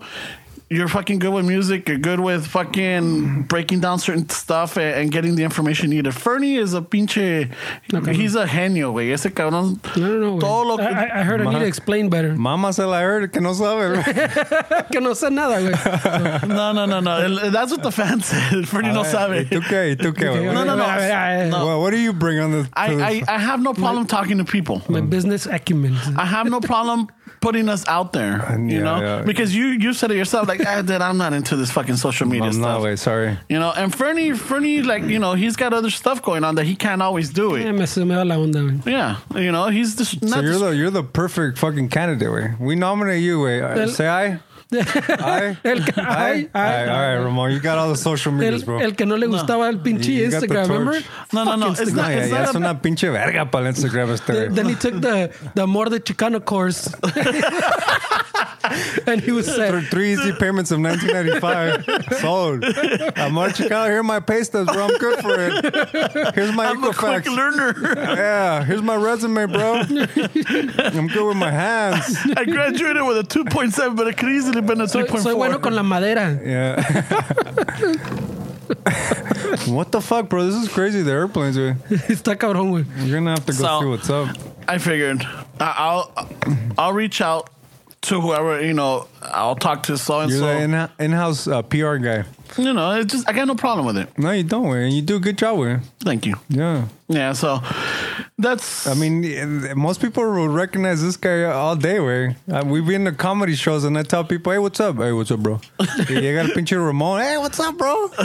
[SPEAKER 1] You're fucking good with music. You're good with fucking breaking down certain stuff and, and getting the information needed. Fernie is a pinche.
[SPEAKER 3] cabrón.
[SPEAKER 1] He's a genio, güey. Ese cabrón.
[SPEAKER 3] No, no, no. güey.
[SPEAKER 1] Todo lo
[SPEAKER 3] I,
[SPEAKER 1] que.
[SPEAKER 3] I- I heard I need to explain better.
[SPEAKER 4] Mama se la heard que no sabe. bro.
[SPEAKER 3] Que no sé nada, güey.
[SPEAKER 1] No, no, no, no. El- That's what the fans said. Fernie no sabe.
[SPEAKER 4] Ah, ¿Y tú qué? ¿Y tú qué? güey?
[SPEAKER 1] No, no, no. No.
[SPEAKER 4] Well, what do you bring on the?
[SPEAKER 1] I, I, I have no problem talking to people.
[SPEAKER 3] My business acumen.
[SPEAKER 1] I have no problem putting us out there, you
[SPEAKER 4] yeah,
[SPEAKER 1] know,
[SPEAKER 4] yeah.
[SPEAKER 1] because you you said it yourself, like, ah, dude, I'm not into this fucking social media
[SPEAKER 4] am
[SPEAKER 1] stuff,
[SPEAKER 4] not, way. Sorry.
[SPEAKER 1] you know. And Fernie, Fernie, like, you know, he's got other stuff going on that he can't always do
[SPEAKER 3] Eh,
[SPEAKER 1] it.
[SPEAKER 3] me se me va la onda, güey.
[SPEAKER 1] Yeah, you know, he's just
[SPEAKER 4] So
[SPEAKER 1] not.
[SPEAKER 4] you're
[SPEAKER 1] dis-
[SPEAKER 4] the you're the perfect fucking candidate. Way. We nominate you. Way. Uh,
[SPEAKER 3] El-
[SPEAKER 4] Say aye. aye.
[SPEAKER 3] El que,
[SPEAKER 4] Aye. Aye.
[SPEAKER 3] ay,
[SPEAKER 4] All
[SPEAKER 3] ay,
[SPEAKER 4] right, Ramon. You got all the social medias,
[SPEAKER 3] el,
[SPEAKER 4] bro.
[SPEAKER 3] el que no le gustaba el pinche
[SPEAKER 4] You got the
[SPEAKER 3] Instagram,
[SPEAKER 4] torch.
[SPEAKER 3] remember?
[SPEAKER 1] no, no, no.
[SPEAKER 3] Fuck
[SPEAKER 1] It's
[SPEAKER 4] no,
[SPEAKER 1] not.
[SPEAKER 4] yeah,
[SPEAKER 1] It's
[SPEAKER 4] yeah,
[SPEAKER 1] not
[SPEAKER 4] es
[SPEAKER 1] a,
[SPEAKER 4] una pinche verga para el Instagram este. güey.
[SPEAKER 3] Then he took the the more de Chicano course. and he was
[SPEAKER 4] For
[SPEAKER 3] sad.
[SPEAKER 4] three easy payments of 1995, sold. I'm on Chicago. Here are my pay stubs, bro. I'm good for it. Here's my
[SPEAKER 1] I'm a quick
[SPEAKER 4] Equifax.
[SPEAKER 1] learner.
[SPEAKER 4] Yeah, here's my resume, bro. I'm good with my hands.
[SPEAKER 1] I graduated with a 2.7, but it could easily have been a
[SPEAKER 3] Soy,
[SPEAKER 1] 3.4.
[SPEAKER 3] soy bueno con la madera.
[SPEAKER 4] Yeah. what the fuck, bro? This is crazy. The airplanes, dude.
[SPEAKER 3] Está cabrón, güey.
[SPEAKER 4] You're gonna have to go
[SPEAKER 1] So-
[SPEAKER 4] see what's up.
[SPEAKER 1] I figured I- I'll I'll reach out to whoever you know. I'll talk to so and
[SPEAKER 4] You're the
[SPEAKER 1] so.
[SPEAKER 4] in- in-house uh, PR guy.
[SPEAKER 1] You know, it's just I got no problem with it.
[SPEAKER 4] No, you don't. Wait. You do a good job with it.
[SPEAKER 1] Thank you.
[SPEAKER 4] Yeah.
[SPEAKER 1] Yeah, so that's
[SPEAKER 4] I mean, eh, most people will recognize this guy all day, way. Uh, we've been to comedy shows, and I tell people, "Hey, what's up? Hey, what's up, bro? you got a pinche Ramon. Hey, what's up, bro?
[SPEAKER 3] Ya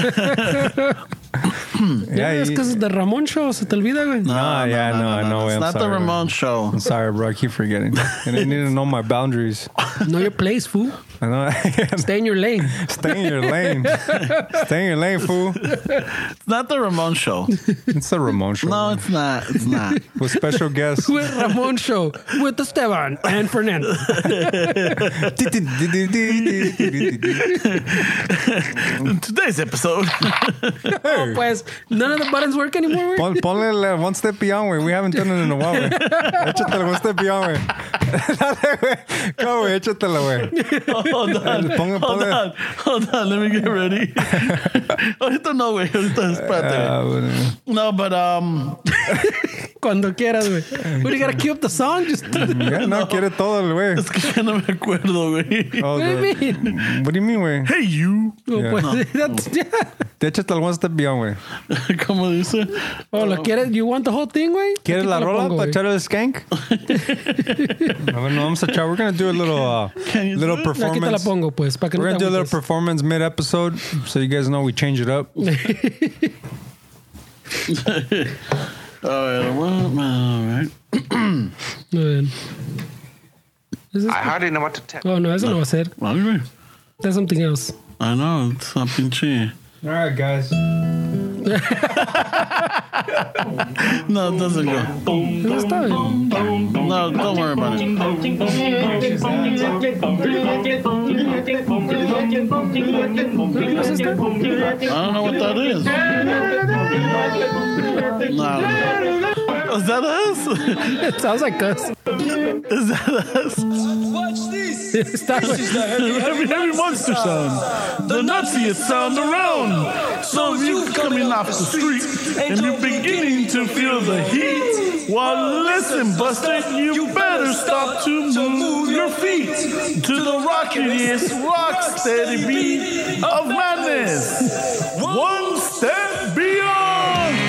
[SPEAKER 4] yeah,
[SPEAKER 3] ves
[SPEAKER 4] you-
[SPEAKER 3] que es de Ramon Show, se te olvida, güey.
[SPEAKER 4] Ah, yeah, no, I know.
[SPEAKER 1] It's
[SPEAKER 4] I'm
[SPEAKER 1] not the
[SPEAKER 4] sorry, bro.
[SPEAKER 1] Ramon show.
[SPEAKER 4] I'm sorry, bro. I keep forgetting, and I need to know my boundaries.
[SPEAKER 3] Know your place, fool.
[SPEAKER 4] I know.
[SPEAKER 3] Stay in your lane.
[SPEAKER 4] Stay in your lane. Stay in your lane, fool.
[SPEAKER 1] It's not the Ramon show.
[SPEAKER 4] It's a Ramon show
[SPEAKER 1] No,
[SPEAKER 4] man,
[SPEAKER 1] it's not. It's not.
[SPEAKER 4] with special guests.
[SPEAKER 3] With Ramon Show, with Esteban and Fernando.
[SPEAKER 4] hey,
[SPEAKER 1] Today's episode.
[SPEAKER 3] Pues, none of the buttons work anymore, güey.
[SPEAKER 4] pon, ponle la one step beyond, güey. We haven't done it in a while, güey. Échatela one step beyond, güey. Dale, güey. Go, güey. Échatela, güey.
[SPEAKER 1] Hold on.
[SPEAKER 4] Ponga-
[SPEAKER 1] Hold
[SPEAKER 4] ponga-
[SPEAKER 1] on. Hold on. Let me get ready. Ahorita no, güey. Ahorita espérate.
[SPEAKER 4] Ah,
[SPEAKER 1] güey.
[SPEAKER 4] bueno.
[SPEAKER 1] No, but um,
[SPEAKER 3] Cuando quieras, güey. What, you gotta cue up the song? Just, what
[SPEAKER 4] Ya, no, quiere todo, el güey.
[SPEAKER 1] es que ya no me acuerdo, güey.
[SPEAKER 4] Oh,
[SPEAKER 3] do you
[SPEAKER 4] the-
[SPEAKER 3] mean?
[SPEAKER 4] What do you mean, güey?
[SPEAKER 1] Hey, you.
[SPEAKER 3] No,
[SPEAKER 4] Yeah.
[SPEAKER 3] pues, that's, yeah.
[SPEAKER 4] Échatela one step beyond, güey.
[SPEAKER 1] ¿Cómo dice?
[SPEAKER 3] Oh, ¿lo quieres? You want the whole thing, güey?
[SPEAKER 4] ¿Quieres
[SPEAKER 3] Aquí
[SPEAKER 4] la
[SPEAKER 3] te lo
[SPEAKER 4] rola
[SPEAKER 3] pongo, eh.
[SPEAKER 4] para echar el
[SPEAKER 3] güey.
[SPEAKER 4] skank? A ver, no, vamos a echar. We're going to do a little, uh,
[SPEAKER 1] Can you
[SPEAKER 4] little
[SPEAKER 1] do it? Aquí
[SPEAKER 3] Aquí te la
[SPEAKER 4] performance.
[SPEAKER 3] pongo, pues, para que
[SPEAKER 4] We're
[SPEAKER 3] no
[SPEAKER 4] gonna
[SPEAKER 3] te
[SPEAKER 4] do a little
[SPEAKER 3] agüites.
[SPEAKER 4] performance mid episode, so you guys know we change it up.
[SPEAKER 1] All right. Well, all right.
[SPEAKER 3] Muy bien. Is this-
[SPEAKER 7] I hardly know what to tell.
[SPEAKER 3] Oh, no, eso no. va a ser.
[SPEAKER 1] All right.
[SPEAKER 3] That's something else.
[SPEAKER 1] I know. It's a pinche.
[SPEAKER 4] All right, guys.
[SPEAKER 1] No, it doesn't go.
[SPEAKER 3] Eso está bien.
[SPEAKER 1] No, don't worry about it. I don't know what that is. No. Is that us?
[SPEAKER 3] It sounds like us.
[SPEAKER 1] Is that us?
[SPEAKER 3] Está,
[SPEAKER 1] Every, every monster sound. The nuttiest sound around. So you coming off the street and you're beginning to feel the heat. Well, listen, Buster, you better stop to move your feet to the rockiest, rock steady beat of madness. One step beyond.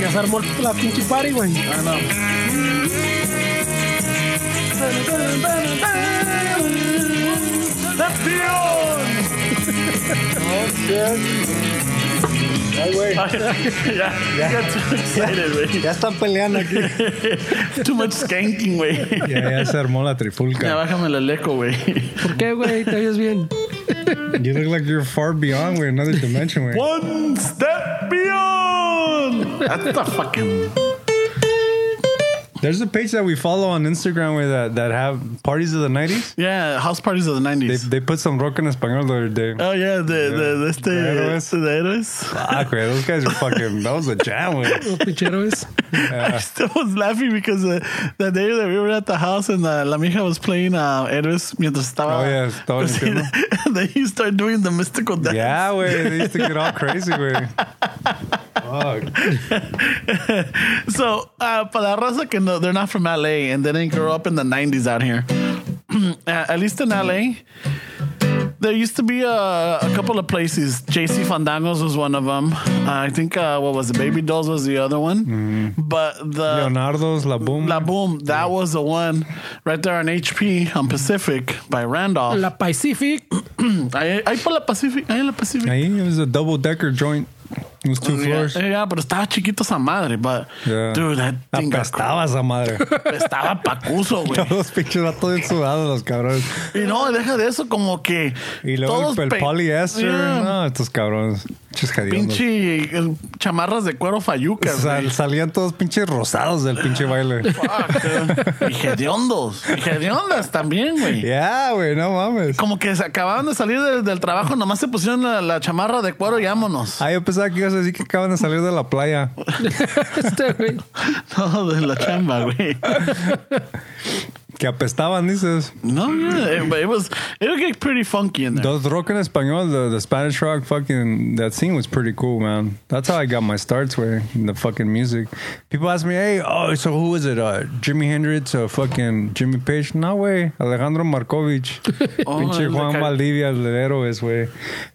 [SPEAKER 3] ya se armó la pinche party, güey.
[SPEAKER 1] That's beyond. yeah, yeah. got too excited, way.
[SPEAKER 4] Ya están peleando aquí.
[SPEAKER 1] Too much skanking, way.
[SPEAKER 4] Ya, ya se armó la
[SPEAKER 1] Ya
[SPEAKER 4] trifulca.
[SPEAKER 1] bájame el eco, güey.
[SPEAKER 3] ¿Por qué, güey? ¿Te oyes bien?
[SPEAKER 4] You look like you're far beyond. We're another dimension. We're.
[SPEAKER 1] One step beyond. That's the fucking.
[SPEAKER 4] There's a page that we follow on Instagram where that, that have parties of the 90s.
[SPEAKER 1] Yeah, house parties of the
[SPEAKER 4] They,
[SPEAKER 1] nineties.
[SPEAKER 4] they put some rock in español the other day.
[SPEAKER 1] Oh yeah, the the the, este,
[SPEAKER 4] The héroes.
[SPEAKER 1] the héroes.
[SPEAKER 4] Fuck, man, ah, those guys are fucking. That was a jam. With.
[SPEAKER 3] Los pincheros.
[SPEAKER 1] I still was laughing because uh, the day that we were at the house and uh, la mija was playing uh, héroes mientras estaba.
[SPEAKER 4] Oh, yeah, estaba limpiando.
[SPEAKER 1] and then you start doing the mystical dance.
[SPEAKER 4] Yeah, way they used to get all crazy. Way.
[SPEAKER 1] Uh,
[SPEAKER 4] Fuck.
[SPEAKER 1] So, uh, para la raza que no, they're not from LA and they didn't grow up in the 90s out here. Uh, at least in LA, there used to be a, a couple of places. JC Fandangos was one of them. I think, uh, what was it? Baby Dolls was the other one.
[SPEAKER 4] Mm-hmm.
[SPEAKER 1] But the.
[SPEAKER 4] Leonardo's La Boom.
[SPEAKER 1] La Boom, that was the one right there on HP on Pacific by Randolph.
[SPEAKER 3] La Pacific.
[SPEAKER 1] Ahí, ahí por la Pacific, ahí en la Pacific.
[SPEAKER 4] Ahí, it was a double decker joint. It was two
[SPEAKER 1] Yeah,
[SPEAKER 4] floors.
[SPEAKER 1] yeah, pero estaba chiquito esa madre, but
[SPEAKER 4] Yeah.
[SPEAKER 1] dude, that thing got-
[SPEAKER 4] Apestaba esa madre.
[SPEAKER 1] estaba pacuso, güey.
[SPEAKER 4] Todos los pinches vatos bien sudados, los cabrones.
[SPEAKER 1] Y no, deja de eso, como que
[SPEAKER 4] Y luego
[SPEAKER 1] todos
[SPEAKER 4] el,
[SPEAKER 1] pe-
[SPEAKER 4] el poliéster.
[SPEAKER 1] Yeah.
[SPEAKER 4] No, estos cabrones. Pinches hediondos.
[SPEAKER 1] pinche eh, chamarras de cuero fallucas,
[SPEAKER 4] Sal-
[SPEAKER 1] güey.
[SPEAKER 4] salían todos pinches rosados del pinche baile.
[SPEAKER 1] Fuck, eh. y hediondos, y hediondas también, güey.
[SPEAKER 4] Ya, güey, no mames.
[SPEAKER 1] Como que se acababan de salir del, del trabajo, nomás se pusieron la, la chamarra de cuero y vámonos.
[SPEAKER 4] Ah, yo pensaba que ibas a decir que acaban de salir de la playa.
[SPEAKER 3] Este, güey.
[SPEAKER 1] No, de la chamba, güey.
[SPEAKER 4] Que apestaban, dices.
[SPEAKER 1] No, yeah, it, it was, it would get pretty funky in there.
[SPEAKER 4] Those rock in español, the, the Spanish rock, fucking, that scene was pretty cool, man. That's how I got my starts, way in the fucking music. People ask me, hey, oh, so who is it? Uh, Jimi Hendrix or fucking Jimmy Page? No, way. Alejandro Markovich. Pinche
[SPEAKER 1] el de
[SPEAKER 4] Juan
[SPEAKER 1] Ca-
[SPEAKER 4] Valdivia, el héroes, güey.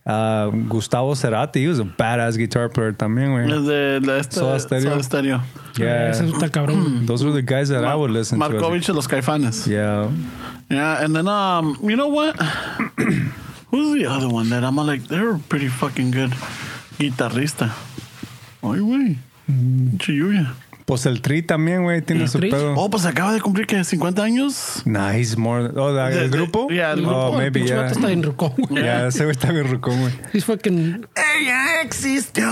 [SPEAKER 4] Uh, Gustavo Cerati, he was a badass guitar player también, güey.
[SPEAKER 1] Es de la esta-
[SPEAKER 4] Soda
[SPEAKER 1] Soda
[SPEAKER 4] Stereo.
[SPEAKER 1] Stereo.
[SPEAKER 3] Ese
[SPEAKER 4] Yeah.
[SPEAKER 3] está cabrón.
[SPEAKER 4] Those were the guys that I would listen
[SPEAKER 1] Markovich de los Caifanes.
[SPEAKER 4] to. Yeah.
[SPEAKER 1] Yeah, and then um, you know what? Who's the other one that I'm like? They're pretty fucking good guitarrista. Ay, güey. Chiyuya.
[SPEAKER 4] Pues el Tri también, güey, tiene su
[SPEAKER 3] Tri?
[SPEAKER 4] pedo.
[SPEAKER 1] Mm. Oh, pues acaba de cumplir que 50 años.
[SPEAKER 4] Nah, he's more. Oh, the,
[SPEAKER 1] The-
[SPEAKER 4] el
[SPEAKER 1] the-
[SPEAKER 4] grupo?
[SPEAKER 1] yeah, el grupo.
[SPEAKER 4] Oh,
[SPEAKER 3] El
[SPEAKER 4] maybe,
[SPEAKER 3] pinche
[SPEAKER 4] yeah.
[SPEAKER 3] vato está en rucón, güey.
[SPEAKER 4] Ya, ese güey está bien rucón, güey.
[SPEAKER 3] He's
[SPEAKER 7] Eh,
[SPEAKER 3] fucking.
[SPEAKER 1] Ella existió.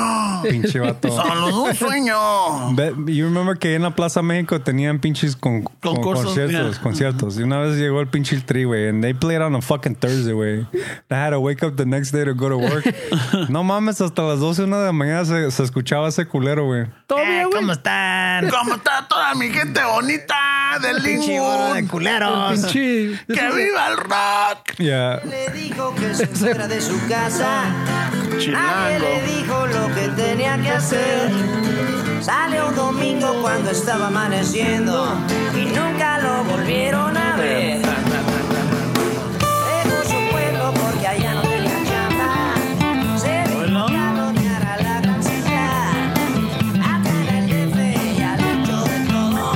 [SPEAKER 4] Pinche vato.
[SPEAKER 1] Solo un sueño.
[SPEAKER 4] Ve- You remember que en la Plaza México tenían pinches con, con
[SPEAKER 1] Concursos,
[SPEAKER 4] conciertos,
[SPEAKER 1] yeah.
[SPEAKER 4] conciertos. Y una vez llegó el pinche el tri, güey. And they played on a fucking Thursday, güey. I had to wake up the next day to go to work. no mames, hasta las 12, una de la mañana se, se escuchaba ese culero, güey.
[SPEAKER 3] Todavía, güey.
[SPEAKER 1] ¿Cómo está toda mi gente bonita del Linwood?
[SPEAKER 3] Pinche.
[SPEAKER 1] ¡Que viva el rock!
[SPEAKER 4] Yeah.
[SPEAKER 7] Le dijo que se fuera de su casa. Nadie le
[SPEAKER 1] Chilango.
[SPEAKER 7] dijo lo que tenía que hacer. Sale un domingo cuando estaba amaneciendo y nunca lo volvieron a ver. Dejó su pueblo porque allá no tenía chamba. Se vino
[SPEAKER 1] Bueno.
[SPEAKER 7] a doñar a la canciller. A tener jefe y al hecho de todo.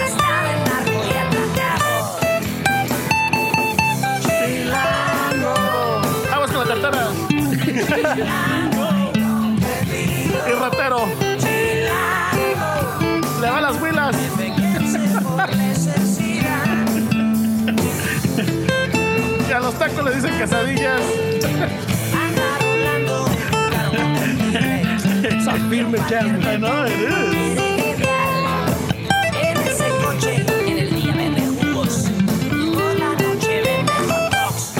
[SPEAKER 7] Hasta del narco y el plateado.
[SPEAKER 1] ¡Vamos con la tartara! ¡Y ratero! ¡Le va las huilas! Y a los tacos le dicen quesadillas.
[SPEAKER 3] Firme, ya, güey.
[SPEAKER 1] I know it is.
[SPEAKER 7] En ese coche, en el día vende jugos, por la noche vende hot dogs.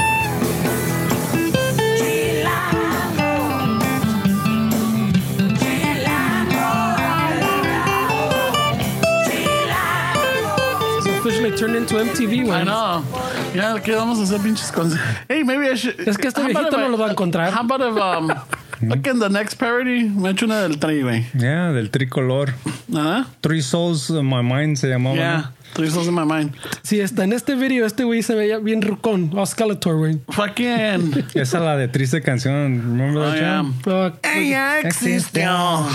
[SPEAKER 7] Chilango, chilango, chilango.
[SPEAKER 3] It's officially turned into MTV,
[SPEAKER 1] I
[SPEAKER 3] güey.
[SPEAKER 1] know. Ya, ¿qué vamos a hacer pinches con... Hey, maybe I should...
[SPEAKER 3] Es que este
[SPEAKER 1] How about
[SPEAKER 3] viejito
[SPEAKER 1] if I-
[SPEAKER 3] no lo va a encontrar.
[SPEAKER 1] How about if, um... Look in the next parody, me echo una del tri, güey.
[SPEAKER 4] Yeah, del tricolor.
[SPEAKER 1] ¿Nada?
[SPEAKER 4] Three Souls in My Mind se llamaba.
[SPEAKER 1] Yeah. Three souls in my mind.
[SPEAKER 3] Si está en este video, este güey se veía bien rucón. O Skeletor, güey.
[SPEAKER 1] Fucking...
[SPEAKER 4] ¿no? Esa la de triste canción. Remember that
[SPEAKER 1] I
[SPEAKER 4] jam?
[SPEAKER 1] am.
[SPEAKER 3] Uh,
[SPEAKER 1] Ella existió.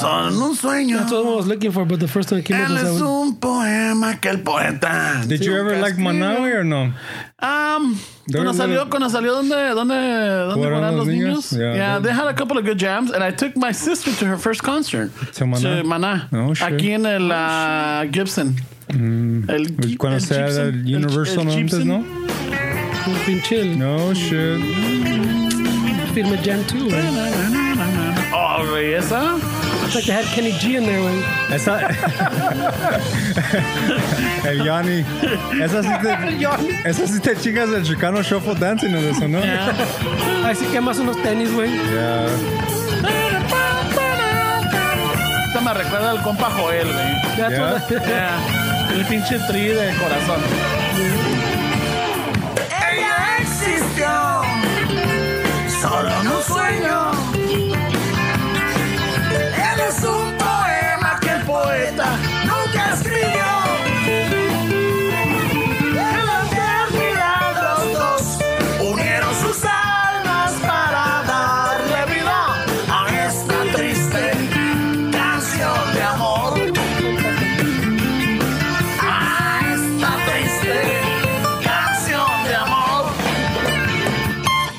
[SPEAKER 1] Son un sueño.
[SPEAKER 3] that's what I was looking for, but the first one that came up
[SPEAKER 1] Él
[SPEAKER 3] was
[SPEAKER 1] es
[SPEAKER 3] that one.
[SPEAKER 1] un poema que el poeta.
[SPEAKER 4] Did you ever like Manawi or no?
[SPEAKER 1] Um,
[SPEAKER 4] There
[SPEAKER 1] cuando
[SPEAKER 4] was
[SPEAKER 1] salió,
[SPEAKER 4] a-
[SPEAKER 1] cuando salió donde, donde, donde
[SPEAKER 4] Fueron
[SPEAKER 1] moran
[SPEAKER 4] los
[SPEAKER 1] los
[SPEAKER 4] niños?
[SPEAKER 1] niños. Yeah,
[SPEAKER 4] Yeah.
[SPEAKER 1] they had a couple of good jams, and I took my sister to her first concert.
[SPEAKER 4] To Maná?
[SPEAKER 1] To Maná.
[SPEAKER 4] Oh, shit.
[SPEAKER 1] Aquí en el uh, Gibson. El, Gi-
[SPEAKER 4] Mm. Pues Cuando
[SPEAKER 1] el
[SPEAKER 4] sea
[SPEAKER 1] Gibson.
[SPEAKER 4] el Universal
[SPEAKER 1] el
[SPEAKER 4] antes,
[SPEAKER 1] Gibson.
[SPEAKER 4] ¿no?
[SPEAKER 3] Un pinche
[SPEAKER 4] No shit.
[SPEAKER 3] firme jam, too, güey.
[SPEAKER 1] Oh, güey, esa.
[SPEAKER 3] It's like they had Kenny G in there, güey.
[SPEAKER 4] Esa. el Yanni. Esa sí te. Esa sí te chingas el Chicano Shuffle Dancing en eso, ¿no?
[SPEAKER 3] Así Ah, que más unos tenis, güey.
[SPEAKER 4] Yeah.
[SPEAKER 1] Esta me recuerda al compa Joel, güey.
[SPEAKER 3] That's
[SPEAKER 4] Yeah.
[SPEAKER 3] what I-
[SPEAKER 1] Yeah. El pinche tri de corazón.
[SPEAKER 7] Ella existió, solo en un sueño. Él es un poema que el poeta nunca escribió. En la eternidad los dos unieron sus almas para darle vida a esta triste canción de amor. A esta triste canción de amor.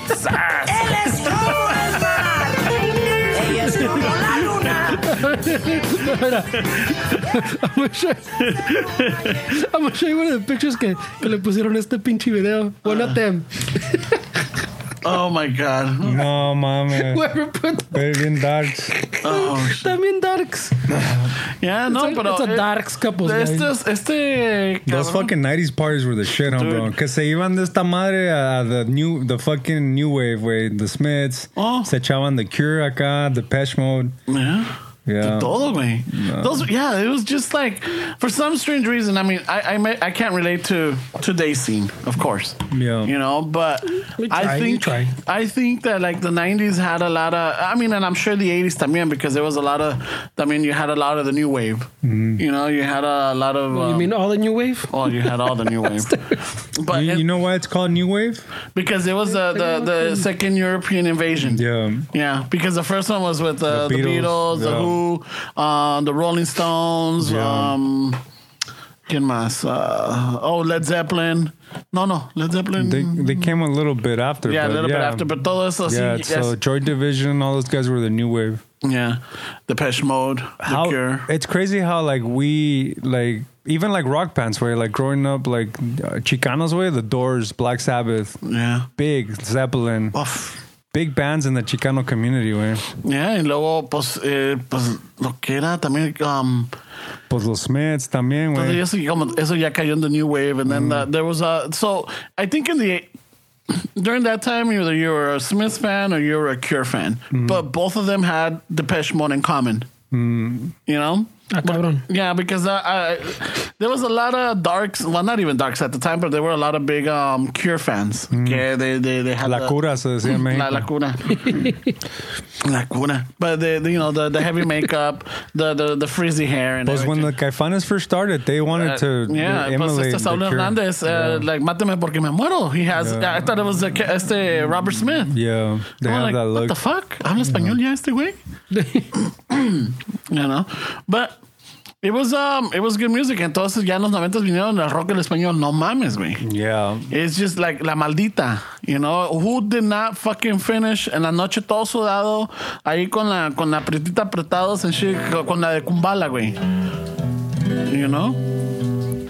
[SPEAKER 7] Él es como el mar.
[SPEAKER 3] Mira, I'm gonna show you, I'm gonna show you one of the pictures que, que le pusieron a este pinche video. Well, not them.
[SPEAKER 1] Oh my god.
[SPEAKER 4] No mames.
[SPEAKER 3] Whoever put
[SPEAKER 4] They're bien darks.
[SPEAKER 1] Oh, sh-
[SPEAKER 3] también darks.
[SPEAKER 1] yeah, no,
[SPEAKER 3] it's, a,
[SPEAKER 1] pero
[SPEAKER 3] it's a
[SPEAKER 1] eh,
[SPEAKER 3] darks couple. guy.
[SPEAKER 1] Estos, este
[SPEAKER 4] Those
[SPEAKER 1] cabrón-
[SPEAKER 4] fucking 90s parties were the shit, huh, bro? Que se iban de esta madre a the new, the fucking new wave, way, the Smiths.
[SPEAKER 1] Oh.
[SPEAKER 4] Se echaban the Cure acá, the Pesh Mode.
[SPEAKER 1] Yeah.
[SPEAKER 4] Yeah.
[SPEAKER 1] Todo, güey. Those, yeah, it was just like, for some strange reason. I mean, I, I, may, I can't relate to today's scene, of course.
[SPEAKER 4] Yeah.
[SPEAKER 1] You know, but
[SPEAKER 3] We try,
[SPEAKER 1] I
[SPEAKER 3] we
[SPEAKER 1] think
[SPEAKER 3] try.
[SPEAKER 1] I think that like the '90s had a lot of. I mean, and I'm sure the '80s también because there was a lot of. I mean, you had a lot of the new wave.
[SPEAKER 4] Mm-hmm.
[SPEAKER 1] You know, you had a lot of.
[SPEAKER 3] you
[SPEAKER 1] um,
[SPEAKER 3] mean all the new wave?
[SPEAKER 1] Oh, you had all the new wave, but
[SPEAKER 4] You,
[SPEAKER 1] it-
[SPEAKER 4] you know why it's called new wave?
[SPEAKER 1] because it was the, the, the second European invasion.
[SPEAKER 4] Yeah.
[SPEAKER 1] Yeah, because the first one was with uh,
[SPEAKER 4] The
[SPEAKER 1] the
[SPEAKER 4] Beatles,
[SPEAKER 1] Beatles, the Who,
[SPEAKER 4] yeah.
[SPEAKER 1] uh, the Rolling Stones.
[SPEAKER 4] Yeah.
[SPEAKER 1] Um, ¿Quién más? Uh, oh, Led Zeppelin. No, no, Led Zeppelin.
[SPEAKER 4] They they came a little bit after.
[SPEAKER 1] yeah, a
[SPEAKER 4] but
[SPEAKER 1] little bit
[SPEAKER 4] yeah.
[SPEAKER 1] after, but todo eso
[SPEAKER 4] Yeah,
[SPEAKER 1] sí.
[SPEAKER 4] so
[SPEAKER 1] yes.
[SPEAKER 4] Joy Division, all those guys were the new wave.
[SPEAKER 1] yeah, Depeche Mode, The
[SPEAKER 4] how
[SPEAKER 1] Cure.
[SPEAKER 4] it's crazy how like we like even like rock bands where like growing up like uh, Chicanos way the Doors Black Sabbath
[SPEAKER 1] Yeah.
[SPEAKER 4] big Zeppelin
[SPEAKER 1] Uf.
[SPEAKER 4] big bands in the Chicano community way
[SPEAKER 1] Yeah, y luego, pues, eh, pues, lo que era también. Um,
[SPEAKER 4] pues los Smiths también
[SPEAKER 1] Entonces,
[SPEAKER 4] way
[SPEAKER 1] eso, ya como- eso ya cayó en the new wave, and then uh, there was a. So I think in the during that time, either you were a Smiths fan or you were a Cure fan,
[SPEAKER 4] Mm.
[SPEAKER 1] but both of them had Depeche Mode in common.
[SPEAKER 4] Mm.
[SPEAKER 1] You know.
[SPEAKER 3] Ah, cabrón.
[SPEAKER 1] Yeah, because uh, I, there was a lot of darks. Well, not even darks at the time, but there were a lot of big um, Cure fans. Yeah, they, they they had
[SPEAKER 4] Mm. La
[SPEAKER 1] the-
[SPEAKER 4] Cura se decía en
[SPEAKER 1] La, la
[SPEAKER 4] México
[SPEAKER 1] cuna. la cuna. But the, the, you know the, the heavy makeup, the, the the frizzy hair, and
[SPEAKER 4] Pues when
[SPEAKER 1] everything.
[SPEAKER 4] the Caifanes first started they wanted to
[SPEAKER 1] Uh, yeah, pues
[SPEAKER 4] emulate
[SPEAKER 1] este
[SPEAKER 4] the
[SPEAKER 1] Saúl
[SPEAKER 4] Cure.
[SPEAKER 1] Hernández, uh, like máteme porque me muero. He has. uh,
[SPEAKER 4] Yeah.
[SPEAKER 1] I thought it was a, ca- este Robert Smith.
[SPEAKER 4] yeah they
[SPEAKER 1] I'm
[SPEAKER 4] had
[SPEAKER 1] like,
[SPEAKER 4] that
[SPEAKER 1] What
[SPEAKER 4] look
[SPEAKER 1] the fuck? Habla español ya este güey. You know, but. It was um, it was good music. Entonces ya en los 90 vinieron el rock el español. No mames, güey.
[SPEAKER 4] yeah
[SPEAKER 1] It's just like la maldita, you know, who did not fucking finish en la noche todo sudado, ahí con la con la apretita apretados and shit, co- con la de Kumbala, güey. You know?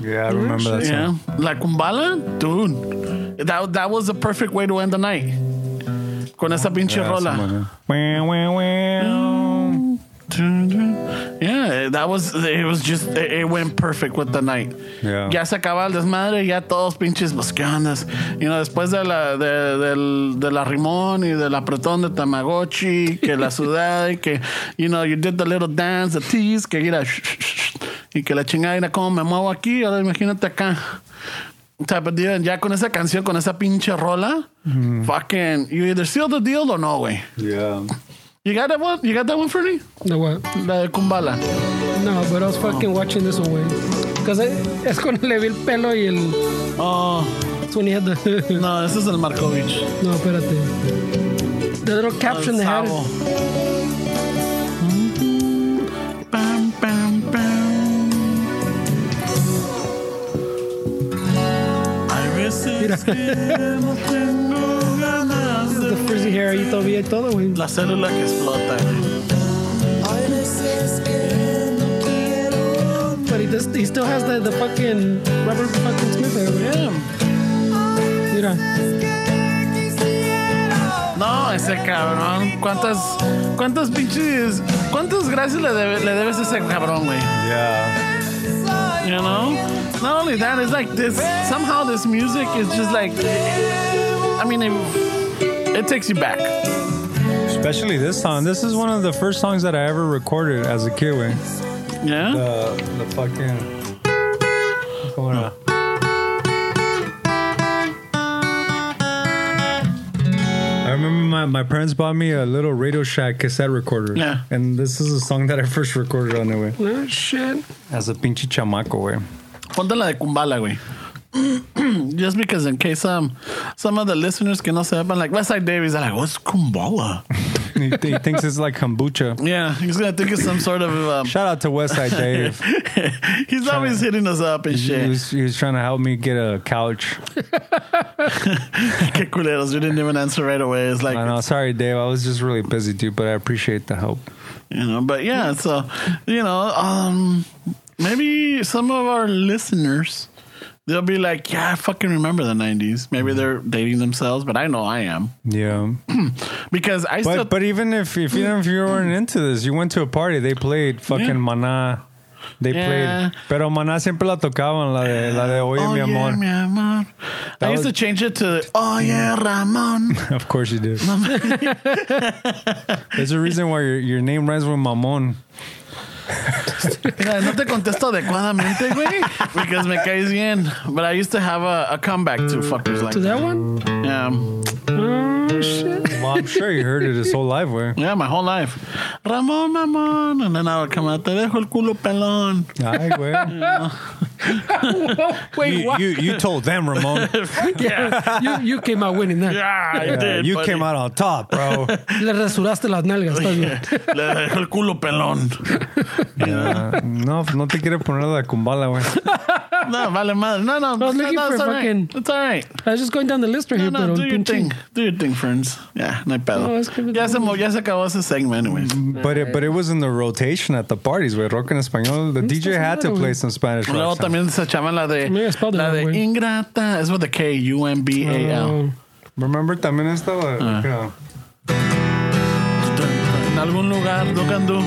[SPEAKER 4] yeah I remember
[SPEAKER 1] Mm-hmm.
[SPEAKER 4] that
[SPEAKER 1] Yeah.
[SPEAKER 4] song
[SPEAKER 1] La Kumbala, dude. That that was the perfect way to end the night. Con esa pinche
[SPEAKER 4] Ah, yeah,
[SPEAKER 1] rola. Mm.
[SPEAKER 4] somewhere. Wah, wah, wah.
[SPEAKER 1] Yeah, that was it was just it, it went perfect with the night.
[SPEAKER 4] Yeah.
[SPEAKER 1] Ya se acaba el desmadre, ya todos pinches pues, ¿qué ondas? You know, después de la de, del de la rimón y del apretón de Tamagotchi, que la sudada y que you know, you did the little dance, the tease, que era sh- sh- sh- y que la chingada era como me muevo aquí, ahora imagínate acá. O sea, pues, digan, ya con esa canción, con esa pinche rola, fucking, you either seal the deal or no, güey.
[SPEAKER 4] yeah
[SPEAKER 1] You got that one? You got that one, Fernie?
[SPEAKER 3] No, what?
[SPEAKER 1] La de Kumbala.
[SPEAKER 3] No, but I was fucking watching this one, way. Because es cuando le vi el pelo y el.
[SPEAKER 1] Oh.
[SPEAKER 3] It's when he had the.
[SPEAKER 1] No, ese es el Markovich.
[SPEAKER 3] no, espérate. The little caption they had.
[SPEAKER 1] Sabo. Pam, pam, pam. Hay veces que no tengo ganas
[SPEAKER 3] The
[SPEAKER 1] de
[SPEAKER 3] frizzy hair y todavía y todo, güey.
[SPEAKER 1] la célula que explota.
[SPEAKER 3] But he, does, he still has the, the fucking Robert fucking Smith hair, güey. Mira.
[SPEAKER 1] No, ese cabrón. ¿Cuántas, cuántas pinches, cuántas gracias le, debe- le debes a ese cabrón, güey?
[SPEAKER 4] yeah
[SPEAKER 1] You know? Not only that, it's like this somehow this music is just like I mean it, it takes you back.
[SPEAKER 4] Especially this song. This is one of the first songs that I ever recorded as a kid. Way.
[SPEAKER 1] Yeah?
[SPEAKER 4] The the fucking. ¿Cómo era? I remember my, my parents bought me a little Radio Shack cassette recorder.
[SPEAKER 1] Yeah.
[SPEAKER 4] And this is a song that I first recorded on the way.
[SPEAKER 3] No shit.
[SPEAKER 4] As a pinche chamaco, way.
[SPEAKER 1] Ponte la de Kumbala, güey. Just because in case um some of the listeners que no sepan, like Westside Davies are like, what's Kumbala?
[SPEAKER 4] He, he thinks it's like kombucha.
[SPEAKER 1] Yeah, he's gonna think of some sort of. Um,
[SPEAKER 4] Shout out to Westside Dave.
[SPEAKER 1] he's always hitting us up and
[SPEAKER 4] He
[SPEAKER 1] shit.
[SPEAKER 4] was, he was trying to help me get a couch.
[SPEAKER 1] Que culeros, we didn't even answer right away. It's like
[SPEAKER 4] I know. Sorry, Dave. I was just really busy, dude. But I appreciate the help.
[SPEAKER 1] you know, but yeah, so you know, um, maybe some of our listeners they'll be like, yeah, I fucking remember the '90s. Maybe
[SPEAKER 4] Mm.
[SPEAKER 1] they're dating themselves, but I know I am
[SPEAKER 4] Yeah.
[SPEAKER 1] because I still
[SPEAKER 4] But but even if if even if you weren't into this, you went to a party. They played fucking
[SPEAKER 1] Yeah.
[SPEAKER 4] Maná. They
[SPEAKER 1] Yeah.
[SPEAKER 4] played. Pero Maná siempre la tocaban la de la de Oye mi amor.
[SPEAKER 1] Oh, Yeah, mi amor. I
[SPEAKER 4] That
[SPEAKER 1] used to
[SPEAKER 4] was-
[SPEAKER 1] change it to Oh yeah, Ramon.
[SPEAKER 4] Of course you do. There's a reason why your, your name rhymes with Mamon.
[SPEAKER 1] Mira, no te contesto adecuadamente, güey, because me caes bien. But I used to have a, a comeback to fuckers like
[SPEAKER 3] To
[SPEAKER 1] that.
[SPEAKER 3] that one?
[SPEAKER 1] Yeah,
[SPEAKER 3] Oh, shit.
[SPEAKER 4] Well, I'm sure you heard it his whole life. Where
[SPEAKER 1] yeah, my whole life. Ramon, Ramon, and then I would come out. Te dejo el culo pelón.
[SPEAKER 4] Ay, güey.
[SPEAKER 3] Oh, Wait,
[SPEAKER 4] You,
[SPEAKER 3] what?
[SPEAKER 4] you
[SPEAKER 3] You,
[SPEAKER 4] you told them, Ramon.
[SPEAKER 3] you, came out winning that.
[SPEAKER 1] Yeah, I
[SPEAKER 4] Yeah,
[SPEAKER 1] did.
[SPEAKER 4] you
[SPEAKER 1] buddy.
[SPEAKER 4] came out on top, bro.
[SPEAKER 3] Le rasuraste las nalgas. estás bien.
[SPEAKER 1] Le dejo el culo pelón.
[SPEAKER 4] Uh, no, no te quiere poner la cumbala, güey.
[SPEAKER 1] No, vale madre. No, no,
[SPEAKER 3] was
[SPEAKER 1] no,
[SPEAKER 3] looking
[SPEAKER 1] no,
[SPEAKER 3] for
[SPEAKER 1] it's all
[SPEAKER 3] fucking-
[SPEAKER 1] right. It's all right.
[SPEAKER 3] I was just going down the list right
[SPEAKER 1] No,
[SPEAKER 3] here,
[SPEAKER 1] no,
[SPEAKER 3] pero
[SPEAKER 1] do
[SPEAKER 3] el
[SPEAKER 1] your
[SPEAKER 3] pinche-
[SPEAKER 1] thing. Do your thing, friends. Yeah, no hay pedo.
[SPEAKER 3] No, Mm, es que-
[SPEAKER 1] ya, se, mo- ya se acabó ese segment, anyways.
[SPEAKER 4] But it but it was in the rotation at the parties. Where rock en español, the DJ had to play some Spanish. rock
[SPEAKER 1] Luego
[SPEAKER 4] songs.
[SPEAKER 1] también se echaban la de
[SPEAKER 3] Mira, es padre,
[SPEAKER 1] la de
[SPEAKER 3] güey.
[SPEAKER 1] ingrata, es with the K U M B A L.
[SPEAKER 3] Oh.
[SPEAKER 4] Remember también estaba like, uh,
[SPEAKER 3] Ah.
[SPEAKER 1] En algún lugar, tocando.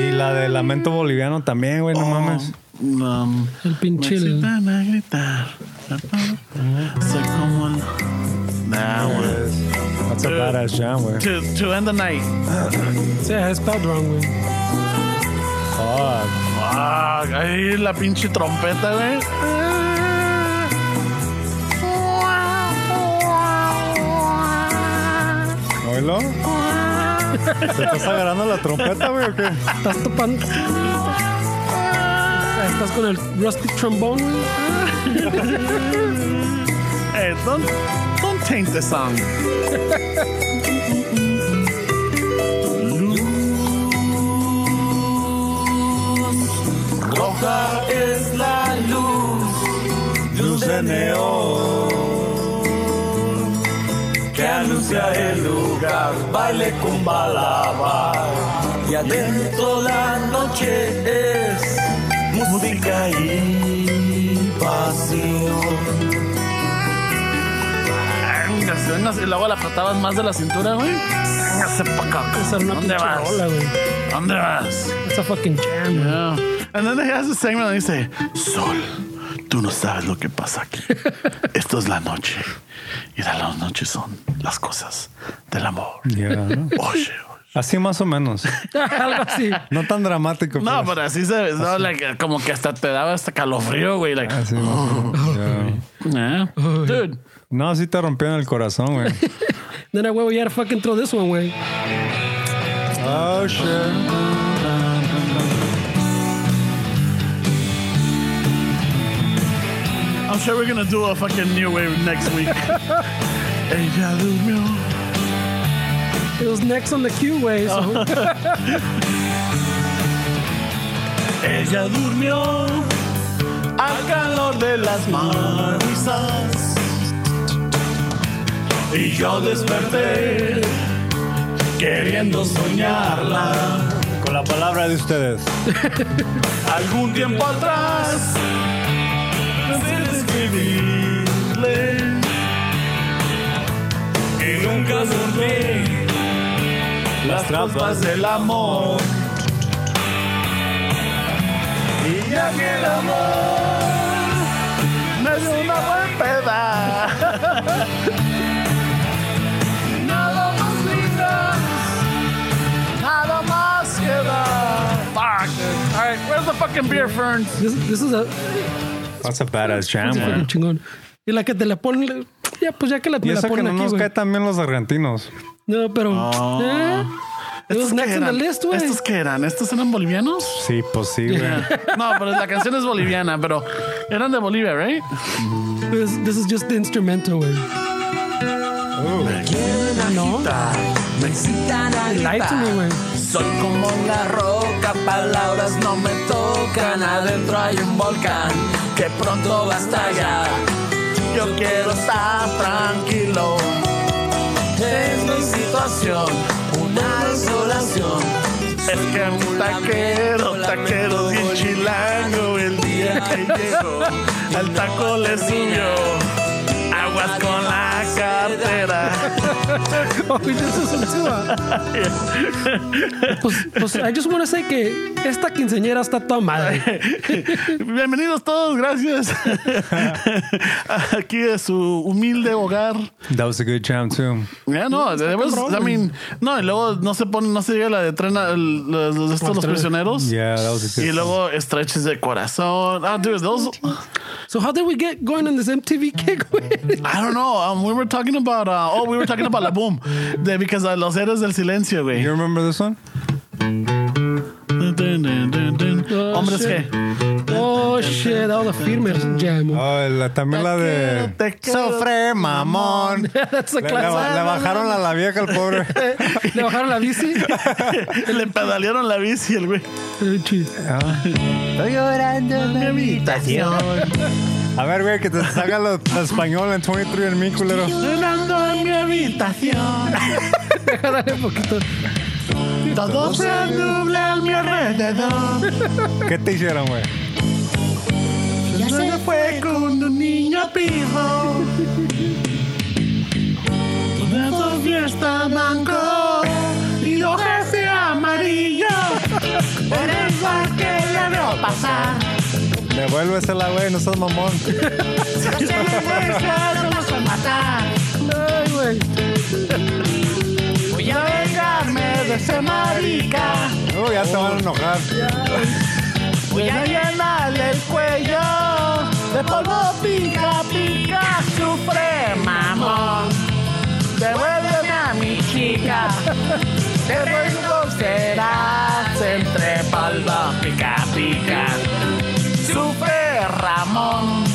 [SPEAKER 4] y la de Lamento Boliviano también, güey, no mames.
[SPEAKER 1] Um,
[SPEAKER 3] El pinche. el-
[SPEAKER 1] Necesitan a gritar. Soy como el- Nah, güey.
[SPEAKER 4] That's a badass jam, güey.
[SPEAKER 1] To, to end the night.
[SPEAKER 3] Yeah, I spelled wrong, güey.
[SPEAKER 4] Fuck.
[SPEAKER 1] Ah, ahí la pinche trompeta, güey. Ah.
[SPEAKER 4] ¿Oílo? ¿Te estás agarrando la trompeta, güey, o qué?
[SPEAKER 3] Estás topando. Estás con el rusty trombone, güey. Ah.
[SPEAKER 1] Hey, Eh, don't, don't taint the song.
[SPEAKER 7] Roja es la luz, luz de neón, que anuncia el lugar, baile con balaba. Y adentro la noche es música y pasión.
[SPEAKER 1] Véngase, véngase. Y luego la patabas más de la cintura, güey. Véngase pa' acá.
[SPEAKER 3] Esa era una
[SPEAKER 1] ¿Dónde
[SPEAKER 3] pinche
[SPEAKER 1] vas?
[SPEAKER 3] rola, güey.
[SPEAKER 1] ¿Dónde vas?
[SPEAKER 3] It's a fucking jam, güey.
[SPEAKER 1] Yeah. And then he has a segment and he say, Sol, tú no sabes lo que pasa aquí. Esto es la noche. Y de las noches son las cosas del amor.
[SPEAKER 4] Yeah.
[SPEAKER 1] Oye,
[SPEAKER 4] Así más o menos.
[SPEAKER 3] Algo así.
[SPEAKER 4] No tan dramático. pues.
[SPEAKER 1] No,
[SPEAKER 4] pero-
[SPEAKER 1] pero así se no, like, como que hasta te daba hasta calofrío, güey. Like,
[SPEAKER 4] Así más o menos. Yeah.
[SPEAKER 1] eh, dude.
[SPEAKER 4] No, sí te rompió en el corazón, güey.
[SPEAKER 3] Then I will, you gotta fucking throw this one, güey.
[SPEAKER 4] Oh, shit.
[SPEAKER 1] I'm sure we're gonna do a fucking new wave next week. Ella durmió.
[SPEAKER 3] It was next on the queue, güey. So
[SPEAKER 1] Ella durmió al calor de las marisas y yo desperté queriendo soñarla.
[SPEAKER 4] Con la palabra de ustedes.
[SPEAKER 1] Algún tiempo atrás sin escribirle y nunca sentí las trampas del amor. Y ya que el amor no es una buena peda. Nada más lindas, nada más que dar. Fuck. dude. All right, where's the fucking beer, Ferns?
[SPEAKER 3] this, this is a
[SPEAKER 4] That's a badass jam,
[SPEAKER 3] fucking
[SPEAKER 4] güey.
[SPEAKER 3] chingón. Y la que te la ponen, ya pues ya que la,
[SPEAKER 4] Y
[SPEAKER 3] me la
[SPEAKER 4] eso que
[SPEAKER 3] ponen
[SPEAKER 4] no
[SPEAKER 3] aquí,
[SPEAKER 4] nos
[SPEAKER 3] güey.
[SPEAKER 4] cae también los argentinos.
[SPEAKER 3] No, pero eh, It was
[SPEAKER 1] ¿Estos
[SPEAKER 3] next
[SPEAKER 1] qué
[SPEAKER 3] in the
[SPEAKER 1] eran?
[SPEAKER 3] list, güey.
[SPEAKER 1] ¿Estos qué eran? ¿Estos eran bolivianos?
[SPEAKER 4] Sí, pues sí, güey.
[SPEAKER 1] No, pero la canción es boliviana, pero eran de Bolivia, right?
[SPEAKER 3] This, this is just the instrumental, güey. No, lie to me, güey.
[SPEAKER 7] Soy como una roca, palabras no me tocan. Adentro hay un volcán que pronto va a estallar. Yo quiero estar tranquilo. Es mi situación, una desolación.
[SPEAKER 1] Es que un taquero, taquero bien chilango el día que llegó. Al taco le subió aguas con la cartera.
[SPEAKER 3] Oh, we just listened to it. pues, pues, I just want to say que esta quinceañera está toda madre.
[SPEAKER 1] Bienvenidos todos, gracias. Aquí es su humilde hogar.
[SPEAKER 4] That was a good jam too.
[SPEAKER 1] Ya no, debemos, I mean, no, y luego no se pone, no se llega la de tren a- el- los, los- estos, los prisioneros.
[SPEAKER 4] Yeah, that was a good.
[SPEAKER 1] Y luego estreches de corazón. Ah, dude, those,
[SPEAKER 3] So how did we get going on this MTV kick, güey?
[SPEAKER 1] I don't know. Um, we were talking about, uh, oh, we were talking about La Boom. De, because uh, Los Héroes del Silencio, güey.
[SPEAKER 4] You remember this one?
[SPEAKER 1] Dun, dun, dun, dun, dun.
[SPEAKER 3] Oh,
[SPEAKER 1] Hombres
[SPEAKER 3] shit.
[SPEAKER 1] que.
[SPEAKER 3] Oh, shit, that was a firmer jam. güey.
[SPEAKER 4] Oh, la, también la de.
[SPEAKER 1] Te quiero.
[SPEAKER 4] Sofre, mamón.
[SPEAKER 3] That's a
[SPEAKER 4] Le, le ba- le
[SPEAKER 3] classic.
[SPEAKER 4] bajaron la, la vieja al pobre.
[SPEAKER 3] Le bajaron la bici.
[SPEAKER 1] Le pedalearon la bici, el güey.
[SPEAKER 3] Eh, chi.
[SPEAKER 4] Estoy llorando en mi habitación. A ver, güey, que te salga lo, lo español en 23 en mi culero.
[SPEAKER 1] Llorando en mi habitación.
[SPEAKER 3] Dale un poquito.
[SPEAKER 1] Todo se nubla a mi alrededor.
[SPEAKER 4] ¿Qué te hicieron, güey?
[SPEAKER 1] Ya se fue con un niño pijo. Una dos fiesta manco y hojas de amarillo. Eres la que le veo pasar.
[SPEAKER 4] Devuélvesela, güey, no seas mamón.
[SPEAKER 3] Ay, güey.
[SPEAKER 1] Voy a vengarme de ese marica.
[SPEAKER 4] No, ya te van a enojar.
[SPEAKER 1] Voy a llenarle el cuello de polvo pica pica. Sufre, mamón. Devuélveme a mi chica. Te ruego serás entre polvo pica pica. Sufre, Ramón.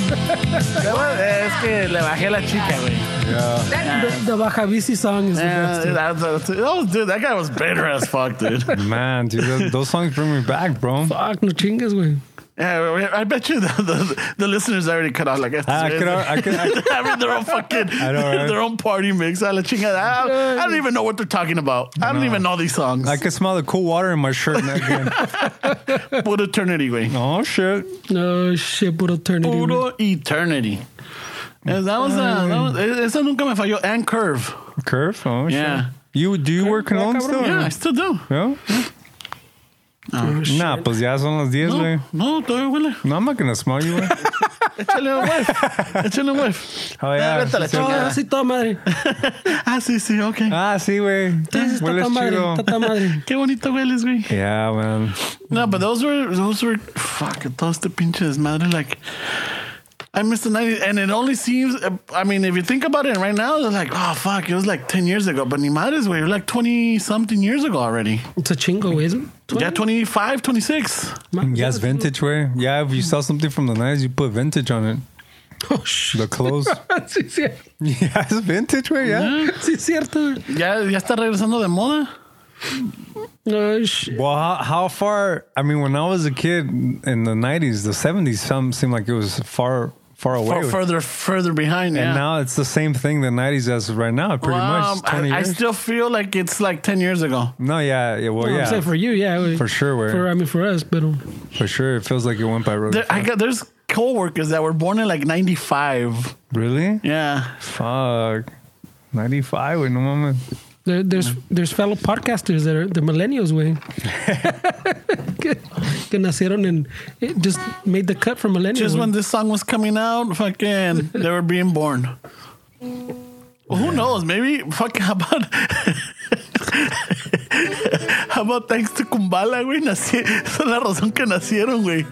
[SPEAKER 1] Es que le bajé la chica, güey.
[SPEAKER 4] Yeah.
[SPEAKER 3] The, the Baja Bici song is the best.
[SPEAKER 1] Yeah, that, that, that, oh, dude, that guy was bitter as fuck, dude.
[SPEAKER 4] Man, dude, those, those songs bring me back, bro.
[SPEAKER 3] Fuck, no chingues, güey.
[SPEAKER 1] Yeah, we- I bet you the, the, the listeners already cut out like
[SPEAKER 4] Ah, I could- I could- I-
[SPEAKER 1] they're having their own fucking
[SPEAKER 4] know, right?
[SPEAKER 1] their own party mix. I, la chingada. I, I don't even know what they're talking about. I don't even know these songs.
[SPEAKER 4] I can smell the cool water in my shirt now again.
[SPEAKER 1] Put eternity way.
[SPEAKER 4] oh, shit.
[SPEAKER 3] No shit, puro eternity. güey.
[SPEAKER 1] Puro eternity. Yeah, that was, uh, that was eh, esa nunca me falló. And curve.
[SPEAKER 4] Curve? Oh,
[SPEAKER 1] Yeah.
[SPEAKER 4] shit. You, do you work alone still?
[SPEAKER 1] Yeah, I still do.
[SPEAKER 4] Yeah?
[SPEAKER 1] Ah,
[SPEAKER 4] nah, pues ya son las 10, güey.
[SPEAKER 1] No, no, todavía huele.
[SPEAKER 4] No, I'm not gonna smell you, güey.
[SPEAKER 1] Échale un whiff. Échale un whiff.
[SPEAKER 4] Oh, yeah.
[SPEAKER 1] vete a la
[SPEAKER 4] Sí.
[SPEAKER 3] No,
[SPEAKER 1] chingada.
[SPEAKER 3] así toda madre.
[SPEAKER 1] Ah, sí, sí, ok.
[SPEAKER 4] Ah, sí, güey.
[SPEAKER 3] Entonces, está
[SPEAKER 4] Hueles
[SPEAKER 3] toda madre.
[SPEAKER 4] chido.
[SPEAKER 3] Está toda madre.
[SPEAKER 1] Qué bonito hueles, güey.
[SPEAKER 4] Yeah, man.
[SPEAKER 1] No, but those were those were fuck those the pinches man. Like I missed the 90s and it only seems I mean if you think about it right now, they're like, oh fuck, it was like ten years ago. But ni madres, güey, you're like twenty something years ago already.
[SPEAKER 3] It's a chingo, güey. It's-
[SPEAKER 1] Yeah, 25, 26.
[SPEAKER 3] Ma-
[SPEAKER 4] Yes, vintage, way. Yeah, if you sell something from the 90s, you put vintage on it.
[SPEAKER 3] Oh, shit.
[SPEAKER 4] The clothes.
[SPEAKER 3] Sí, sí,
[SPEAKER 4] yeah, it's vintage, way. Yeah.
[SPEAKER 3] sí, es cierto. güey.
[SPEAKER 1] Ya, ya está regresando de moda.
[SPEAKER 3] No, shit.
[SPEAKER 4] Well, how, how far? I mean, when I was a kid in the 90s, the 70s some seemed like it was far, far away.
[SPEAKER 1] Far, further further behind, yeah.
[SPEAKER 4] And now it's the same thing the 90s as right now, pretty
[SPEAKER 1] Well, um,
[SPEAKER 4] much. It's
[SPEAKER 1] I,
[SPEAKER 4] 20
[SPEAKER 1] I
[SPEAKER 4] years.
[SPEAKER 1] still feel like it's like 10 years ago.
[SPEAKER 4] no, yeah, yeah, well,
[SPEAKER 3] No, I'm
[SPEAKER 4] yeah.
[SPEAKER 3] saying for you, yeah. güey.
[SPEAKER 4] For sure, güey.
[SPEAKER 3] For, I mean, for us, um, pero.
[SPEAKER 4] For sure, it feels like it went by really
[SPEAKER 1] There, I
[SPEAKER 4] fast.
[SPEAKER 1] got, there's coworkers that were born in like 95.
[SPEAKER 4] Really?
[SPEAKER 1] Yeah.
[SPEAKER 4] Fuck. 95, güey, no mames.
[SPEAKER 3] There, there's there's fellow podcasters that are the millennials way. que, que nacieron and it just made the cut for millennials.
[SPEAKER 1] Just when
[SPEAKER 3] güey.
[SPEAKER 1] this song was coming out, fucking, they were being born. Well, who knows? Maybe fucking how about how about thanks to Kumbala, güey, nací, esa es la razón que nacieron, güey.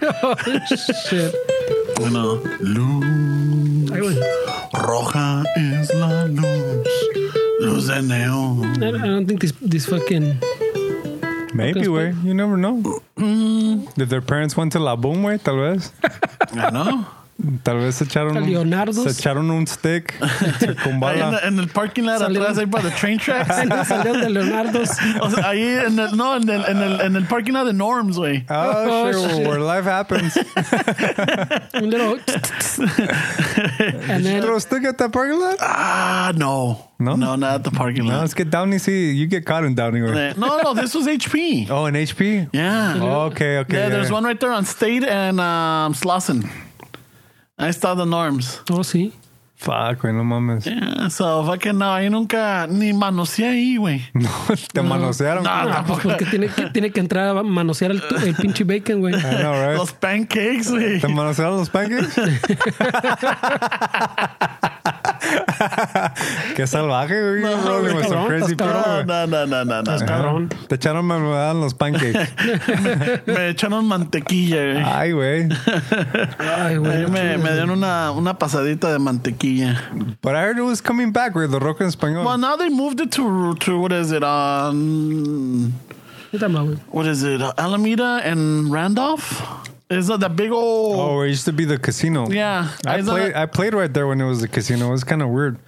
[SPEAKER 3] Shit.
[SPEAKER 1] Bueno, luz
[SPEAKER 3] Ay, güey.
[SPEAKER 1] roja es la luz, luz de neón.
[SPEAKER 3] I don't I don't think this this fucking
[SPEAKER 4] Maybe, way. You never know.
[SPEAKER 1] Mm.
[SPEAKER 4] If their parents went to La Boom, way, tal vez.
[SPEAKER 1] I know.
[SPEAKER 4] Tal vez se echaron,
[SPEAKER 3] A Leonardo's.
[SPEAKER 4] se echaron un stick con
[SPEAKER 1] Ahí en,
[SPEAKER 4] bala.
[SPEAKER 1] la- en el parking lot
[SPEAKER 3] Salió-
[SPEAKER 1] atrás, ahí para the train tracks.
[SPEAKER 3] Salió de Leonardo's.
[SPEAKER 1] O sea, ahí en el, no, en el, en el, en el parking lot de Norms, güey.
[SPEAKER 4] Oh,
[SPEAKER 3] Oh,
[SPEAKER 4] sure,
[SPEAKER 3] shit.
[SPEAKER 4] where life happens.
[SPEAKER 3] Un little. and then
[SPEAKER 4] Throw a stick at that parking lot?
[SPEAKER 1] Ah, no.
[SPEAKER 4] No?
[SPEAKER 1] No, not at the parking
[SPEAKER 4] No,
[SPEAKER 1] lot.
[SPEAKER 4] let's get Downey. See, you get caught in Downey. Way.
[SPEAKER 1] Eh, No, no, this was HP.
[SPEAKER 4] Oh, an HP?
[SPEAKER 1] Yeah.
[SPEAKER 4] Oh, okay, okay.
[SPEAKER 1] yeah,
[SPEAKER 4] yeah,
[SPEAKER 1] there's
[SPEAKER 4] yeah.
[SPEAKER 1] one right there on State and um, Slauson. I saw the norms.
[SPEAKER 3] oh sí.
[SPEAKER 4] Fuck, güey, no mames.
[SPEAKER 1] Yeah, so fucking no, ahí nunca ni manoseé ahí, güey.
[SPEAKER 4] No, te manosearon.
[SPEAKER 1] No,
[SPEAKER 3] Ah, pues
[SPEAKER 1] tampoco.
[SPEAKER 3] porque tiene que, tiene que entrar a manosear el, el pinche bacon, güey.
[SPEAKER 4] I know, right?
[SPEAKER 1] Los pancakes, güey.
[SPEAKER 4] Eh. ¿Te manosearon los pancakes? Qué salvaje, güey.
[SPEAKER 1] No,
[SPEAKER 4] You're rolling with some
[SPEAKER 3] cabrón,
[SPEAKER 4] crazy
[SPEAKER 3] estás
[SPEAKER 4] people,
[SPEAKER 1] No,
[SPEAKER 4] güey. Eh.
[SPEAKER 1] no, no, no, no, no.
[SPEAKER 3] Cabrón.
[SPEAKER 4] Te echaron mermelada en los pancakes.
[SPEAKER 1] Me echaron mantequilla, güey.
[SPEAKER 4] Ay, güey.
[SPEAKER 3] Ay,
[SPEAKER 1] Ahí
[SPEAKER 3] güey.
[SPEAKER 1] me, me dieron una, una pasadita de mantequilla.
[SPEAKER 4] But I heard it was coming back, güey. The rock en español.
[SPEAKER 1] Well, now they moved it to, to what is it? Um,
[SPEAKER 3] Puta madre, güey.
[SPEAKER 1] what is it? Alameda and Randolph? Is that the big old.
[SPEAKER 4] Oh, where it used to be the casino.
[SPEAKER 1] Yeah,
[SPEAKER 4] I
[SPEAKER 1] I thought-
[SPEAKER 4] played. I played right there when it was the casino. It was kind of weird,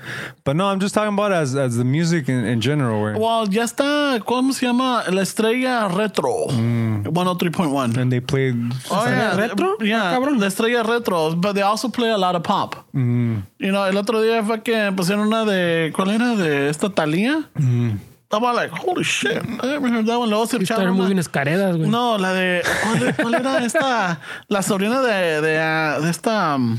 [SPEAKER 4] but no, I'm just talking about as as the music in, in general. Where
[SPEAKER 1] Well, ya está, ¿cómo se llama? La estrella retro. 103.1.
[SPEAKER 4] and they played.
[SPEAKER 1] Oh, yeah.
[SPEAKER 3] Mm. retro?
[SPEAKER 1] Yeah,
[SPEAKER 3] Ah, cabrón. Mm.
[SPEAKER 1] la estrella retro. But they also play a lot of pop. You know, el otro día fue que pusieron una de, ¿cuál era? De esta Talía.
[SPEAKER 3] Mm.
[SPEAKER 1] I was like, holy shit, I haven't heard that one. Luego se
[SPEAKER 3] Estar
[SPEAKER 1] echaron
[SPEAKER 3] muy bien
[SPEAKER 1] una-
[SPEAKER 3] escaredas, güey.
[SPEAKER 1] No, la de, ¿cuál, cuál era esta? La sobrina de, de, ah, de esta um,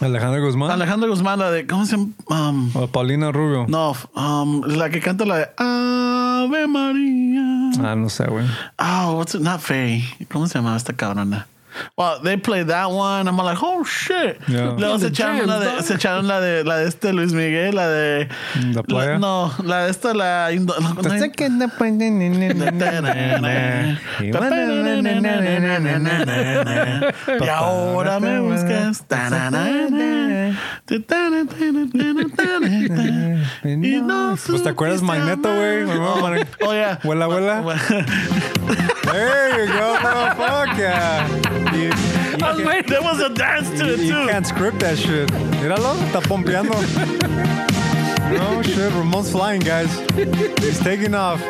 [SPEAKER 4] Alejandro Guzmán.
[SPEAKER 1] Alejandra Guzmán, la de, ¿cómo se llama? Um,
[SPEAKER 4] o Paulina Rubio.
[SPEAKER 1] no, um, la que canta la de Ave María.
[SPEAKER 4] Ah, no sé, güey.
[SPEAKER 1] Oh, what's it? Not Faye. ¿Cómo se llama esta cabrona? Well, they played that one. I'm like, oh shit.
[SPEAKER 4] Yeah.
[SPEAKER 1] Luego se
[SPEAKER 3] The
[SPEAKER 1] echaron,
[SPEAKER 3] jam,
[SPEAKER 1] la de,
[SPEAKER 3] dog.
[SPEAKER 1] se echaron la de la de este Luis Miguel, la de
[SPEAKER 4] La playa.
[SPEAKER 1] la- no, la de esta la indo, no, no, y ahora me buscas. Y no
[SPEAKER 4] Pues te acuerdas
[SPEAKER 1] supiste
[SPEAKER 4] Magneto, güey.
[SPEAKER 1] amar.
[SPEAKER 4] Magneto.
[SPEAKER 1] Oh yeah.
[SPEAKER 4] Huela, huela. There you go, bro. Fuck yeah. You, you
[SPEAKER 1] I was
[SPEAKER 4] can't-
[SPEAKER 1] waiting. There was a dance to it
[SPEAKER 4] You
[SPEAKER 1] too.
[SPEAKER 4] can't script that shit. Míralo, está pompeando. No shit, Ramon's flying, guys. He's taking off.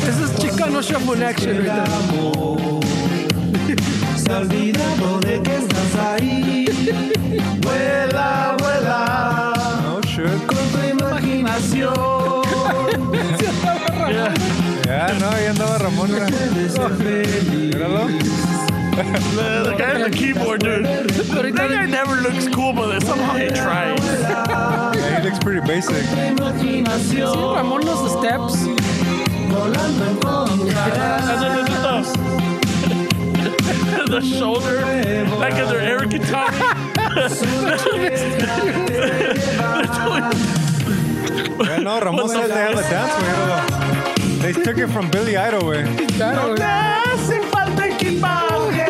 [SPEAKER 3] This is Chicano Shuffle in action, güey.
[SPEAKER 7] Se ha olvidado de que estás ahí. Vuela, vuela
[SPEAKER 4] No shit.
[SPEAKER 7] con tu imaginación.
[SPEAKER 4] Yeah, no, ahí andaba Ramón. mira. Míralo.
[SPEAKER 1] The, the guy on the keyboard, dude. That guy never looks cool, but somehow he tries.
[SPEAKER 4] Yeah, he looks pretty basic.
[SPEAKER 3] Sí, Ramón los steps.
[SPEAKER 1] And then there's the, the shoulder, like they're air guitar.
[SPEAKER 4] Yeah, Eh, no, Ramon said they have a dance way. Míralo. They took it from Billy Idol way.
[SPEAKER 3] Claro, güey.
[SPEAKER 1] Hace falta equipaje.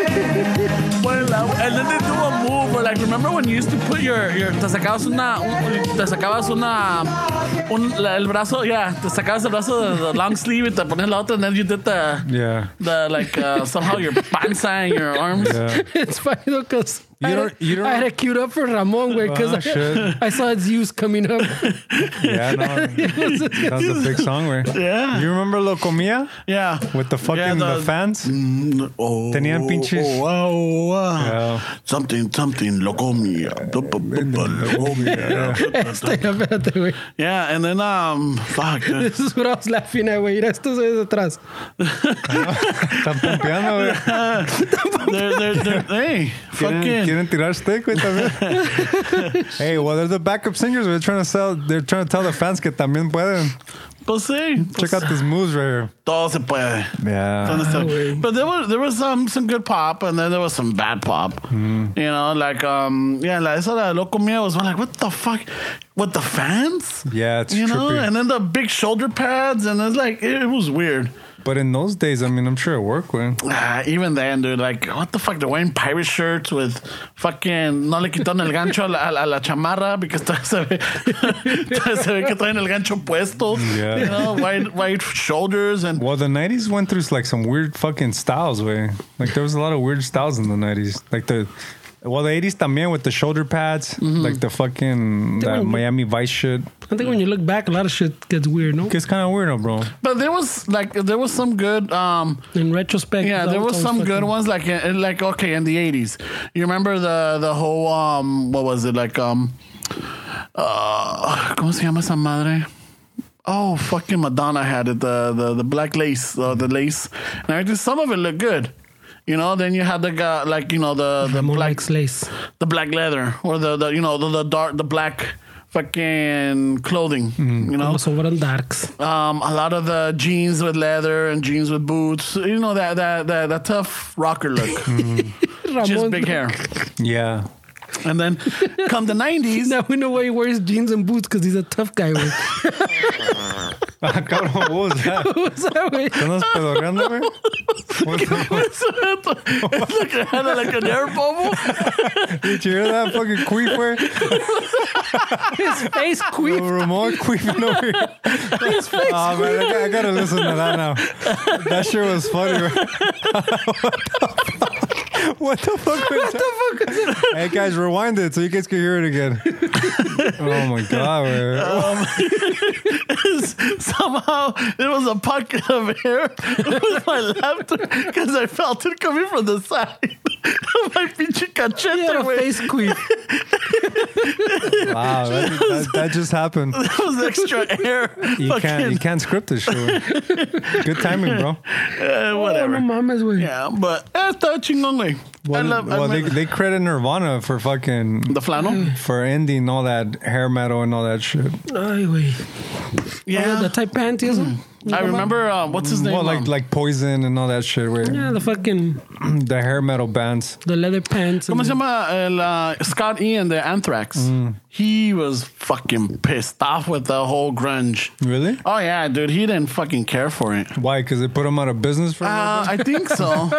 [SPEAKER 1] Bueno, And then they do a move where, like, remember when you used to put your, your te sacabas una, un, te sacabas una, un, la, el brazo, yeah, te sacabas el brazo de the long sleeve y te pones la otra, and then you did the,
[SPEAKER 4] Yeah.
[SPEAKER 1] the like, uh, somehow your panza and your arms.
[SPEAKER 4] Yeah.
[SPEAKER 3] It's funny though, cause
[SPEAKER 4] You
[SPEAKER 3] I,
[SPEAKER 4] don't-
[SPEAKER 3] had,
[SPEAKER 4] you don't-
[SPEAKER 3] I had it queued up for Ramon,
[SPEAKER 2] Oh,
[SPEAKER 3] güey, cause
[SPEAKER 4] Ah,
[SPEAKER 3] I,
[SPEAKER 4] shit.
[SPEAKER 3] I saw his use coming up.
[SPEAKER 4] Yeah, no. That's a big song way.
[SPEAKER 1] Yeah.
[SPEAKER 4] You remember Locomia
[SPEAKER 1] Yeah.
[SPEAKER 4] with the fucking the, fans?
[SPEAKER 2] Oh,
[SPEAKER 4] Tenían pinches-
[SPEAKER 2] Oh, ah, oh, ah.
[SPEAKER 4] Yeah.
[SPEAKER 2] Something, something, locomia. Du- bu- bu- bu- locomia.
[SPEAKER 3] Este, espérate, güey.
[SPEAKER 1] Yeah, and then um, fuck. dude.
[SPEAKER 3] This is what I was laughing at, güey. Mira estos güeyes atrás.
[SPEAKER 4] Están pompeando, güey.
[SPEAKER 1] they're, they're, they're, hey,
[SPEAKER 4] Quieren,
[SPEAKER 1] fucking.
[SPEAKER 4] quieren tirar steak, güey, también. hey, well, they're the backup singers. They're trying to sell. They're trying to tell the fans que también pueden.
[SPEAKER 1] Pues sí.
[SPEAKER 4] Check
[SPEAKER 1] Pues,
[SPEAKER 4] out Ah. these moves right here.
[SPEAKER 1] todo se puede.
[SPEAKER 4] Yeah.
[SPEAKER 1] Understand.
[SPEAKER 3] güey.
[SPEAKER 1] But there was there was some some good pop and then there was some bad pop.
[SPEAKER 4] Mm.
[SPEAKER 1] You know, like um yeah, la esa la de loco mía was like what the fuck with the fans?
[SPEAKER 4] Yeah, it's
[SPEAKER 1] you know,
[SPEAKER 4] trippy.
[SPEAKER 1] and then the big shoulder pads and it's like it, was weird.
[SPEAKER 4] But in those days, I mean, I'm sure it worked. Way.
[SPEAKER 2] Ah, even then, dude, like, what the fuck? They're wearing pirate shirts with fucking. No le quitaron el gancho a la, a la- a la chamarra because todavía se ve, todavía se ve que traen el gancho puesto.
[SPEAKER 4] Yeah.
[SPEAKER 2] You know, wide, wide shoulders and.
[SPEAKER 4] Well, the '90s went through like some weird fucking styles. Way like there was a lot of weird styles in the '90s. Like the well, the '80s también with the shoulder pads, like the fucking that
[SPEAKER 3] Damn.
[SPEAKER 4] Miami Vice shit.
[SPEAKER 3] I think when you look back, a lot of shit gets weird, no?
[SPEAKER 4] It's kind of weirdo, bro.
[SPEAKER 2] But there was, like, there was some good. um
[SPEAKER 3] In retrospect,
[SPEAKER 2] Yeah, there was some good
[SPEAKER 3] one.
[SPEAKER 2] ones like in- like okay in the eighties. You remember the the whole um what was it like um uh ¿Cómo se llama esa madre? Oh fucking Madonna had it the the, the black lace uh, the lace and everything. Some of it looked good. You know, then you had the guy like you know the the
[SPEAKER 3] More
[SPEAKER 2] black
[SPEAKER 3] like lace.
[SPEAKER 2] the black leather or the, the you know the, the dark the black fucking clothing. You know,
[SPEAKER 3] Also, what on darks?
[SPEAKER 2] um, a lot of the jeans with leather and jeans with boots. You know that that that, that tough rocker look, just
[SPEAKER 3] Ramon-
[SPEAKER 2] big hair.
[SPEAKER 4] Yeah,
[SPEAKER 2] And then come the nineties.
[SPEAKER 3] Now we know why he wears jeans and boots because he's a tough guy. güey.
[SPEAKER 4] Ah, Cabrón, what was that?
[SPEAKER 3] What's that, güey?
[SPEAKER 4] ¿Andas pedorreando, güey? What the-
[SPEAKER 2] it's like it had like an air bubble.
[SPEAKER 4] Did you hear that fucking queef, güey?
[SPEAKER 3] His face queef.
[SPEAKER 4] Ramon queefing over here. Oh, man, I, gotta- I gotta listen to that now. That shit was funny, right? what the fuck? What the fuck? Hey, guys, rewind it so you guys can hear it again. oh, my God, man.
[SPEAKER 2] Somehow there was a pocket of hair with my laughter because I felt it coming from the side. my pinche
[SPEAKER 3] He had
[SPEAKER 2] cachete,
[SPEAKER 3] a
[SPEAKER 2] güey.
[SPEAKER 3] face queef.
[SPEAKER 4] Wow, that, that, that just happened.
[SPEAKER 2] That was extra hair.
[SPEAKER 4] You can't, you
[SPEAKER 2] fucking
[SPEAKER 4] can't script this shit. güey. Good timing, bro.
[SPEAKER 2] uh, whatever.
[SPEAKER 3] Oh, No mames, güey.
[SPEAKER 2] Yeah, but eh, está chingón, güey. I
[SPEAKER 4] Well,
[SPEAKER 2] love I
[SPEAKER 4] well they,
[SPEAKER 2] mean-
[SPEAKER 4] they credit Nirvana for fucking
[SPEAKER 2] the flannel.
[SPEAKER 4] for ending all that hair metal and all that shit.
[SPEAKER 3] Ay, güey.
[SPEAKER 2] Yeah, Mm.
[SPEAKER 3] The type panties.
[SPEAKER 2] I remember uh, what's his name?
[SPEAKER 4] Well, like
[SPEAKER 2] um,
[SPEAKER 4] like poison and all that shit. Where
[SPEAKER 3] Yeah, the fucking
[SPEAKER 4] the hair metal bands.
[SPEAKER 3] the leather pants.
[SPEAKER 2] ¿Cómo
[SPEAKER 3] and-
[SPEAKER 2] se llama el, uh, Scott Ian the Anthrax?
[SPEAKER 4] Mm.
[SPEAKER 2] He was fucking pissed off with the whole grunge.
[SPEAKER 4] Really?
[SPEAKER 2] Oh yeah, dude, he didn't fucking care for it.
[SPEAKER 4] Why? Because they put them out of business for. a little
[SPEAKER 2] Uh, I think so,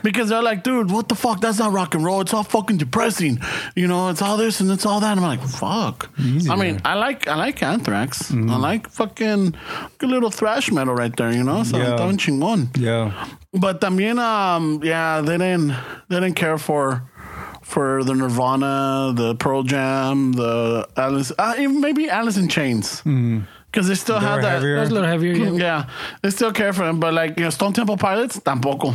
[SPEAKER 2] because they're like, dude, what the fuck? That's not rock and roll. It's all fucking depressing. You know, it's all this and it's all that. I'm like, fuck.
[SPEAKER 4] Easy,
[SPEAKER 2] I mean,
[SPEAKER 4] man.
[SPEAKER 2] I like I like Anthrax.
[SPEAKER 4] Mm-hmm.
[SPEAKER 2] I like fucking good little thrash metal right there. You know, so
[SPEAKER 4] Yeah.
[SPEAKER 2] está un chingón.
[SPEAKER 4] bit? Yeah.
[SPEAKER 2] But también, um, yeah, they didn't they didn't care for for the Nirvana, the Pearl Jam, the Alice, uh, even maybe Alice in Chains, because they still
[SPEAKER 4] Mm. They were
[SPEAKER 2] have that.
[SPEAKER 4] heavier.
[SPEAKER 3] That's a little heavier. yeah.
[SPEAKER 2] Yeah, they still care for them, but like you know, Stone Temple Pilots, tampoco.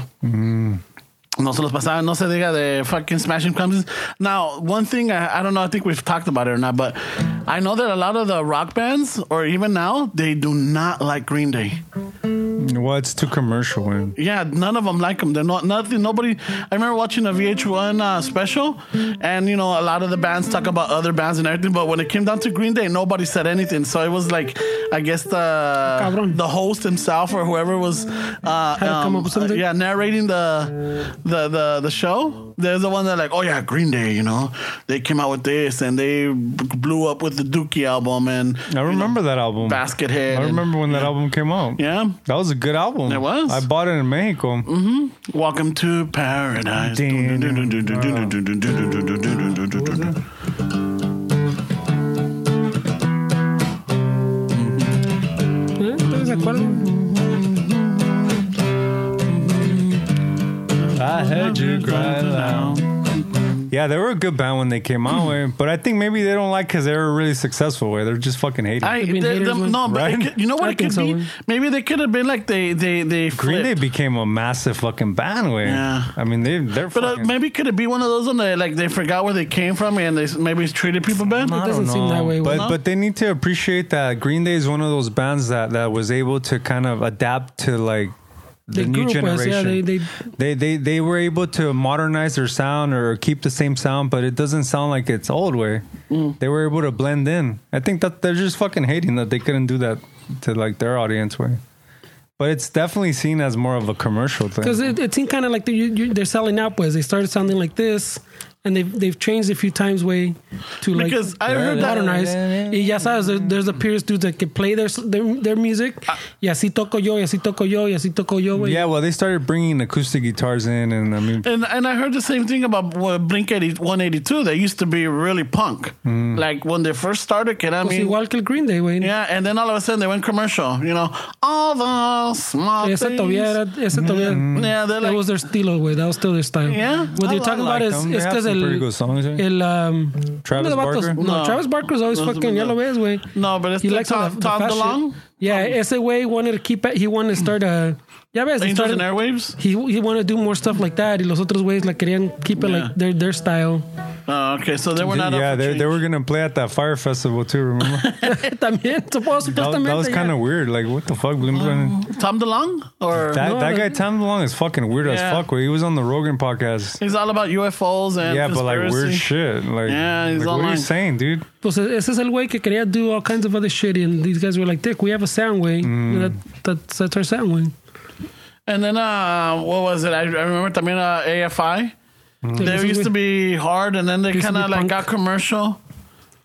[SPEAKER 2] No se los pasaban, no se diga de fucking Smashing Pumpkins. Now, one thing I, I don't know, I think we've talked about it or not, but I know that a lot of the rock bands, or even now, they do not like Green Day.
[SPEAKER 4] Well, it's too commercial, man.
[SPEAKER 2] Yeah, none of them like them. They're not nothing. Nobody. I remember watching a VH1 uh, special, and you know a lot of the bands talk about other bands and everything. But when it came down to Green Day, nobody said anything. So it was like, I guess the
[SPEAKER 3] Cabrón.
[SPEAKER 2] the host himself or whoever was, uh,
[SPEAKER 3] to come up with something?
[SPEAKER 2] yeah, narrating the the the the show. There's the one that like, oh yeah, Green Day. You know, they came out with this and they blew up with the Dookie album and
[SPEAKER 4] I remember that album.
[SPEAKER 2] Basket Head.
[SPEAKER 4] I
[SPEAKER 2] and-
[SPEAKER 4] remember when that album came out.
[SPEAKER 2] yeah,
[SPEAKER 4] That was a good album.
[SPEAKER 2] It was. Mm-hmm.
[SPEAKER 4] I bought it in Mexico.
[SPEAKER 2] Welcome to paradise.
[SPEAKER 4] Dun, dun, dun,
[SPEAKER 3] ¿Eh?
[SPEAKER 2] Mm.
[SPEAKER 3] ¿Ustedes se acuerdan?
[SPEAKER 4] I heard you cry loud. Yeah, they were a good band when they came out, way. But I think maybe they don't like because they were really successful. Way they're just fucking hating.
[SPEAKER 2] I,
[SPEAKER 3] They've been
[SPEAKER 2] the-
[SPEAKER 3] haters
[SPEAKER 2] the-
[SPEAKER 3] with-
[SPEAKER 2] no, but
[SPEAKER 4] Right?
[SPEAKER 2] it could, you know what
[SPEAKER 3] I
[SPEAKER 2] it
[SPEAKER 3] think
[SPEAKER 2] could
[SPEAKER 3] so,
[SPEAKER 2] be?
[SPEAKER 3] yeah.
[SPEAKER 2] Maybe they could have been like they they they
[SPEAKER 4] Green Day
[SPEAKER 2] flipped.
[SPEAKER 4] became a massive fucking band. Way.
[SPEAKER 2] Yeah.
[SPEAKER 4] I mean, they they're.
[SPEAKER 2] But uh,
[SPEAKER 4] fucking,
[SPEAKER 2] maybe could it be one of those on that like they forgot where they came from and they s- maybe treated people bad?
[SPEAKER 4] I
[SPEAKER 3] It doesn't
[SPEAKER 4] don't
[SPEAKER 3] seem
[SPEAKER 4] know.
[SPEAKER 3] that way,
[SPEAKER 4] But
[SPEAKER 3] well, no.
[SPEAKER 4] but they need to appreciate that Green Day is one of those bands that that was able to kind of adapt to like the
[SPEAKER 3] They
[SPEAKER 4] new
[SPEAKER 3] grew, pues,
[SPEAKER 4] generation.
[SPEAKER 3] yeah, they-
[SPEAKER 4] they,
[SPEAKER 3] they-
[SPEAKER 4] they they were able to modernize their sound or keep the same sound, but it doesn't sound like it's old way. They were able to blend in. I think that they're just fucking hating that they couldn't do that to like their audience way. But it's definitely seen as more of a commercial thing.
[SPEAKER 3] Because it, it seemed kind of like they, you, you, they're selling out, pues. They started sounding like this, and they've they've changed a few times way to like
[SPEAKER 2] Because I heard that-
[SPEAKER 3] modernize. Y ya sabes, there, there's the purist dudes that can play their their, their music.
[SPEAKER 2] Ah.
[SPEAKER 3] y así toco yo, y así toco yo, y así toco yo, güey.
[SPEAKER 4] Yeah, well, they started bringing acoustic guitars in, and I mean,
[SPEAKER 2] And and I heard the same thing about uh, Blink 80, 182. They used to be really punk, like when they first started. Can I
[SPEAKER 3] Mm. Pues
[SPEAKER 2] mean?
[SPEAKER 3] igual que el Green Day, güey.
[SPEAKER 2] Yeah, and then all of a sudden they went commercial. You know, all the small
[SPEAKER 3] Ese
[SPEAKER 2] things.
[SPEAKER 3] todavía era, ese todavía.
[SPEAKER 2] Mm. Yeah, they're
[SPEAKER 3] that
[SPEAKER 2] like-
[SPEAKER 3] was their estilo, güey. That was still their style.
[SPEAKER 2] Yeah,
[SPEAKER 3] What
[SPEAKER 2] I-
[SPEAKER 3] you're
[SPEAKER 2] I
[SPEAKER 3] talking about
[SPEAKER 2] like
[SPEAKER 3] is
[SPEAKER 4] them. um, They
[SPEAKER 3] es
[SPEAKER 4] have
[SPEAKER 3] que
[SPEAKER 4] some pretty
[SPEAKER 3] el
[SPEAKER 4] good songs, eh?
[SPEAKER 3] el um,
[SPEAKER 4] Travis
[SPEAKER 3] uno de vatos-
[SPEAKER 4] Barker?
[SPEAKER 3] No,
[SPEAKER 2] No.
[SPEAKER 3] Travis Barker's always
[SPEAKER 2] No,
[SPEAKER 3] fucking
[SPEAKER 2] no.
[SPEAKER 3] yellow ways, güey.
[SPEAKER 2] No, but it's
[SPEAKER 3] he
[SPEAKER 2] the
[SPEAKER 3] likes all
[SPEAKER 2] Tom-
[SPEAKER 3] the- the
[SPEAKER 2] Tom
[SPEAKER 3] fast shit.
[SPEAKER 2] DeLonge?
[SPEAKER 3] Yeah, ese way wanted to keep. He wanted to start a. Ya ves, he
[SPEAKER 2] Angels
[SPEAKER 3] started.
[SPEAKER 2] and Airwaves?
[SPEAKER 3] He he wanted to do more stuff like that. Y los otros güeyes like querían keep it
[SPEAKER 2] Yeah.
[SPEAKER 3] like their their style.
[SPEAKER 2] Oh, okay, so they were not.
[SPEAKER 4] yeah,
[SPEAKER 2] up for
[SPEAKER 4] they,
[SPEAKER 2] change.
[SPEAKER 4] they were gonna play at that fire festival too. Remember? that,
[SPEAKER 3] También supongo
[SPEAKER 4] that
[SPEAKER 3] supuestamente.
[SPEAKER 4] was
[SPEAKER 3] ya.
[SPEAKER 4] kind of weird. Like, what the fuck, Blim Blim?
[SPEAKER 2] Tom DeLonge or
[SPEAKER 4] That
[SPEAKER 3] No,
[SPEAKER 4] that
[SPEAKER 3] no.
[SPEAKER 4] guy Tom DeLonge is fucking weird as
[SPEAKER 2] Yeah.
[SPEAKER 4] fuck. Where he was on the Rogan podcast.
[SPEAKER 2] he's all about UFOs and
[SPEAKER 4] Yeah, but like weird
[SPEAKER 2] conspiracy.
[SPEAKER 4] shit. Like,
[SPEAKER 2] Yeah, he's
[SPEAKER 4] like, what are you
[SPEAKER 2] online.
[SPEAKER 4] saying, dude?
[SPEAKER 3] Pues e-, ese es el güey que quería do all kinds of other shit and these guys were like, "Dick, we have a sound, güey.
[SPEAKER 4] Mm.
[SPEAKER 3] That, that, that's our sound, güey."
[SPEAKER 2] And then uh, what was it? I, I remember también uh, AFI.
[SPEAKER 3] Entonces,
[SPEAKER 2] They used
[SPEAKER 3] güey,
[SPEAKER 2] to be hard, and then they
[SPEAKER 3] Used to
[SPEAKER 2] kind of
[SPEAKER 3] be
[SPEAKER 2] like
[SPEAKER 3] punk.
[SPEAKER 2] got commercial.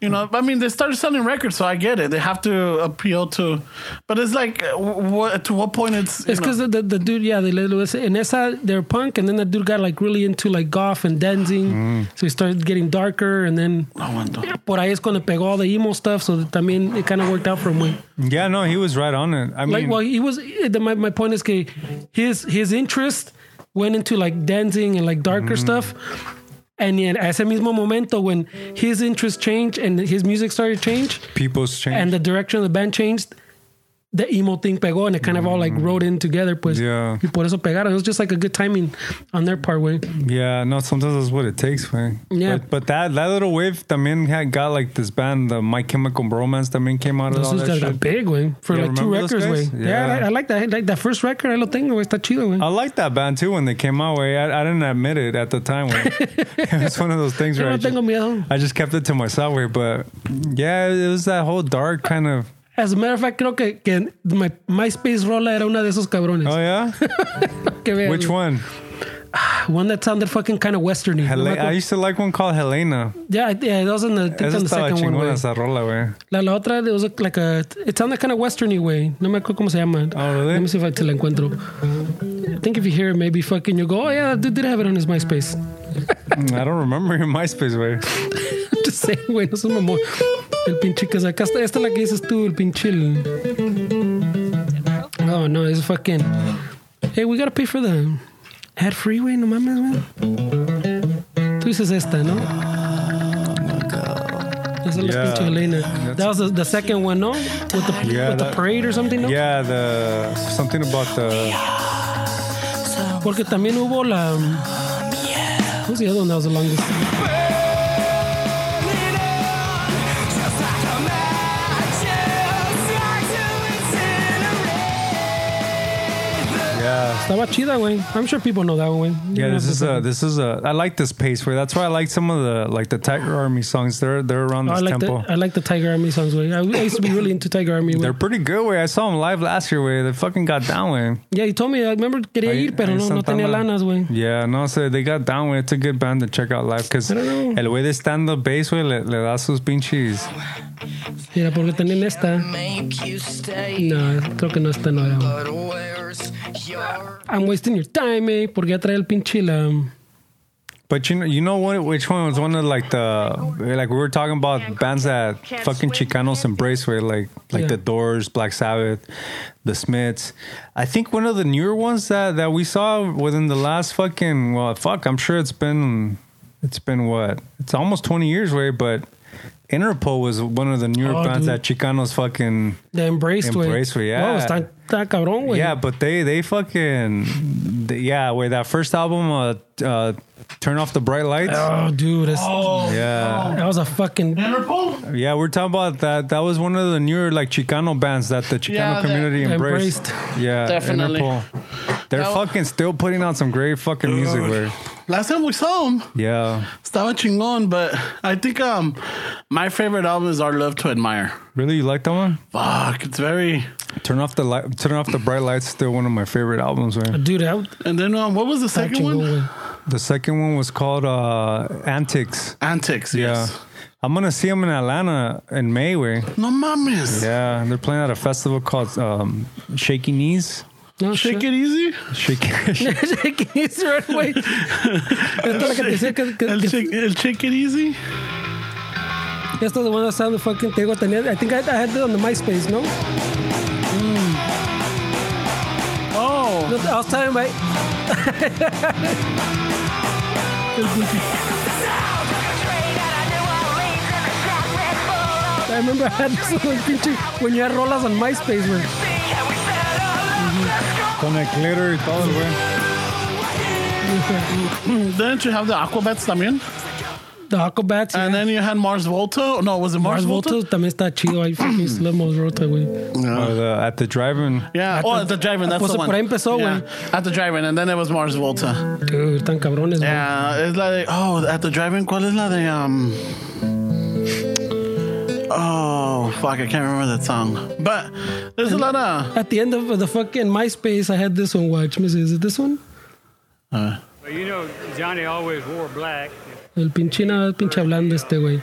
[SPEAKER 2] You know, I mean, they started selling records, so I get it. They have to appeal to, but it's like, uh, what to what point it's you
[SPEAKER 3] It's because
[SPEAKER 2] know,
[SPEAKER 3] the, the, the dude, yeah, they in esa they're punk, and then the dude got like really into like golf and dancing,
[SPEAKER 4] Mm.
[SPEAKER 3] so he started getting darker, and then por ahí es cuando pegó all the emo stuff. So that, I mean, it kind of worked out for him. güey.
[SPEAKER 4] Yeah, no, he was right on it. I mean,
[SPEAKER 3] Like, well, he was. The, my my point is que his his interest went into like dancing and like
[SPEAKER 4] Mm.
[SPEAKER 3] darker stuff. And yet, at ese mismo momento, when his interest changed and his music started to change,
[SPEAKER 4] people's change.
[SPEAKER 3] and the direction of the band changed, the emo thing pegó and it kind of all like rode in together. Pues,
[SPEAKER 4] Mm-hmm. Yeah.
[SPEAKER 3] Y por eso pegaron. It was just like a good timing on their part, way.
[SPEAKER 4] Yeah, no, sometimes that's what it takes, man.
[SPEAKER 3] Yeah.
[SPEAKER 4] But, but that that little wave también had got like this band, the My Chemical Bromance también came out of
[SPEAKER 3] Those
[SPEAKER 4] all
[SPEAKER 3] dudes
[SPEAKER 4] that
[SPEAKER 3] got got
[SPEAKER 4] shit.
[SPEAKER 3] big, way for
[SPEAKER 4] Yeah,
[SPEAKER 3] like two
[SPEAKER 4] remember those
[SPEAKER 3] records, way.
[SPEAKER 4] guys?
[SPEAKER 3] Yeah,
[SPEAKER 4] Yeah. Oh,
[SPEAKER 3] I, I like that. I like that first record. I lo tengo, güey. Está chido, güey.
[SPEAKER 4] I like that band too when they came out. Way I, I didn't admit it at the time. Way. it was one of those things
[SPEAKER 3] Yo
[SPEAKER 4] where I
[SPEAKER 3] no
[SPEAKER 4] just,
[SPEAKER 3] tengo miedo.
[SPEAKER 4] I just kept it to myself. Way, but yeah, it was that whole dark kind of.
[SPEAKER 3] As a matter of fact, creo que, que my, MySpace Rola era una de esos cabrones.
[SPEAKER 4] Oh yeah,
[SPEAKER 3] que vean,
[SPEAKER 4] which one?
[SPEAKER 3] One that sounded fucking kind of westerny. No
[SPEAKER 4] Hel-
[SPEAKER 3] me
[SPEAKER 4] I
[SPEAKER 3] acuerdo.
[SPEAKER 4] used to like one called Helena.
[SPEAKER 3] yeah, I- yeah, that was in the, I think
[SPEAKER 4] Esa
[SPEAKER 3] on
[SPEAKER 4] estaba
[SPEAKER 3] the second one,
[SPEAKER 4] chingona
[SPEAKER 3] güey.
[SPEAKER 4] esa rola, güey.
[SPEAKER 3] La, la otra, it was like a, it sounded kind of westerny way. No me acuerdo cómo se llama.
[SPEAKER 4] Oh, really?
[SPEAKER 3] Let me see if I te la encuentro. I think if you hear it, maybe fucking you go, oh yeah, that dude did have it on his MySpace.
[SPEAKER 4] Mm, I don't remember your MySpace way.
[SPEAKER 3] Just saying, güey, no es un mamón. El pinche que sacaste, esta es la que dices tú, el pinche. el- Oh no, it's fucking. Hey, we gotta pay for the ad free, güey, no mames, güey. Tú dices esta, ¿no? Esa es la
[SPEAKER 4] Yeah.
[SPEAKER 3] pinche Elena. That was the, the second one, no? With the,
[SPEAKER 4] Yeah,
[SPEAKER 3] with the
[SPEAKER 4] that-
[SPEAKER 3] parade or something, no?
[SPEAKER 4] Yeah, the something about the
[SPEAKER 3] Porque también hubo la. Who's the other one that was the longest?
[SPEAKER 4] yeah.
[SPEAKER 3] Estaba chida, güey. I'm sure people know that one, güey.
[SPEAKER 4] Yeah,
[SPEAKER 3] You
[SPEAKER 4] this
[SPEAKER 3] know,
[SPEAKER 4] is uh,
[SPEAKER 3] but-
[SPEAKER 4] a this is a. I like this pace where that's why I like some of the like the Tiger Army songs. They're they're around
[SPEAKER 3] I
[SPEAKER 4] this
[SPEAKER 3] like
[SPEAKER 4] tempo.
[SPEAKER 3] the I like the Tiger Army songs, güey. I, I used to be really into Tiger Army. güey.
[SPEAKER 4] they're pretty good. Way I saw them live last year. Way they fucking got down. Way
[SPEAKER 3] Yeah, you told me. I remember quería
[SPEAKER 4] Ahí-
[SPEAKER 3] ir, pero
[SPEAKER 4] ahí
[SPEAKER 3] no, no
[SPEAKER 4] Santana.
[SPEAKER 3] tenía lanas, güey.
[SPEAKER 4] Yeah, no, so they got down. Way it's a good band to check out live because
[SPEAKER 3] I don't know.
[SPEAKER 4] el way they stand up bass. Way le, le da sus pinches.
[SPEAKER 3] Mira, porque tenían esta.
[SPEAKER 7] Make you stay,
[SPEAKER 3] No, creo que no esta no era. güey.
[SPEAKER 7] but where's your
[SPEAKER 3] I'm wasting your time, eh, porque ya trae el pinche la.
[SPEAKER 4] But you know, you know what? Which one was one of like the like we were talking about bands that fucking Chicanos embrace, where like like
[SPEAKER 3] Yeah.
[SPEAKER 4] the Doors, Black Sabbath, the Smiths. I think one of the newer ones that that we saw within the last fucking well, fuck, I'm sure it's been it's been what it's almost 20 years, way, but. Interpol was one of the newer
[SPEAKER 3] Oh,
[SPEAKER 4] bands
[SPEAKER 3] dude.
[SPEAKER 4] that Chicanos fucking
[SPEAKER 3] The Embraced, güey.
[SPEAKER 4] Embraced, güey, yeah.
[SPEAKER 3] Wow, está, está cabrón, güey.
[SPEAKER 4] yeah, but they they fucking they- yeah. Wait, that first album, uh, uh, turn off the bright lights.
[SPEAKER 3] Oh, dude. That's,
[SPEAKER 4] yeah,
[SPEAKER 3] That was a fucking.
[SPEAKER 2] Interpol?
[SPEAKER 4] Yeah, we're talking about that. That was one of the newer like Chicano bands that the Chicano
[SPEAKER 2] Yeah, that-
[SPEAKER 4] community embraced.
[SPEAKER 3] Embraced.
[SPEAKER 4] Yeah,
[SPEAKER 2] Definitely.
[SPEAKER 4] Interpol. They're
[SPEAKER 2] That-
[SPEAKER 4] fucking still putting out some great fucking music. Where,
[SPEAKER 2] Last time we saw him,
[SPEAKER 4] yeah,
[SPEAKER 2] estaba chingón, but I think um, my favorite album is Our Love to Admire.
[SPEAKER 4] really, you like that one?
[SPEAKER 2] Fuck, it's very.
[SPEAKER 4] Turn off the light. Turn off the bright lights. Still one of my favorite albums. Where
[SPEAKER 3] Dude, that,
[SPEAKER 2] And then um, what was the
[SPEAKER 3] that
[SPEAKER 2] second
[SPEAKER 3] chingón,
[SPEAKER 2] one?
[SPEAKER 3] güey.
[SPEAKER 4] The second one was called uh, Antics.
[SPEAKER 2] Antics,
[SPEAKER 4] Yeah.
[SPEAKER 2] yes.
[SPEAKER 4] I'm going to see them in Atlanta in May, way.
[SPEAKER 2] No mames.
[SPEAKER 4] Yeah, they're playing at a festival called um, Shaky Knees.
[SPEAKER 3] No,
[SPEAKER 2] Shake
[SPEAKER 3] shit.
[SPEAKER 2] it easy.
[SPEAKER 4] Shaky.
[SPEAKER 3] Shake it easy, right away. Esta es la que te decía que- que-
[SPEAKER 2] El
[SPEAKER 3] que-
[SPEAKER 2] shake, el shake it easy.
[SPEAKER 3] Esta es the one that sounded fucking te digo, tenía- I think I, I had it on the MySpace, ¿no?
[SPEAKER 2] Oh,
[SPEAKER 3] No, I was telling my. I remember I had this little pinche when you had rolas on MySpace, güey.
[SPEAKER 4] Con el glitter y todo, güey.
[SPEAKER 2] didn't Hmm, you have the Aquabats también?
[SPEAKER 3] The Aquabats.
[SPEAKER 2] And then you had Mars Volta. No, was it Mars,
[SPEAKER 3] Mars
[SPEAKER 2] Volta?
[SPEAKER 3] Volta también está chido. I fucking used to love Mars Volta, güey.
[SPEAKER 4] Or Oh, the, at the drive-in.
[SPEAKER 2] Yeah.
[SPEAKER 3] At
[SPEAKER 2] oh,
[SPEAKER 3] the-
[SPEAKER 2] at the driving. That's
[SPEAKER 3] Pues
[SPEAKER 2] the
[SPEAKER 3] por
[SPEAKER 2] one.
[SPEAKER 3] ahí empezó,
[SPEAKER 2] yeah.
[SPEAKER 3] güey.
[SPEAKER 2] At the driving, and then it was Mars Volta.
[SPEAKER 3] Dude, están cabrones, güey.
[SPEAKER 2] Yeah, it's like oh, at the driving. ¿Cuál es la de um? Oh fuck, I can't remember that song. But there's a lot of
[SPEAKER 3] At the end of the fucking MySpace, I had this one. Watch, me see, is it this one?
[SPEAKER 8] Uh.
[SPEAKER 9] Well, you know, Johnny always wore black.
[SPEAKER 3] El pinche, no, el pinche hablando este, güey.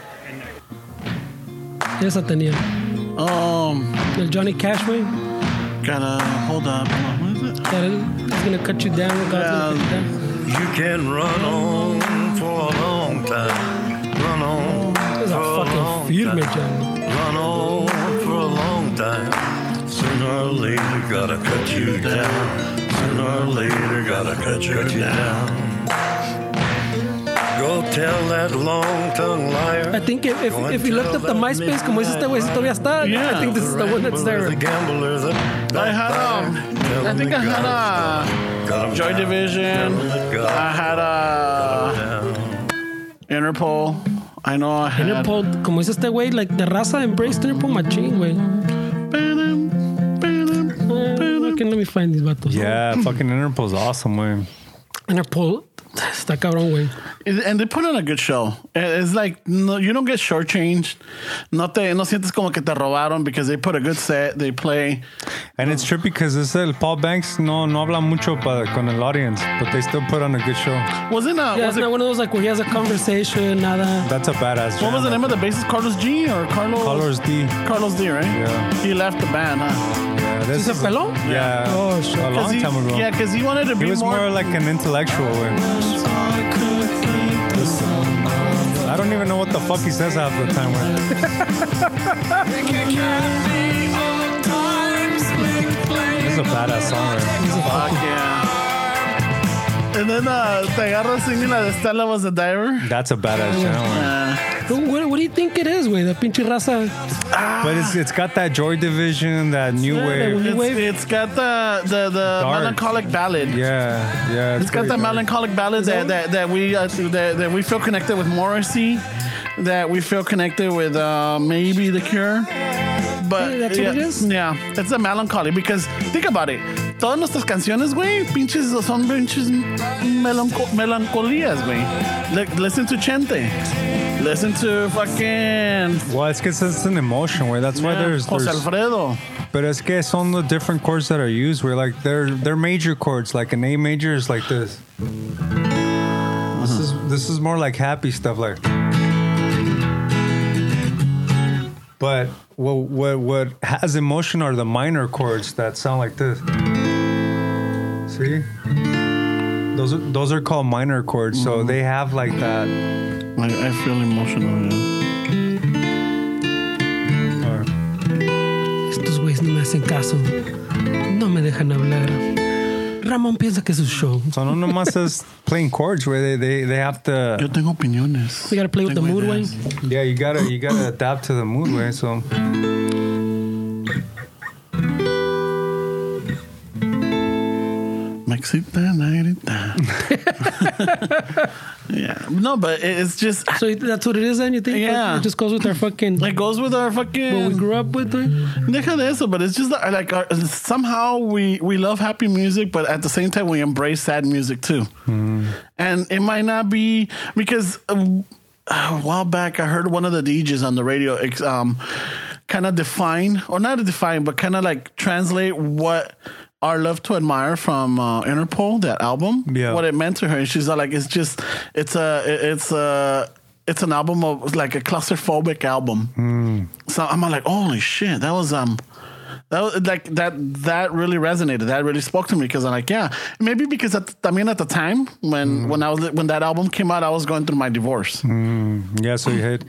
[SPEAKER 3] Esa tenía.
[SPEAKER 2] um.
[SPEAKER 3] El Johnny Cash, güey.
[SPEAKER 2] Gotta hold up. What is it?
[SPEAKER 3] that It's gonna cut you down. God's gonna cut you down.
[SPEAKER 8] You can run on for a long time. Run on.
[SPEAKER 3] It's
[SPEAKER 2] Oh,
[SPEAKER 3] a
[SPEAKER 8] for a
[SPEAKER 3] fucking
[SPEAKER 8] long
[SPEAKER 3] firme,
[SPEAKER 8] time.
[SPEAKER 3] John.
[SPEAKER 8] Run on for a long time. Sooner or later, gotta cut you down. Sooner or later, gotta cut you down. Go tell that long tongue liar.
[SPEAKER 3] I think if, if, if you looked up the MySpace, como dice este güey, si todavía está,
[SPEAKER 2] Yeah.
[SPEAKER 3] I think this is the one that's
[SPEAKER 8] The
[SPEAKER 3] there.
[SPEAKER 8] gambler, the
[SPEAKER 2] I had um. I think I had
[SPEAKER 8] a
[SPEAKER 2] a Joy Division. I had a Interpol. I know I had.
[SPEAKER 3] Interpol, como dice este güey, like the raza embraced Interpol machine, güey. Eh, fucking let me find these vatos.
[SPEAKER 4] Yeah, fucking Interpol's awesome, güey.
[SPEAKER 3] Interpol, está cabrón, güey.
[SPEAKER 2] It- And they put on a good show. It- It's like no, you don't get shortchanged. No te, no sientes como que te robaron because they put a good set. They play.
[SPEAKER 4] And it's trippy because it's uh, Paul Banks no no habla mucho pa, con el audience, but they still put on a good show.
[SPEAKER 2] Wasn't a
[SPEAKER 3] Yeah,
[SPEAKER 2] was
[SPEAKER 3] it's
[SPEAKER 2] it,
[SPEAKER 3] not one of those like where he has a conversation, nada.
[SPEAKER 4] That's a badass.
[SPEAKER 2] what was the
[SPEAKER 4] jam.
[SPEAKER 2] name of the bassist? Carlos G or Carlos?
[SPEAKER 4] Colors D.
[SPEAKER 2] Carlos D, right?
[SPEAKER 4] Yeah.
[SPEAKER 2] He left the band, huh?
[SPEAKER 4] Yeah, this
[SPEAKER 3] ¿Sí se
[SPEAKER 4] is-
[SPEAKER 3] peló?
[SPEAKER 4] Yeah,
[SPEAKER 3] Oh, shit.
[SPEAKER 4] a
[SPEAKER 2] 'Cause
[SPEAKER 4] long
[SPEAKER 2] he,
[SPEAKER 4] time ago.
[SPEAKER 2] Yeah, because he wanted to
[SPEAKER 4] he
[SPEAKER 2] be
[SPEAKER 4] was
[SPEAKER 2] more.
[SPEAKER 4] more, like an intellectual. Way. I don't even know what the fuck he says half the time. Way. This is a badass song. Way.
[SPEAKER 2] Fuck yeah. And then uh, te agarras singing la de Stella was a diver.
[SPEAKER 4] That's a badass jam. Way.
[SPEAKER 3] What, what do you think it is, güey? The pinche raza.
[SPEAKER 4] But it's it's got that Joy Division, that new
[SPEAKER 3] Yeah,
[SPEAKER 4] wave.
[SPEAKER 3] the-
[SPEAKER 2] It's,
[SPEAKER 3] Wave.
[SPEAKER 2] it's got the the, the
[SPEAKER 4] Dark.
[SPEAKER 2] melancholic ballad.
[SPEAKER 4] Yeah, yeah.
[SPEAKER 2] It's got
[SPEAKER 4] pretty
[SPEAKER 2] that
[SPEAKER 4] good.
[SPEAKER 2] melancholic ballad that, that, that we uh, that, that we feel connected with Morrissey, that we feel connected with uh, maybe The Cure. But
[SPEAKER 3] Yeah, that's
[SPEAKER 2] yeah,
[SPEAKER 3] what it is?
[SPEAKER 2] yeah, it's a melancholy because think about it. Todas nuestras canciones, güey, pinches son pinches melanco melancolías, güey. Like, listen to Chente. Listen to fucking
[SPEAKER 4] Well, it's 'cause it's an emotion. Way. That's why there's,
[SPEAKER 2] Jose
[SPEAKER 4] there's
[SPEAKER 2] Alfredo.
[SPEAKER 4] But es que son the different chords that are used. We're like they're they're major chords. Like an A major is like this. This is this is more like happy stuff. Like, but what what what has emotion are the minor chords that sound like this. See, those are, those are called minor chords. So they have like that.
[SPEAKER 2] I, I feel emotional. Yeah.
[SPEAKER 4] or-
[SPEAKER 3] Estos güeyes no me hacen caso. No me dejan hablar. Ramón piensa que es su show.
[SPEAKER 4] so no nomás es playing chords where they they they have to.
[SPEAKER 2] Yo tengo opiniones.
[SPEAKER 3] We gotta play with the
[SPEAKER 2] Tengo
[SPEAKER 3] mood, güey.
[SPEAKER 2] ideas.
[SPEAKER 4] Yeah, you gotta you gotta adapt to the mood, way. So
[SPEAKER 2] Mexita, Nagrita. yeah. No, but it- it's just,
[SPEAKER 3] So it- that's what it is then, you think? Like,
[SPEAKER 2] Yeah.
[SPEAKER 3] It just goes with our fucking...
[SPEAKER 2] it goes with our
[SPEAKER 3] what we
[SPEAKER 2] fucking.
[SPEAKER 3] grew up with, güey.
[SPEAKER 2] Deja de eso, but it's just that, like our, somehow we, we love happy music, but at the same time, we embrace sad music too. And it might not be because um, a while back, I heard one of the DJs on the radio ex- um, kind of define, or not define, but kind of like translate what Our Love to Admire from uh, Interpol, that album,
[SPEAKER 4] Yeah.
[SPEAKER 2] what it meant to her. And she's all like, it's just, it's a, it's a, it's an album of like a claustrophobic album. So I'm like, holy shit, that was um, that was like that that really resonated. That really spoke to me because I'm like, yeah, maybe because at, I mean at the time when when I was when that album came out, I was going through my divorce.
[SPEAKER 4] Yeah, so you hit.